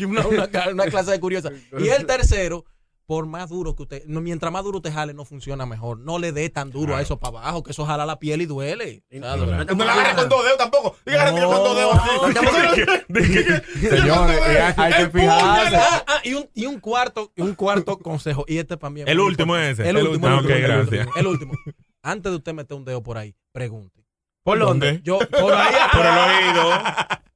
[SPEAKER 4] una, una ca- una clase de curiosa. Y el tercero, por más duro que usted, no, mientras más duro te jale, no funciona mejor. No le dé tan duro a eso para abajo, que eso jala la piel y duele.
[SPEAKER 3] No la agarre con dos dedos tampoco. Diga que con dos dedos así.
[SPEAKER 5] Señores, hay- hay que fijarse.
[SPEAKER 4] Ah, ah, y, un, y un cuarto, y un cuarto consejo. Y este también.
[SPEAKER 1] El
[SPEAKER 4] muy
[SPEAKER 1] último
[SPEAKER 4] importante.
[SPEAKER 1] es ese.
[SPEAKER 4] El
[SPEAKER 1] El
[SPEAKER 4] último.
[SPEAKER 1] último.
[SPEAKER 4] el
[SPEAKER 1] Ah,
[SPEAKER 4] último,
[SPEAKER 1] ok,
[SPEAKER 4] el último,
[SPEAKER 1] gracias.
[SPEAKER 4] El último. Antes de usted meter un dedo por ahí, pregunte.
[SPEAKER 3] ¿Por dónde?
[SPEAKER 4] Yo, por ahí.
[SPEAKER 1] Por el oído.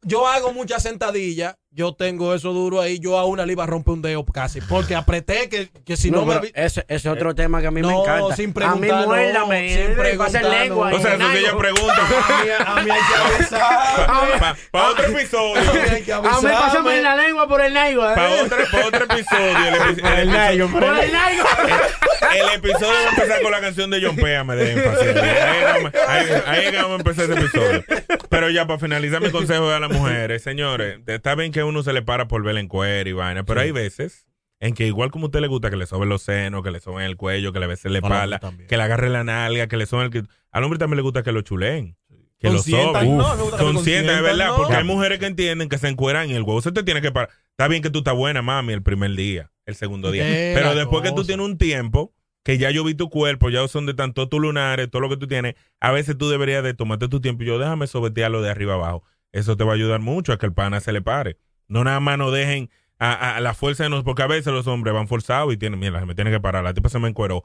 [SPEAKER 4] Yo hago muchas sentadillas. Yo tengo eso duro ahí. Yo a una le iba a romper un dedo casi. Porque apreté que, que si no,
[SPEAKER 2] No,
[SPEAKER 4] me.
[SPEAKER 2] pero
[SPEAKER 4] avi-
[SPEAKER 2] ese es otro tema que a mí me
[SPEAKER 4] No,
[SPEAKER 2] encanta.
[SPEAKER 4] sin preguntar,
[SPEAKER 2] A mí
[SPEAKER 4] no,
[SPEAKER 2] muérdame.
[SPEAKER 4] sin
[SPEAKER 2] eh, va a ser
[SPEAKER 4] preguntar,
[SPEAKER 2] lengua.
[SPEAKER 4] no.
[SPEAKER 2] eh,
[SPEAKER 4] O sea, eso
[SPEAKER 1] Entonces
[SPEAKER 2] nalgo.
[SPEAKER 1] ella pregunta.
[SPEAKER 2] A mí hay que avisar.
[SPEAKER 1] Para otro
[SPEAKER 4] eh,
[SPEAKER 1] episodio.
[SPEAKER 4] Ah,
[SPEAKER 2] A mí pásame la lengua por el naigo. eh.
[SPEAKER 1] Para otro, pa' otro episodio. El, epi- el episodio-
[SPEAKER 2] Por el naigo.
[SPEAKER 1] el episodio va a empezar con la canción de John Péame de énfasis. Ahí llegamos- Ahí ahí es que vamos a empezar ese episodio. Pero ya, para finalizar mi consejo a las mujeres, señores, está bien que uno se le para por ver en cuero y vaina, pero hay veces en que igual como a usted le gusta que le soben los senos, que le soben el cuello, que le besen la
[SPEAKER 3] Al hombre
[SPEAKER 1] espalda,
[SPEAKER 3] también.
[SPEAKER 1] que le agarre la nalga, que le soben el... que- Al hombre también le gusta que lo chuleen. Que lo
[SPEAKER 3] Consientan,
[SPEAKER 1] soben.
[SPEAKER 3] no, le gusta que lo
[SPEAKER 1] Consientan, es verdad,
[SPEAKER 3] consientan,
[SPEAKER 1] porque
[SPEAKER 3] no.
[SPEAKER 1] hay mujeres que entienden que se encueran y el huevo se te tiene que parar. Está bien que tú estás buena, mami, el primer día, el segundo día.
[SPEAKER 3] Eh,
[SPEAKER 1] Pero
[SPEAKER 3] la
[SPEAKER 1] después que tú
[SPEAKER 3] cosa.
[SPEAKER 1] tienes un tiempo, que ya yo vi tu cuerpo, ya son de tanto tus lunares, todo lo que tú tienes, a veces tú deberías de tomarte tu tiempo y yo déjame sobetearlo de arriba abajo. Eso te va a ayudar mucho a que el pana se le pare. No nada más no dejen a, a- a la fuerza de nosotros, porque a veces los hombres van forzados y tienen, mira, se me tiene que parar, la tipa se me encueró.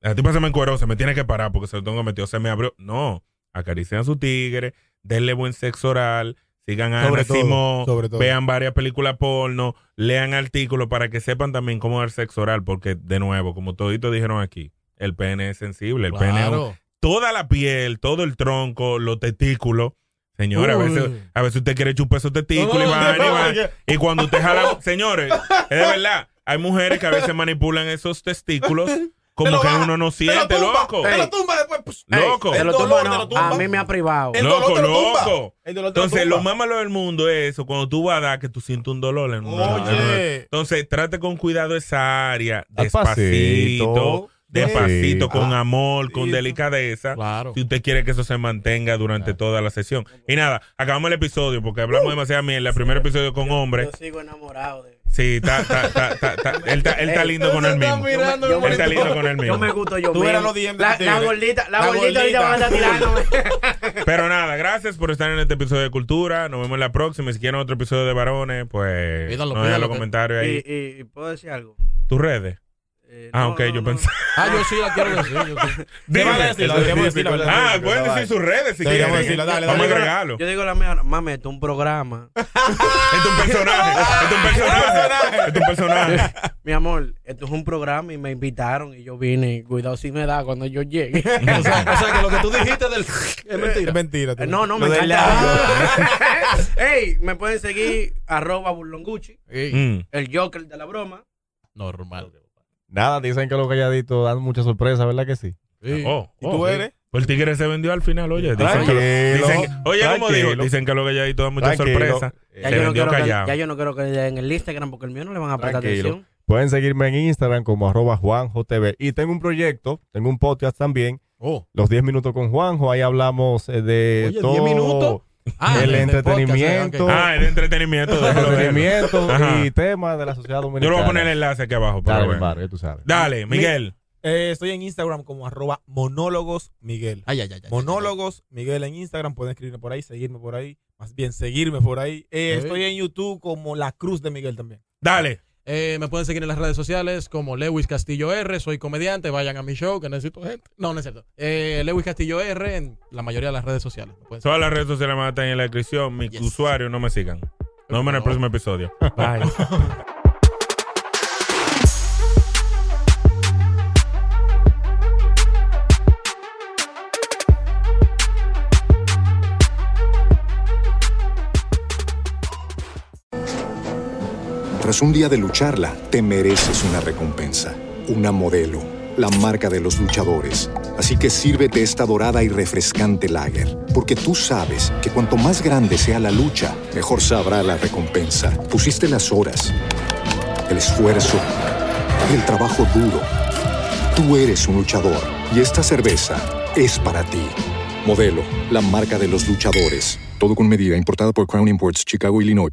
[SPEAKER 1] La tipa se me encueró, se me tiene que parar porque se lo tengo metido, se me abrió. No, acaricien a su tigre, denle buen sexo oral, sigan a
[SPEAKER 3] Sobre
[SPEAKER 1] Ana
[SPEAKER 3] todo,
[SPEAKER 1] Simón,
[SPEAKER 3] sobre todo.
[SPEAKER 1] vean varias películas porno, lean artículos para que sepan también cómo dar sexo oral, porque de nuevo, como toditos dijeron aquí, el pene es sensible, el pene es un-
[SPEAKER 4] Claro.
[SPEAKER 1] toda la piel, todo el tronco, los testículos. Señores, a
[SPEAKER 3] Uy.
[SPEAKER 1] veces, a veces usted quiere chupar esos testículos y
[SPEAKER 3] Uy,
[SPEAKER 1] vaina, y
[SPEAKER 3] no,
[SPEAKER 1] vaina.
[SPEAKER 3] porque-
[SPEAKER 1] Y cuando usted jala, señores, es de verdad, hay mujeres que a veces manipulan esos testículos como que uno no siente, loco.
[SPEAKER 3] Te lo tumba después. pues,
[SPEAKER 2] Ey,
[SPEAKER 1] Loco.
[SPEAKER 2] te lo
[SPEAKER 3] El
[SPEAKER 2] tumba,
[SPEAKER 3] dolor te
[SPEAKER 2] no.
[SPEAKER 3] lo tumba.
[SPEAKER 2] A mí me ha privado.
[SPEAKER 3] El
[SPEAKER 1] loco,
[SPEAKER 3] dolor te lo tumba.
[SPEAKER 1] loco.
[SPEAKER 3] El dolor te lo
[SPEAKER 1] Entonces,
[SPEAKER 3] tumba.
[SPEAKER 1] lo más malo del mundo es eso, cuando tú vas a dar que tú sientes un dolor. En
[SPEAKER 3] Oye.
[SPEAKER 1] Entonces, trate con cuidado esa área, despacito,
[SPEAKER 5] Despacito.
[SPEAKER 1] despacito,
[SPEAKER 5] Sí.
[SPEAKER 1] con amor, con
[SPEAKER 3] Ah. Despacito.
[SPEAKER 1] delicadeza.
[SPEAKER 4] Claro.
[SPEAKER 1] Si usted quiere que eso se mantenga durante toda la sesión. Y nada, acabamos el episodio porque
[SPEAKER 3] Uh.
[SPEAKER 1] hablamos demasiado mierda. El primer episodio con hombres.
[SPEAKER 2] Yo sigo enamorado de.
[SPEAKER 1] Sí, está, está, está, está, está- él está, él está
[SPEAKER 2] Ey,
[SPEAKER 1] lindo con él mismo.
[SPEAKER 2] Yo me-
[SPEAKER 1] Él
[SPEAKER 2] yo me-
[SPEAKER 1] está lindo con él
[SPEAKER 2] Yo
[SPEAKER 1] mismo.
[SPEAKER 2] me gusto yo
[SPEAKER 3] Tú
[SPEAKER 2] mismo.
[SPEAKER 3] eras los DM de
[SPEAKER 2] la,
[SPEAKER 3] Tigre.
[SPEAKER 2] la gordita, la,
[SPEAKER 3] La
[SPEAKER 2] gordita ahorita va a estar
[SPEAKER 3] gordita.
[SPEAKER 2] tirándome.
[SPEAKER 1] Pero nada, gracias por estar en este episodio de Cultura. Nos vemos en la próxima. Y Si quieren otro episodio de varones, pues
[SPEAKER 4] Pídalo,
[SPEAKER 1] no dejan
[SPEAKER 4] pídalo,
[SPEAKER 1] los
[SPEAKER 4] que-
[SPEAKER 1] comentarios
[SPEAKER 2] y,
[SPEAKER 1] ahí.
[SPEAKER 2] y- y puedo decir algo.
[SPEAKER 1] Tus redes.
[SPEAKER 2] Eh,
[SPEAKER 1] Ah,
[SPEAKER 2] no,
[SPEAKER 1] ok,
[SPEAKER 2] no,
[SPEAKER 1] yo
[SPEAKER 2] no.
[SPEAKER 1] pensé.
[SPEAKER 4] Ah, yo sí la quiero decir. yo sí.
[SPEAKER 1] Dime.
[SPEAKER 3] van a decir? Lo debemos decir, lo debemos
[SPEAKER 1] Ah,
[SPEAKER 3] decir,
[SPEAKER 1] pueden decir
[SPEAKER 3] pero dale.
[SPEAKER 1] sus redes si
[SPEAKER 3] Deberíamos
[SPEAKER 1] quieren.
[SPEAKER 3] decirlo, dale,
[SPEAKER 1] Vamos a
[SPEAKER 3] dale.
[SPEAKER 1] agregarlo.
[SPEAKER 2] Yo digo la mía, ahora, mami, esto es un programa.
[SPEAKER 1] Es un personaje. Es un personaje. Es un personaje.
[SPEAKER 2] Mi amor, esto es un programa y me invitaron y yo vine. Cuidado si me da cuando yo llegue.
[SPEAKER 4] O sea, o sea, que lo que tú dijiste del,
[SPEAKER 3] Es
[SPEAKER 4] es mentira.
[SPEAKER 3] mentira. tú.
[SPEAKER 2] Eh, no, no, me
[SPEAKER 3] Lo del
[SPEAKER 2] encanta. Ey, me pueden seguir arroba burlonguchi,
[SPEAKER 1] Mm.
[SPEAKER 2] el Joker de la broma.
[SPEAKER 4] Normal.
[SPEAKER 5] Nada, dicen que los calladitos dan mucha sorpresa, ¿verdad que sí?
[SPEAKER 4] Sí.
[SPEAKER 1] Oh,
[SPEAKER 3] ¿Y
[SPEAKER 1] oh,
[SPEAKER 3] tú
[SPEAKER 1] sí.
[SPEAKER 3] eres?
[SPEAKER 1] Pues el tigre se vendió al final, oye. Dicen que,
[SPEAKER 5] Tranquilo,
[SPEAKER 1] dicen que- oye, como dijo,
[SPEAKER 5] tranquilo.
[SPEAKER 1] dicen que lo que ya hay toda mucha
[SPEAKER 5] Tranquilo.
[SPEAKER 1] sorpresa.
[SPEAKER 2] Ya,
[SPEAKER 1] se
[SPEAKER 2] yo no
[SPEAKER 1] vendió
[SPEAKER 2] quiero que,
[SPEAKER 1] callado.
[SPEAKER 2] ya yo no quiero que le den el Instagram porque el mío no le van a prestar
[SPEAKER 5] Tranquilo.
[SPEAKER 2] atención.
[SPEAKER 5] Pueden seguirme en Instagram como arroba juanjotv. Y tengo un proyecto, tengo un podcast también,
[SPEAKER 4] Oh.
[SPEAKER 5] Los 10 Minutos con Juanjo. Ahí hablamos eh, de
[SPEAKER 4] Oye,
[SPEAKER 5] todo
[SPEAKER 4] 10 minutos. Ah,
[SPEAKER 5] el
[SPEAKER 4] del podcast,
[SPEAKER 5] entretenimiento,
[SPEAKER 4] ok.
[SPEAKER 1] Ah, el entretenimiento. déjalo, déjalo.
[SPEAKER 5] entretenimiento
[SPEAKER 1] Ajá.
[SPEAKER 5] y temas de la sociedad
[SPEAKER 1] Yo
[SPEAKER 5] dominicana.
[SPEAKER 1] le voy a poner el enlace aquí abajo. para
[SPEAKER 5] Dale,
[SPEAKER 1] ver.
[SPEAKER 5] hermano, ya tú sabes.
[SPEAKER 1] Dale, Miguel.
[SPEAKER 3] Eh, estoy en Instagram como arroba monólogos Miguel.
[SPEAKER 4] Ay, ay, ay, ay,
[SPEAKER 3] Monólogos Miguel en Instagram. Pueden escribirme por ahí, seguirme por ahí. Más bien, seguirme por ahí. Eh,
[SPEAKER 4] Sí.
[SPEAKER 3] Estoy en YouTube como La Cruz de Miguel también.
[SPEAKER 1] Dale.
[SPEAKER 4] Eh, me pueden seguir en las redes sociales como Lewis Castillo R, soy comediante, vayan a mi show que necesito gente. No, no es cierto. Eh, Lewis Castillo R en la mayoría de las redes sociales. Me pueden seguir.
[SPEAKER 1] Todas las redes sociales van a estar en la descripción. Mis
[SPEAKER 4] Yes.
[SPEAKER 1] usuarios no me sigan. Nos vemos en el
[SPEAKER 4] No.
[SPEAKER 1] próximo episodio. Bye.
[SPEAKER 6] Tras un día de lucharla, te mereces una recompensa, una modelo, la marca de los luchadores. Así que sírvete esta dorada y refrescante lager, porque tú sabes que cuanto más grande sea la lucha, mejor sabrá la recompensa. Pusiste las horas, el esfuerzo, el trabajo duro. Tú eres un luchador y esta cerveza es para ti. Modelo, la marca de los luchadores. Todo con medida, importada por Crown Imports, Chicago, Illinois.